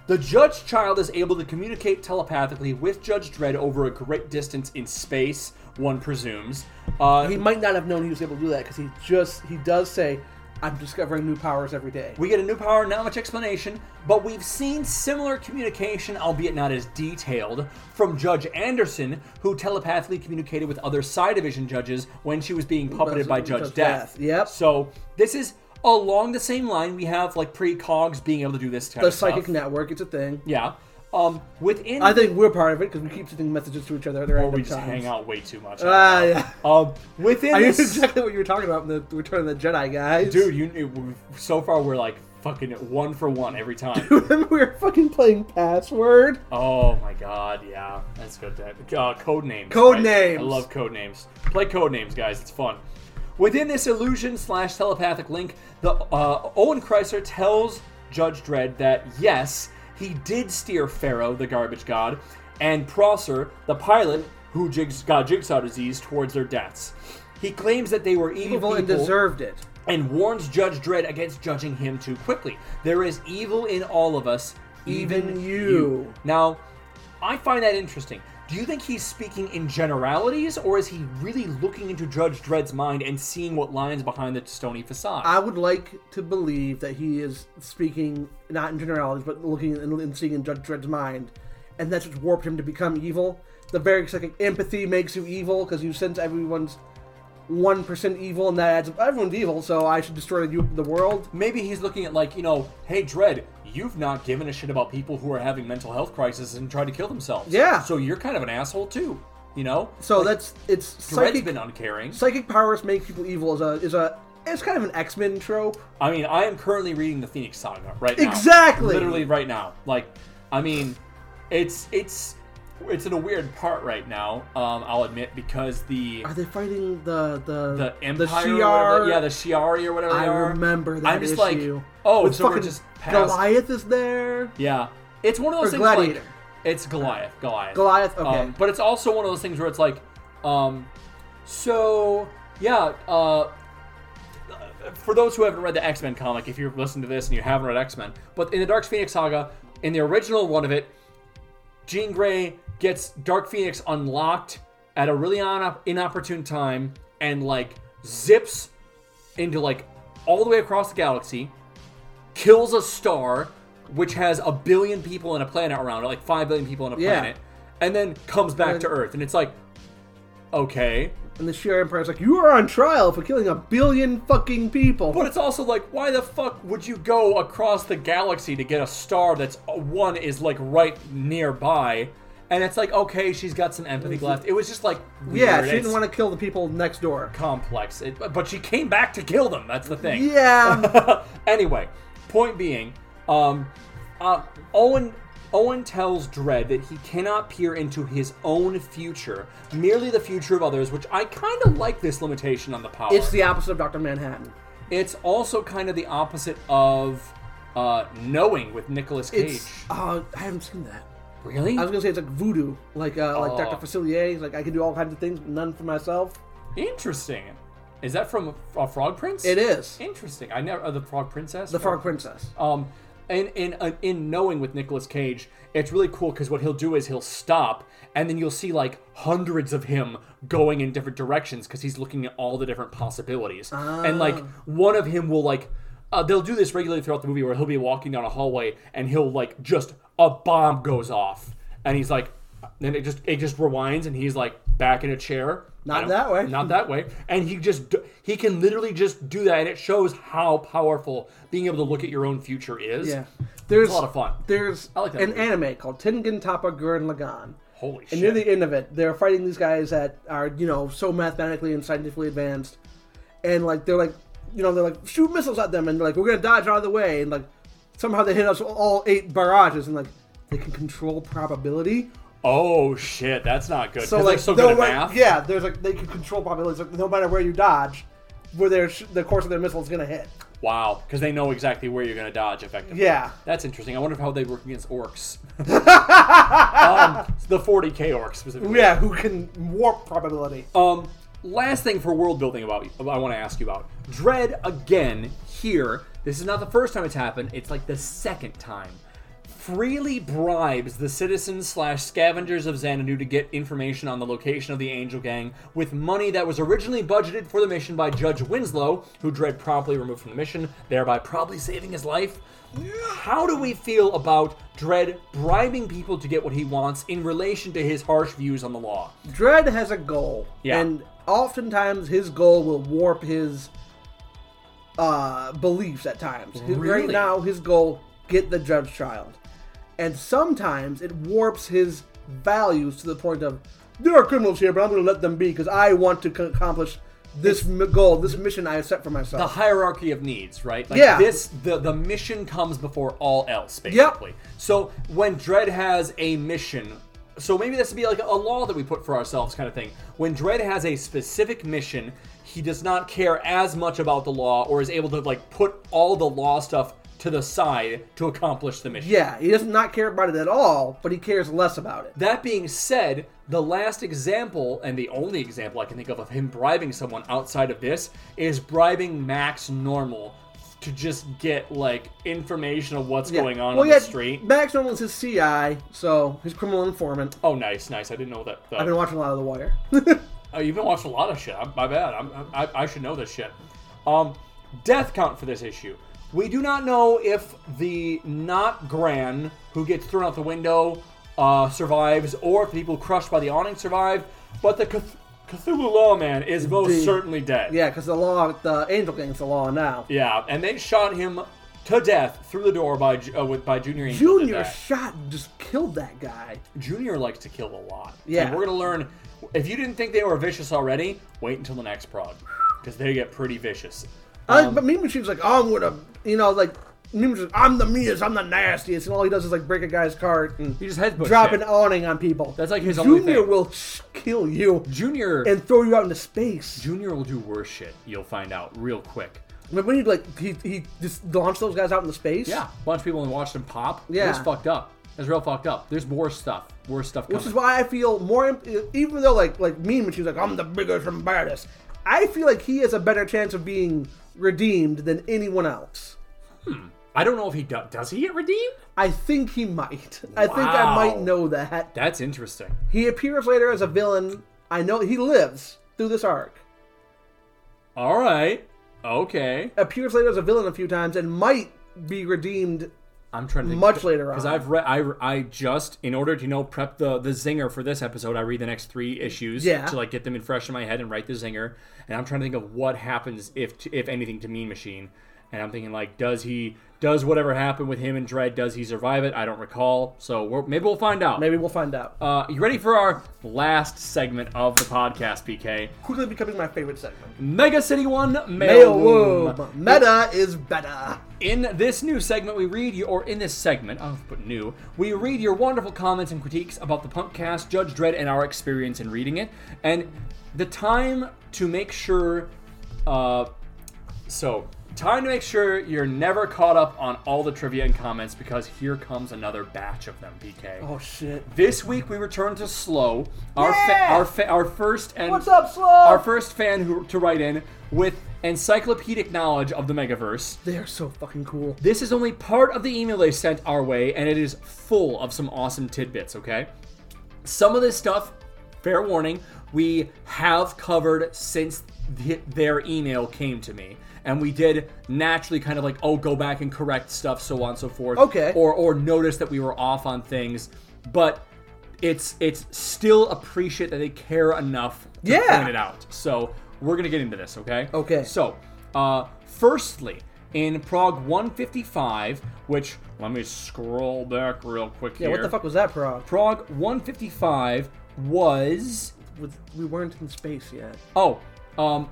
The Judge Child is able to communicate telepathically with Judge Dredd over a great distance in space, one presumes. Uh,
He might not have known he was able to do that because he just he does say, "I'm discovering new powers every day."
we get a new power, not much explanation, but we've seen similar communication, albeit not as detailed, from Judge Anderson, who telepathically communicated with other side division judges when she was being puppeted by Judge,
Judge
Death.
Death, yep.
So this is along the same line. We have like precogs being able to do this kind
The
of
psychic
stuff.
network, it's a thing.
Yeah. Um, within
I think we're part of it because we keep sending messages to each other at the
we
random
just
times.
hang out way too much.
Ah, yeah.
Um, within
I knew
this,
exactly what you were talking about in the Return of the Jedi, guys.
dude, you knew, so far we're like fucking one for one every time.
Remember we were fucking playing password?
Oh my god, yeah, that's good. To have. Uh, code names.
Code names.
I love code names. Play code names, guys. It's fun. Within this illusion slash telepathic link, the uh, Owen Chrysler tells Judge Dredd that yes, he did steer Pharaoh, the garbage god, and Prosser, the pilot who jigs- got jigsaw disease, towards their deaths. He claims that they were evil,
Evil and
people
deserved it.
and warns Judge Dredd against judging him too quickly. There is evil in all of us, even,
Even
you.
you.
Now, I find that interesting. Do you think he's speaking in generalities, or is he really looking into Judge Dredd's mind and seeing what lies behind the stony facade?
I would like to believe that he is speaking not in generalities, but looking and, and seeing in Judge Dredd's mind, and that's what's warped him to become evil. The very second empathy makes you evil because you sense everyone's one percent evil, and that adds up. Everyone's evil, so I should destroy the, the world.
Maybe he's looking at like you know, hey Dredd, you've not given a shit about people who are having mental health crises and try to kill themselves.
Yeah.
So you're kind of an asshole too. You know.
So that's it's
Dredd's
psychic.
been uncaring.
psychic powers make people evil is a is a it's kind of an X Men trope.
I mean, I am currently reading the Phoenix Saga right now.
Exactly.
Literally right now. Like, I mean, it's it's it's in a weird part right now. Um, I'll admit because the
Are they fighting the the
the empire,
The
or whatever,
Shi'ar?
yeah, the Shiari or whatever.
I
they are.
remember that
I'm just
issue.
like, oh,
With
so we're
fucking
just past.
Goliath is there.
Yeah, it's one of those
Or
things. like-
Gladiator.
it's Goliath. Goliath.
Goliath, okay.
Um, but it's also one of those things where it's like, um, so yeah. Uh, for those who haven't read the X Men comic, if you're listening to this and you haven't read X Men, but in the Dark Phoenix saga, in the original one of it, Jean Grey gets Dark Phoenix unlocked at a really on- inopportune time and like zips into like all the way across the galaxy, kills a star which has a billion people and a planet around it, like five billion people on a
Yeah.
planet, and then comes back to Earth, and it's like, okay,
And the Shi'ar Empire's like, you are on trial for killing a billion fucking people.
But it's also like, why the fuck would you go across the galaxy to get a star that's uh, one is like right nearby? And it's like, okay, she's got some empathy left. It was just like, weird.
yeah, she didn't
It's
want to kill the people next door.
complex. It, but she came back to kill them. That's the thing.
Yeah,
anyway, point being, um, uh, Owen Owen tells Dredd that he cannot peer into his own future, merely the future of others. Which I kind of like this limitation on the power.
it's the opposite of Doctor Manhattan.
It's also kind of the opposite of uh, knowing with Nicolas Cage.
It's uh, I haven't seen that.
really?
I was gonna say it's like voodoo, like uh, like
Oh.
Doctor Facilier. He's Like I can do all kinds of things, but none for myself.
Interesting. Is that from uh, Frog Prince?
It is
Interesting. I never uh, the Frog Princess.
the Frog Princess.
Um, in in uh, in knowing with Nicolas Cage, it's really cool because what he'll do is he'll stop, and then you'll see like hundreds of him going in different directions because he's looking at all the different possibilities, and like
Ah.
one of him will like. Uh, they'll do this regularly throughout the movie where he'll be walking down a hallway and he'll like just a bomb goes off and he's like then it just it just rewinds and he's like back in a chair
Not
I don't-
that way.
not that way and he just d- he can literally just do that and it shows how powerful being able to look at your own future is
Yeah, there's
a lot of fun.
There's
I like that
an
movie.
anime called Tengen Toppa Gurren Lagann.
holy
And
shit
near the end of it, they're fighting these guys that are, you know, so mathematically and scientifically advanced. And, like, they're like, you know, they're like, shoot missiles at them. And they're like, we're going to dodge out of the way. And, like, somehow they hit us all eight barrages. And, like, they can control probability.
oh shit that's not good
So,
'cause
like,
they're so
they'll,
good at
like-
math
Yeah, there's like, they can control probabilities. Like, no matter where you dodge, where their sh- the course of their missile is going to hit.
wow because they know exactly where you're gonna dodge effectively
Yeah.
that's interesting i wonder how they work against orcs um, the 40k orcs specifically
Yeah, who can warp probability.
Um, last thing for world building about I want to ask you about Dread again here. This is not the first time it's happened. It's like the second time. Freely bribes the citizens slash scavengers of Xanadu to get information on the location of the Angel Gang with money that was originally budgeted for the mission by Judge Winslow, who Dread promptly removed from the mission, thereby probably saving his life. How do we feel about Dread bribing people to get what he wants in relation to his harsh views on the law?
Dread has a goal,
Yeah.
and oftentimes his goal will warp his uh, beliefs at times. His- Right
Really?
now, his goal get the judge child, and sometimes it warps his values to the point of there are criminals here, but I'm going to let them be because I want to c- accomplish this m- goal, this mission I set for myself.
the hierarchy of needs, right? Like
Yeah.
this the the mission comes before all else, basically. So when Dread has a mission, so maybe this would be like a law that we put for ourselves kind of thing. When Dread has a specific mission, he does not care as much about the law or is able to like put all the law stuff to the side to accomplish the mission.
Yeah, he does not care about it at all, but he cares less about it.
That being said, the last example, and the only example I can think of of him bribing someone outside of this, is bribing Max Normal to just get like information of what's going on
well,
on
yeah,
the street.
Max Normal is his CI, so his criminal informant.
Oh, nice, nice. I didn't know that. that-
I've been watching a lot of The Wire.
oh, you've been watching a lot of shit. I'm, my bad. I'm, I, I should know this shit. Um, death count for this issue. We do not know if the not Gran who gets thrown out the window uh, survives, or if the people crushed by the awning survive. But the Cth- Cthulhu Lawman is most
The-
certainly dead.
yeah, because the law, the Angel Gang's the law now.
Yeah, and they shot him to death through the door by Ju- uh, with by Junior. Angel did
Junior
that.
shot and just killed that guy.
Junior likes to kill a lot.
Yeah.
and we're gonna learn. If you didn't think they were vicious already, wait until the next prog, because they get pretty vicious.
I
Um,
like, but Mean Machine's like, oh, I'm gonna, you know, like, Mean Machine's, I'm the meanest, I'm the nastiest, and all he does is like break a guy's cart and
He just headbutts
drop
shit.
an awning on people.
That's like his
Junior
only thing.
will sh- kill you
Junior
and throw you out into space.
Junior will do worse shit. You'll find out real quick.
Remember when he like he, he just launched those guys out into space?
Yeah, bunch of people and watched him pop.
Yeah.
it's fucked up. It's real fucked up. There's more stuff. Worse stuff. Coming.
Which is why I feel more, imp- even though like like Mean Machine's like I'm the biggest and baddest. I feel like he has a better chance of being redeemed than anyone else.
I don't know if he do- does. He get redeemed?
I think he might. I think I might
Wow.
know that.
That's interesting.
He appears later as a villain. I know he lives through this arc.
All right. Okay.
Appears later as a villain a few times and might be redeemed.
I'm trying to think
Much later on.
because I've read I, I just in order to you know prep the the zinger for this episode I read the next three issues
Yeah.
to like get them in fresh in my head and write the zinger and I'm trying to think of what happens if if anything to Mean Machine and I'm thinking like does he does whatever happened with him and Dread does he survive it I don't recall so we're, maybe we'll find out
Maybe we'll find out.
uh, you ready for our last segment of the podcast PK
Quickly becoming my favorite segment.
Mega City One
Mail
Mail Mm.
womb. Meta is better.
In this new segment, we read you, or in this segment, I'll put new, we read your wonderful comments and critiques about the Punkcast, Judge Dredd, and our experience in reading it. And the time to make sure, uh, so, time to make sure you're never caught up on all the trivia and comments because here comes another batch of them, PK.
Oh shit.
This week we return to Slow, our fa-
Yeah!
our fa- our first and
What's up, Slow?
Our first fan who to write in with encyclopedic knowledge of the Megaverse.
They are so fucking cool.
This is only part of the email they sent our way, and it is full of some awesome tidbits, okay? Some of this stuff, fair warning, we have covered since th- their email came to me. And we did naturally kind of like, oh, go back and correct stuff, so on and so forth.
Okay.
Or or notice that we were off on things. But it's it's still appreciate that they care enough to
Yeah.
point it out. So we're gonna get into this, okay?
Okay.
So, uh, firstly, in Prague 155, which let me scroll back real quick
Yeah,
here.
what the fuck was that, Prague?
Prague 155 was
With, we weren't in space yet.
oh, um,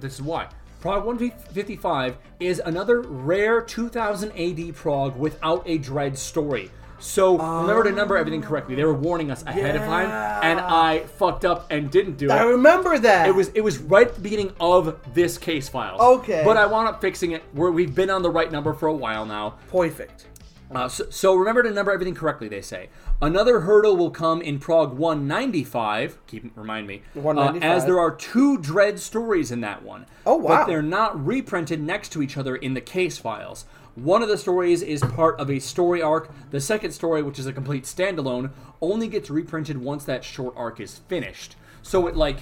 this is why. Prague 155 is another rare 2000 AD Prague without a dread story. So remember to number everything correctly. They were warning us ahead of time, and I fucked up and didn't do it.
I remember that.
It was it was right at the beginning of this case file.
Okay.
But I wound up fixing it where we've been on the right number for a while now.
perfect.
Uh, so, so remember to number everything correctly. They say another hurdle will come in Prague 195. Keep remind me. uh,
195.
as there are two dread stories in that one.
Oh, wow.
But they're not reprinted next to each other in the case files. One of the stories is part of a story arc. The second story, which is a complete standalone, only gets reprinted once that short arc is finished. So it like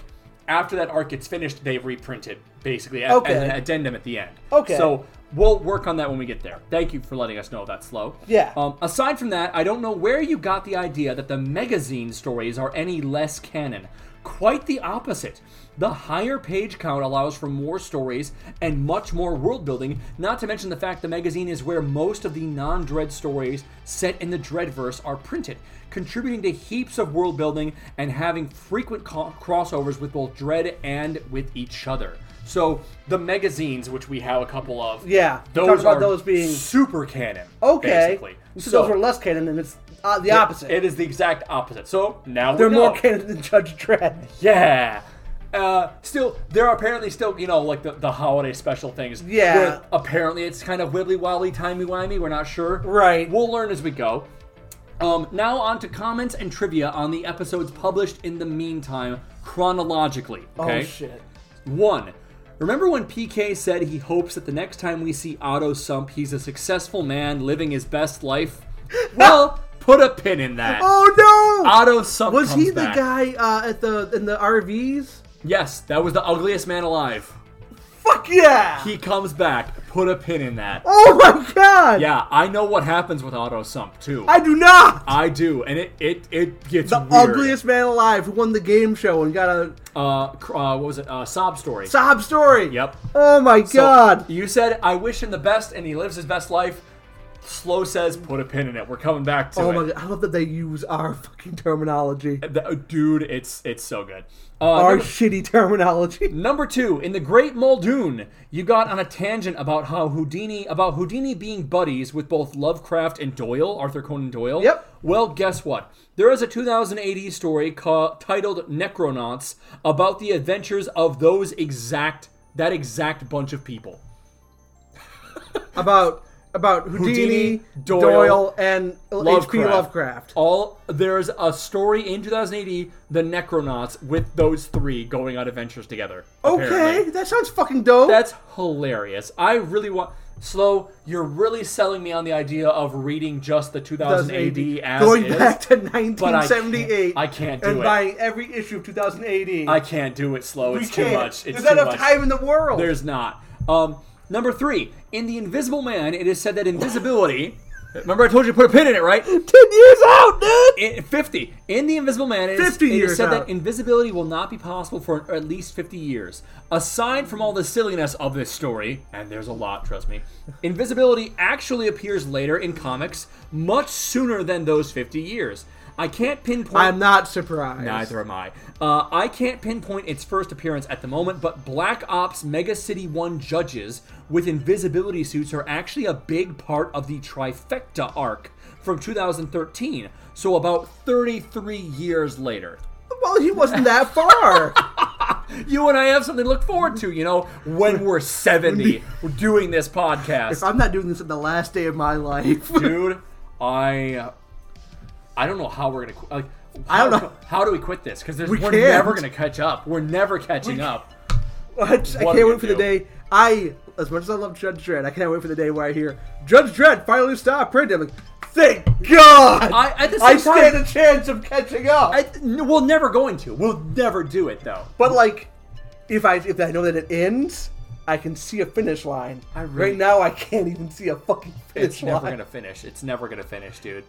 after that arc gets finished, they've reprinted basically a-
Okay.
as an addendum at the end.
Okay.
So We'll work on that when we get there. Thank you for letting us know that's slow.
Yeah.
Um, aside from that, I don't know where you got the idea that the magazine stories are any less canon. Quite the opposite. The higher page count allows for more stories and much more world building, not to mention the fact the magazine is where most of the non Dread stories set in the Dreadverse are printed, contributing to heaps of world building and having frequent co- crossovers with both Dread and with each other. So, the magazines, which we have a couple of,
Yeah, we
those
talked about
are
those being-
super canon.
Okay.
basically.
So, those were less canon, and it's uh, the opposite.
It is the exact opposite. So now
They're
we know.
more canon than Judge Dredd.
Yeah. Uh, still, there are apparently still, you know, like the, the holiday special things.
Yeah.
where apparently it's kind of wibbly wobbly, timey wimey. We're not sure.
Right.
We'll learn as we go. Um, now on to comments and trivia on the episodes published in the meantime chronologically. Okay.
Oh shit.
One. Remember when PK said he hopes that the next time we see Otto Sump, he's a successful man living his best life? Well, put a pin in that.
Oh no!
Otto Sump
was he
comes
the
back.
guy uh, at the in the RVs?
Yes, that was the ugliest man alive.
Fuck yeah!
He comes back. Put a pin in that.
oh my god!
Yeah, I know what happens with Auto Sump too.
I do not.
I do, and it it it gets
the
weird.
ugliest man alive who won the game show and got a
Uh, cr- uh, what was it? Uh, sob story.
sob story.
Yep.
Oh my
So,
god.
you said I wish him the best, and he lives his best life. Slow says, put a pin in it. We're coming back to
Oh
it.
my god. I love that they use our fucking terminology.
The- uh, dude, it's it's so good. Uh,
Our
number-
shitty terminology.
Number two, in the Great Muldoon, you got on a tangent about how Houdini about Houdini being buddies with both Lovecraft and Doyle, Arthur Conan Doyle.
Yep.
Well, guess what? There is a 2080 story ca- titled Necronauts about the adventures of those exact that exact bunch of people.
about about Houdini,
Houdini, Doyle,
Doyle, and H.P. Lovecraft.
All there's a story in 2080, the Necronauts, with those three going on adventures together.
Okay,
apparently.
that sounds fucking dope.
That's hilarious. I really want. Slow, you're really selling me on the idea of reading just the 2000 AD as
going
is,
back to
but I can't-
1978.
I can't,
and
do it.
buying every issue of 2080.
I can't do it. Slow,
We
it's too
can't.
much. It's
There's
too
not enough
much.
time in the world.
There's not. Um, number three, in the Invisible Man, it is said that invisibility. Remember, I told you to put a pin in it, right?
ten years out, dude.
In- 50. In The Invisible Man, it is,
50
it is
years
said that
out.
invisibility will not be possible for at least 50 years. Aside from all the silliness of this story, and there's a lot, trust me, invisibility actually appears later in comics, much sooner than those 50 years. I can't pinpoint.
I'm not surprised.
Neither am I. Uh, I can't pinpoint its first appearance at the moment, but Black Ops Mega City 1 judges with invisibility suits are actually a big part of the trifecta arc from 2013, so about 33 years later.
Well, he wasn't that far.
You and I have something to look forward to, you know, when we're 70 doing this podcast.
I'm not doing this at the last day of my life.
Dude, I I don't know how we're going to like
I don't
how-
know.
how do we quit this cuz
We
we are
can't.
never going to catch up. We're never catching up.
I, just- I
What
can't
do
wait
you
for the
do?
day. I, as much as I love Judge Dredd, I can't wait for the day where I hear Judge Dredd finally stopped printing. I'm like, thank God.
I- at the
I
same
stand
time-
a chance of catching up.
I, n- we'll never going to. We'll never do it though.
but like, if I if I know that it ends, I can see a finish line.
I really-
right now, I can't even see a fucking finish
It's
line.
never gonna finish. It's never gonna finish, dude.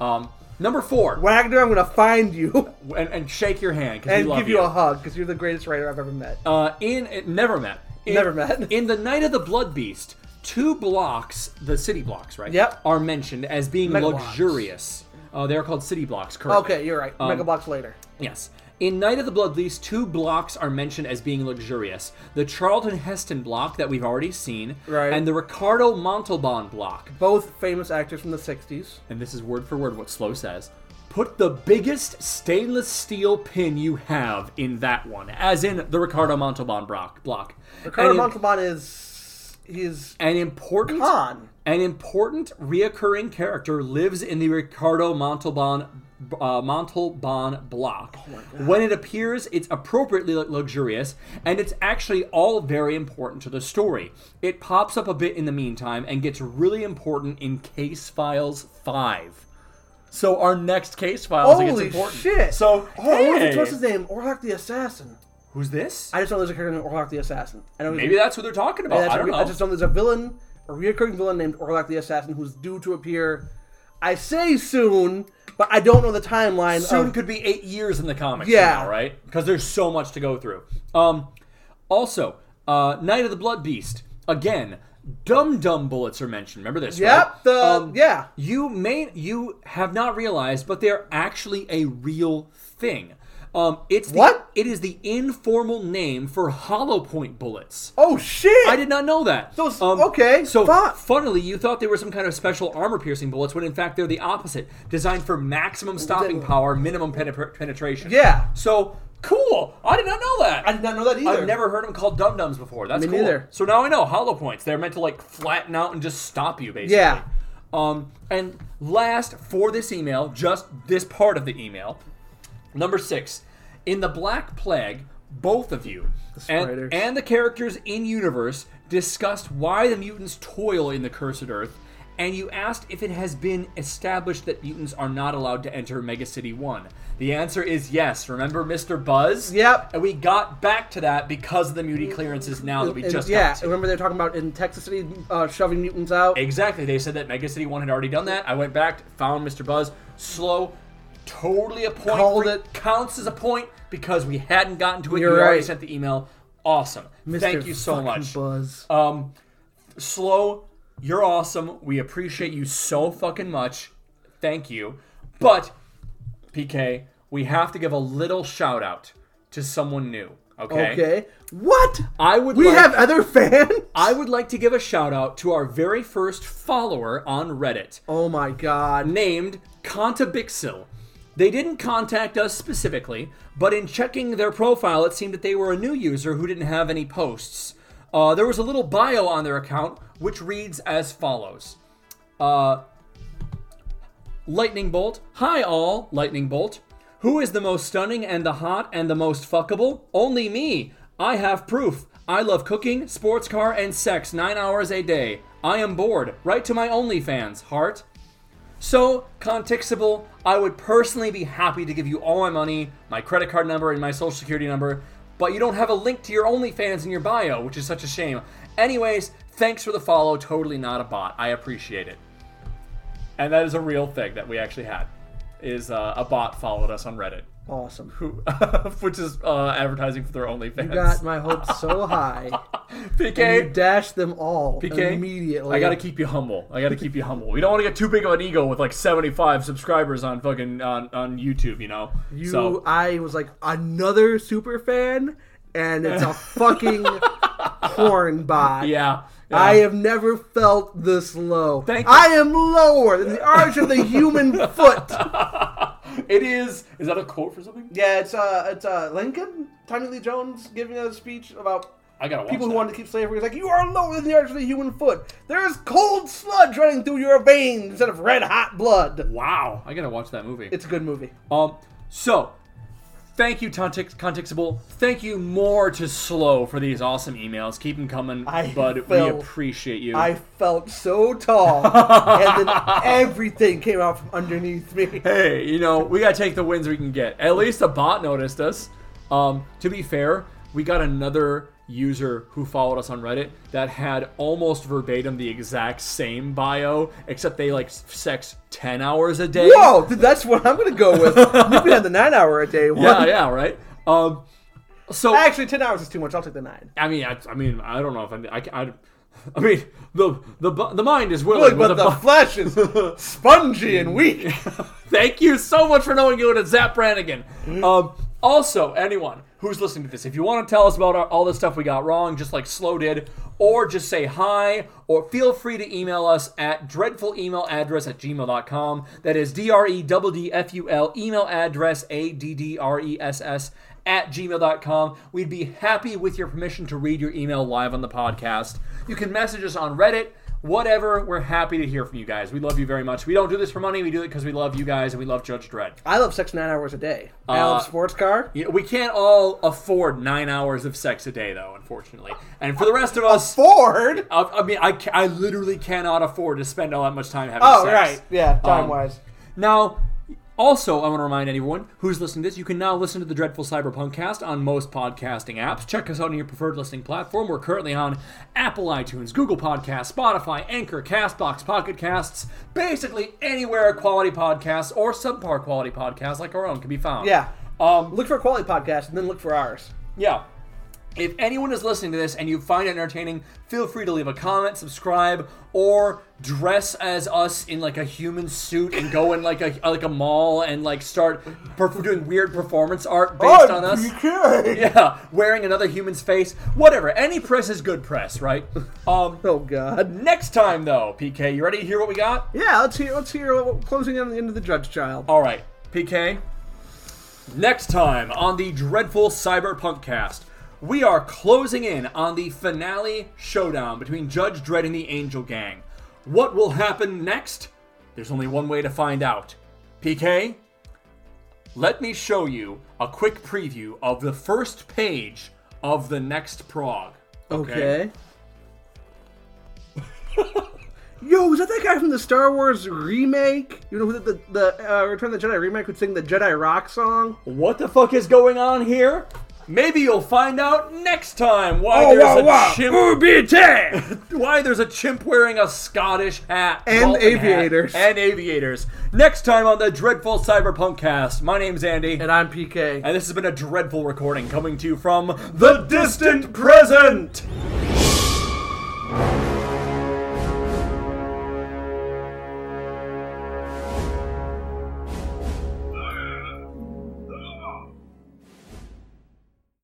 Um, number four,
Wagner, I'm gonna find you
and, and shake your hand 'cause we
and
love
give you a hug because you're the greatest writer I've ever met.
Uh, in it never met. In,
Never met.
In the Night of the Blood Beast, two blocks, the city blocks, right?
Yep.
Are mentioned as being
Mega blocks.
luxurious. Uh, they are called city blocks. Currently.
okay, you're right.
Um,
Mega Megablox later.
Yes. In Night of the Blood Lease, two blocks are mentioned as being luxurious. The Charlton Heston block that we've already seen,
Right.
and the Ricardo Montalban block.
Both famous actors from the '60s.
and this is word for word what Slow says. Put the biggest stainless steel pin you have in that one, as in the Ricardo Montalban block. block.
Ricardo
an,
Montalban is he's
an important
Con.
an important reoccurring character lives in the Ricardo Montalban uh, Montalban block.
Oh
when it appears, it's appropriately lu- luxurious, and it's actually all very important to the story. It pops up a bit in the meantime and gets really important in Case Files Five. So our next Case Files gets
Holy
important.
shit!
So
oh, I wonder if
hey.
it's- what's his name? Orlok the Assassin.
who's this?
I just know there's a character named Orlok the Assassin. I know he's-
Maybe that's who they're talking about.
that's
Oh, I don't
a-
know.
I just know there's a villain a reoccurring villain named Orlok the Assassin who's due to appear, I say soon, but I don't know the timeline.
soon
of,
could be eight years in the comics.
um, Yeah.
Yeah, right. Because there's so much to go through. Um, also, uh, Night of the Blood Beast again. Dum dum bullets are mentioned. Remember this?
Yep,
right? Um,
the- yeah.
You may you have not realized, but they are actually a real thing. Um, it's the,
What?
It is the informal name for hollow point bullets.
oh shit!
I did not know that. Um,
Those- okay,
So
fuck.
funnily, you thought they were some kind of special armor-piercing bullets, when in fact they're the opposite, designed for maximum stopping power, minimum penetra- penetration.
Yeah.
So cool. I did not know that.
I did not know that either.
I've never heard them called dum dums before. That's
Me
cool.
neither.
So now I know hollow points. They're meant to like flatten out and just stop you, basically.
Yeah.
Um, and last for this email, just this part of the email, number six, in the Black Plague, both of you
spiders.
and, and the characters in universe discussed why the mutants toil in the cursed earth, and you asked if it has been established that mutants are not allowed to enter Mega City One. The answer is yes. Remember, Mister Buzz?
Yep.
And we got back to that because of the mutant clearances now that we
And,
just
yeah,
got to.
remember they were talking about in Texas City uh, shoving mutants out.
Exactly. They said that Mega City One had already done that. I went back, found Mr. Buzz. Slow, totally a point.
Called
Re-
it.
Counts as a point because we hadn't gotten to it.
You're
you already
right.
sent the email. Awesome.
Mr.
Thank you so
fucking
much.
Buzz.
Um, slow. You're awesome. We appreciate you so fucking much. Thank you. But PK, we have to give a little shout out to someone new. Okay.
okay, what?
I would.
we
like-
have other fans.
I would like to give a shout out to our very first follower on Reddit
oh my god!
named Contabixil. They didn't contact us specifically, but in checking their profile, it seemed that they were a new user who didn't have any posts. Uh, there was a little bio on their account which reads as follows uh, Lightning Bolt. Hi, all, Lightning Bolt. Who is the most stunning and the hot and the most fuckable? Only me. I have proof. I love cooking, sports car, and sex nine hours a day. I am bored. Write to my OnlyFans, heart. So, Contixable, I would personally be happy to give you all my money, my credit card number, and my social security number, but you don't have a link to your OnlyFans in your bio, which is such a shame. Anyways, thanks for the follow. Totally not a bot. I appreciate it. And that is a real thing that we actually had. Is uh, a bot followed us on Reddit,
Awesome.
who, which is uh, advertising for their OnlyFans.
You got my hopes so high.
PK,
You dashed them all
PK,
immediately.
I gotta keep you humble. I gotta keep you humble. We don't want to get too big of an ego with like 75 subscribers on fucking on, on YouTube. You know.
You,
So
I was like another super fan, and it's a fucking corn bot.
yeah, yeah.
I have never felt this low.
Thank you.
I am lower than the arch of the human foot.
It is. Is that a quote for something?
Yeah, it's uh, it's uh, Lincoln, Tommy Lee Jones giving a speech about
I gotta watch
people who
that.
wanted to keep slavery. He's like, "You are lower than the arch of the human foot. There is cold sludge running through your veins instead of red hot blood."
Wow. I gotta watch that movie.
It's a good movie.
Um, so, thank you, Contix- Contixable. Thank you more to Slow for these awesome emails. Keep them coming,
I
bud.
felt-
we appreciate you.
I felt so tall, and then everything came out from underneath me.
hey, you know, we gotta take the wins we can get. At least the bot noticed us. Um, to be fair, we got another user who followed us on Reddit that had almost verbatim the exact same bio, except they like sex ten hours a day.
Whoa, dude, that's what I'm gonna go with. You can have the nine hour a day one.
Yeah, yeah, right. Um, so
Actually, ten hours is too much. I'll take the nine.
I mean, I, I mean, I don't know if I'm, I, can- I, I mean, the the bu- the Mm. mind is willing,
but
but,
the
bu-
flesh is spongy and weak.
Thank you so much for knowing you and it's Zap Brannigan. Um, also, anyone who's listening to this, if you want to tell us about our, all the stuff we got wrong, just like Slow did, or just say hi, or feel free to email us at dreadfulemail@address at gmail.com. That is D R E D D F U L email address A D D R E S S at gmail.com. We'd be happy with your permission to read your email live on the podcast. You can message us on Reddit whatever. We're happy to hear from you guys. We love you very much. We don't do this for money. We do it because we love you guys and we love Judge Dredd.
I love sex nine hours a day. I
Uh,
love sports car.
You know, we can't all afford nine hours of sex a day, though, unfortunately. And for the rest of us,
Ford.
I, I mean, I, ca- I literally cannot afford to spend all that much time having
Oh
sex.
right, yeah, time wise.
Now, Also, I want to remind anyone who's listening to this, you can now listen to the Dreadful Cyberpunk cast on most podcasting apps. Check us out on your preferred listening platform. We're currently on Apple iTunes, Google Podcasts, Spotify, Anchor, Castbox, Pocket Casts, basically anywhere quality podcasts or subpar quality podcasts like our own can be found.
Yeah.
Um,
Look for a quality podcast and then look for ours.
yeah. If anyone is listening to this and you find it entertaining, feel free to leave a comment, subscribe, or dress as us in like a human suit and go in like a like a mall and like start perf- doing weird performance art based on us.
Okay.
Yeah, wearing another human's face, whatever. Any press is good press, right? Um,
Oh God.
next time though, PK, you ready to hear what we got?
Yeah. Let's hear. Let's hear. what- Closing in on the end of the Judge Child.
All right, PK. Next time on the dreadful Cyberpunk cast, we are closing in on the finale showdown between Judge Dredd and the Angel Gang. What will happen next? There's only one way to find out. PK, let me show you a quick preview of the first page of the next prog.
Okay. Yo, is that that guy from the Star Wars remake? You know who the the, the uh, Return of the Jedi remake would sing the Jedi Rock song?
What the fuck is going on here? Maybe you'll find out next time why
Oh,
there's a chimp why there's a chimp wearing a Scottish hat
And
Dalton hat,
aviators.
and aviators. Next time on the dreadful Cyberpunk cast. My name's Andy,
And I'm PK.
and this has been a dreadful recording coming to you from the distant present.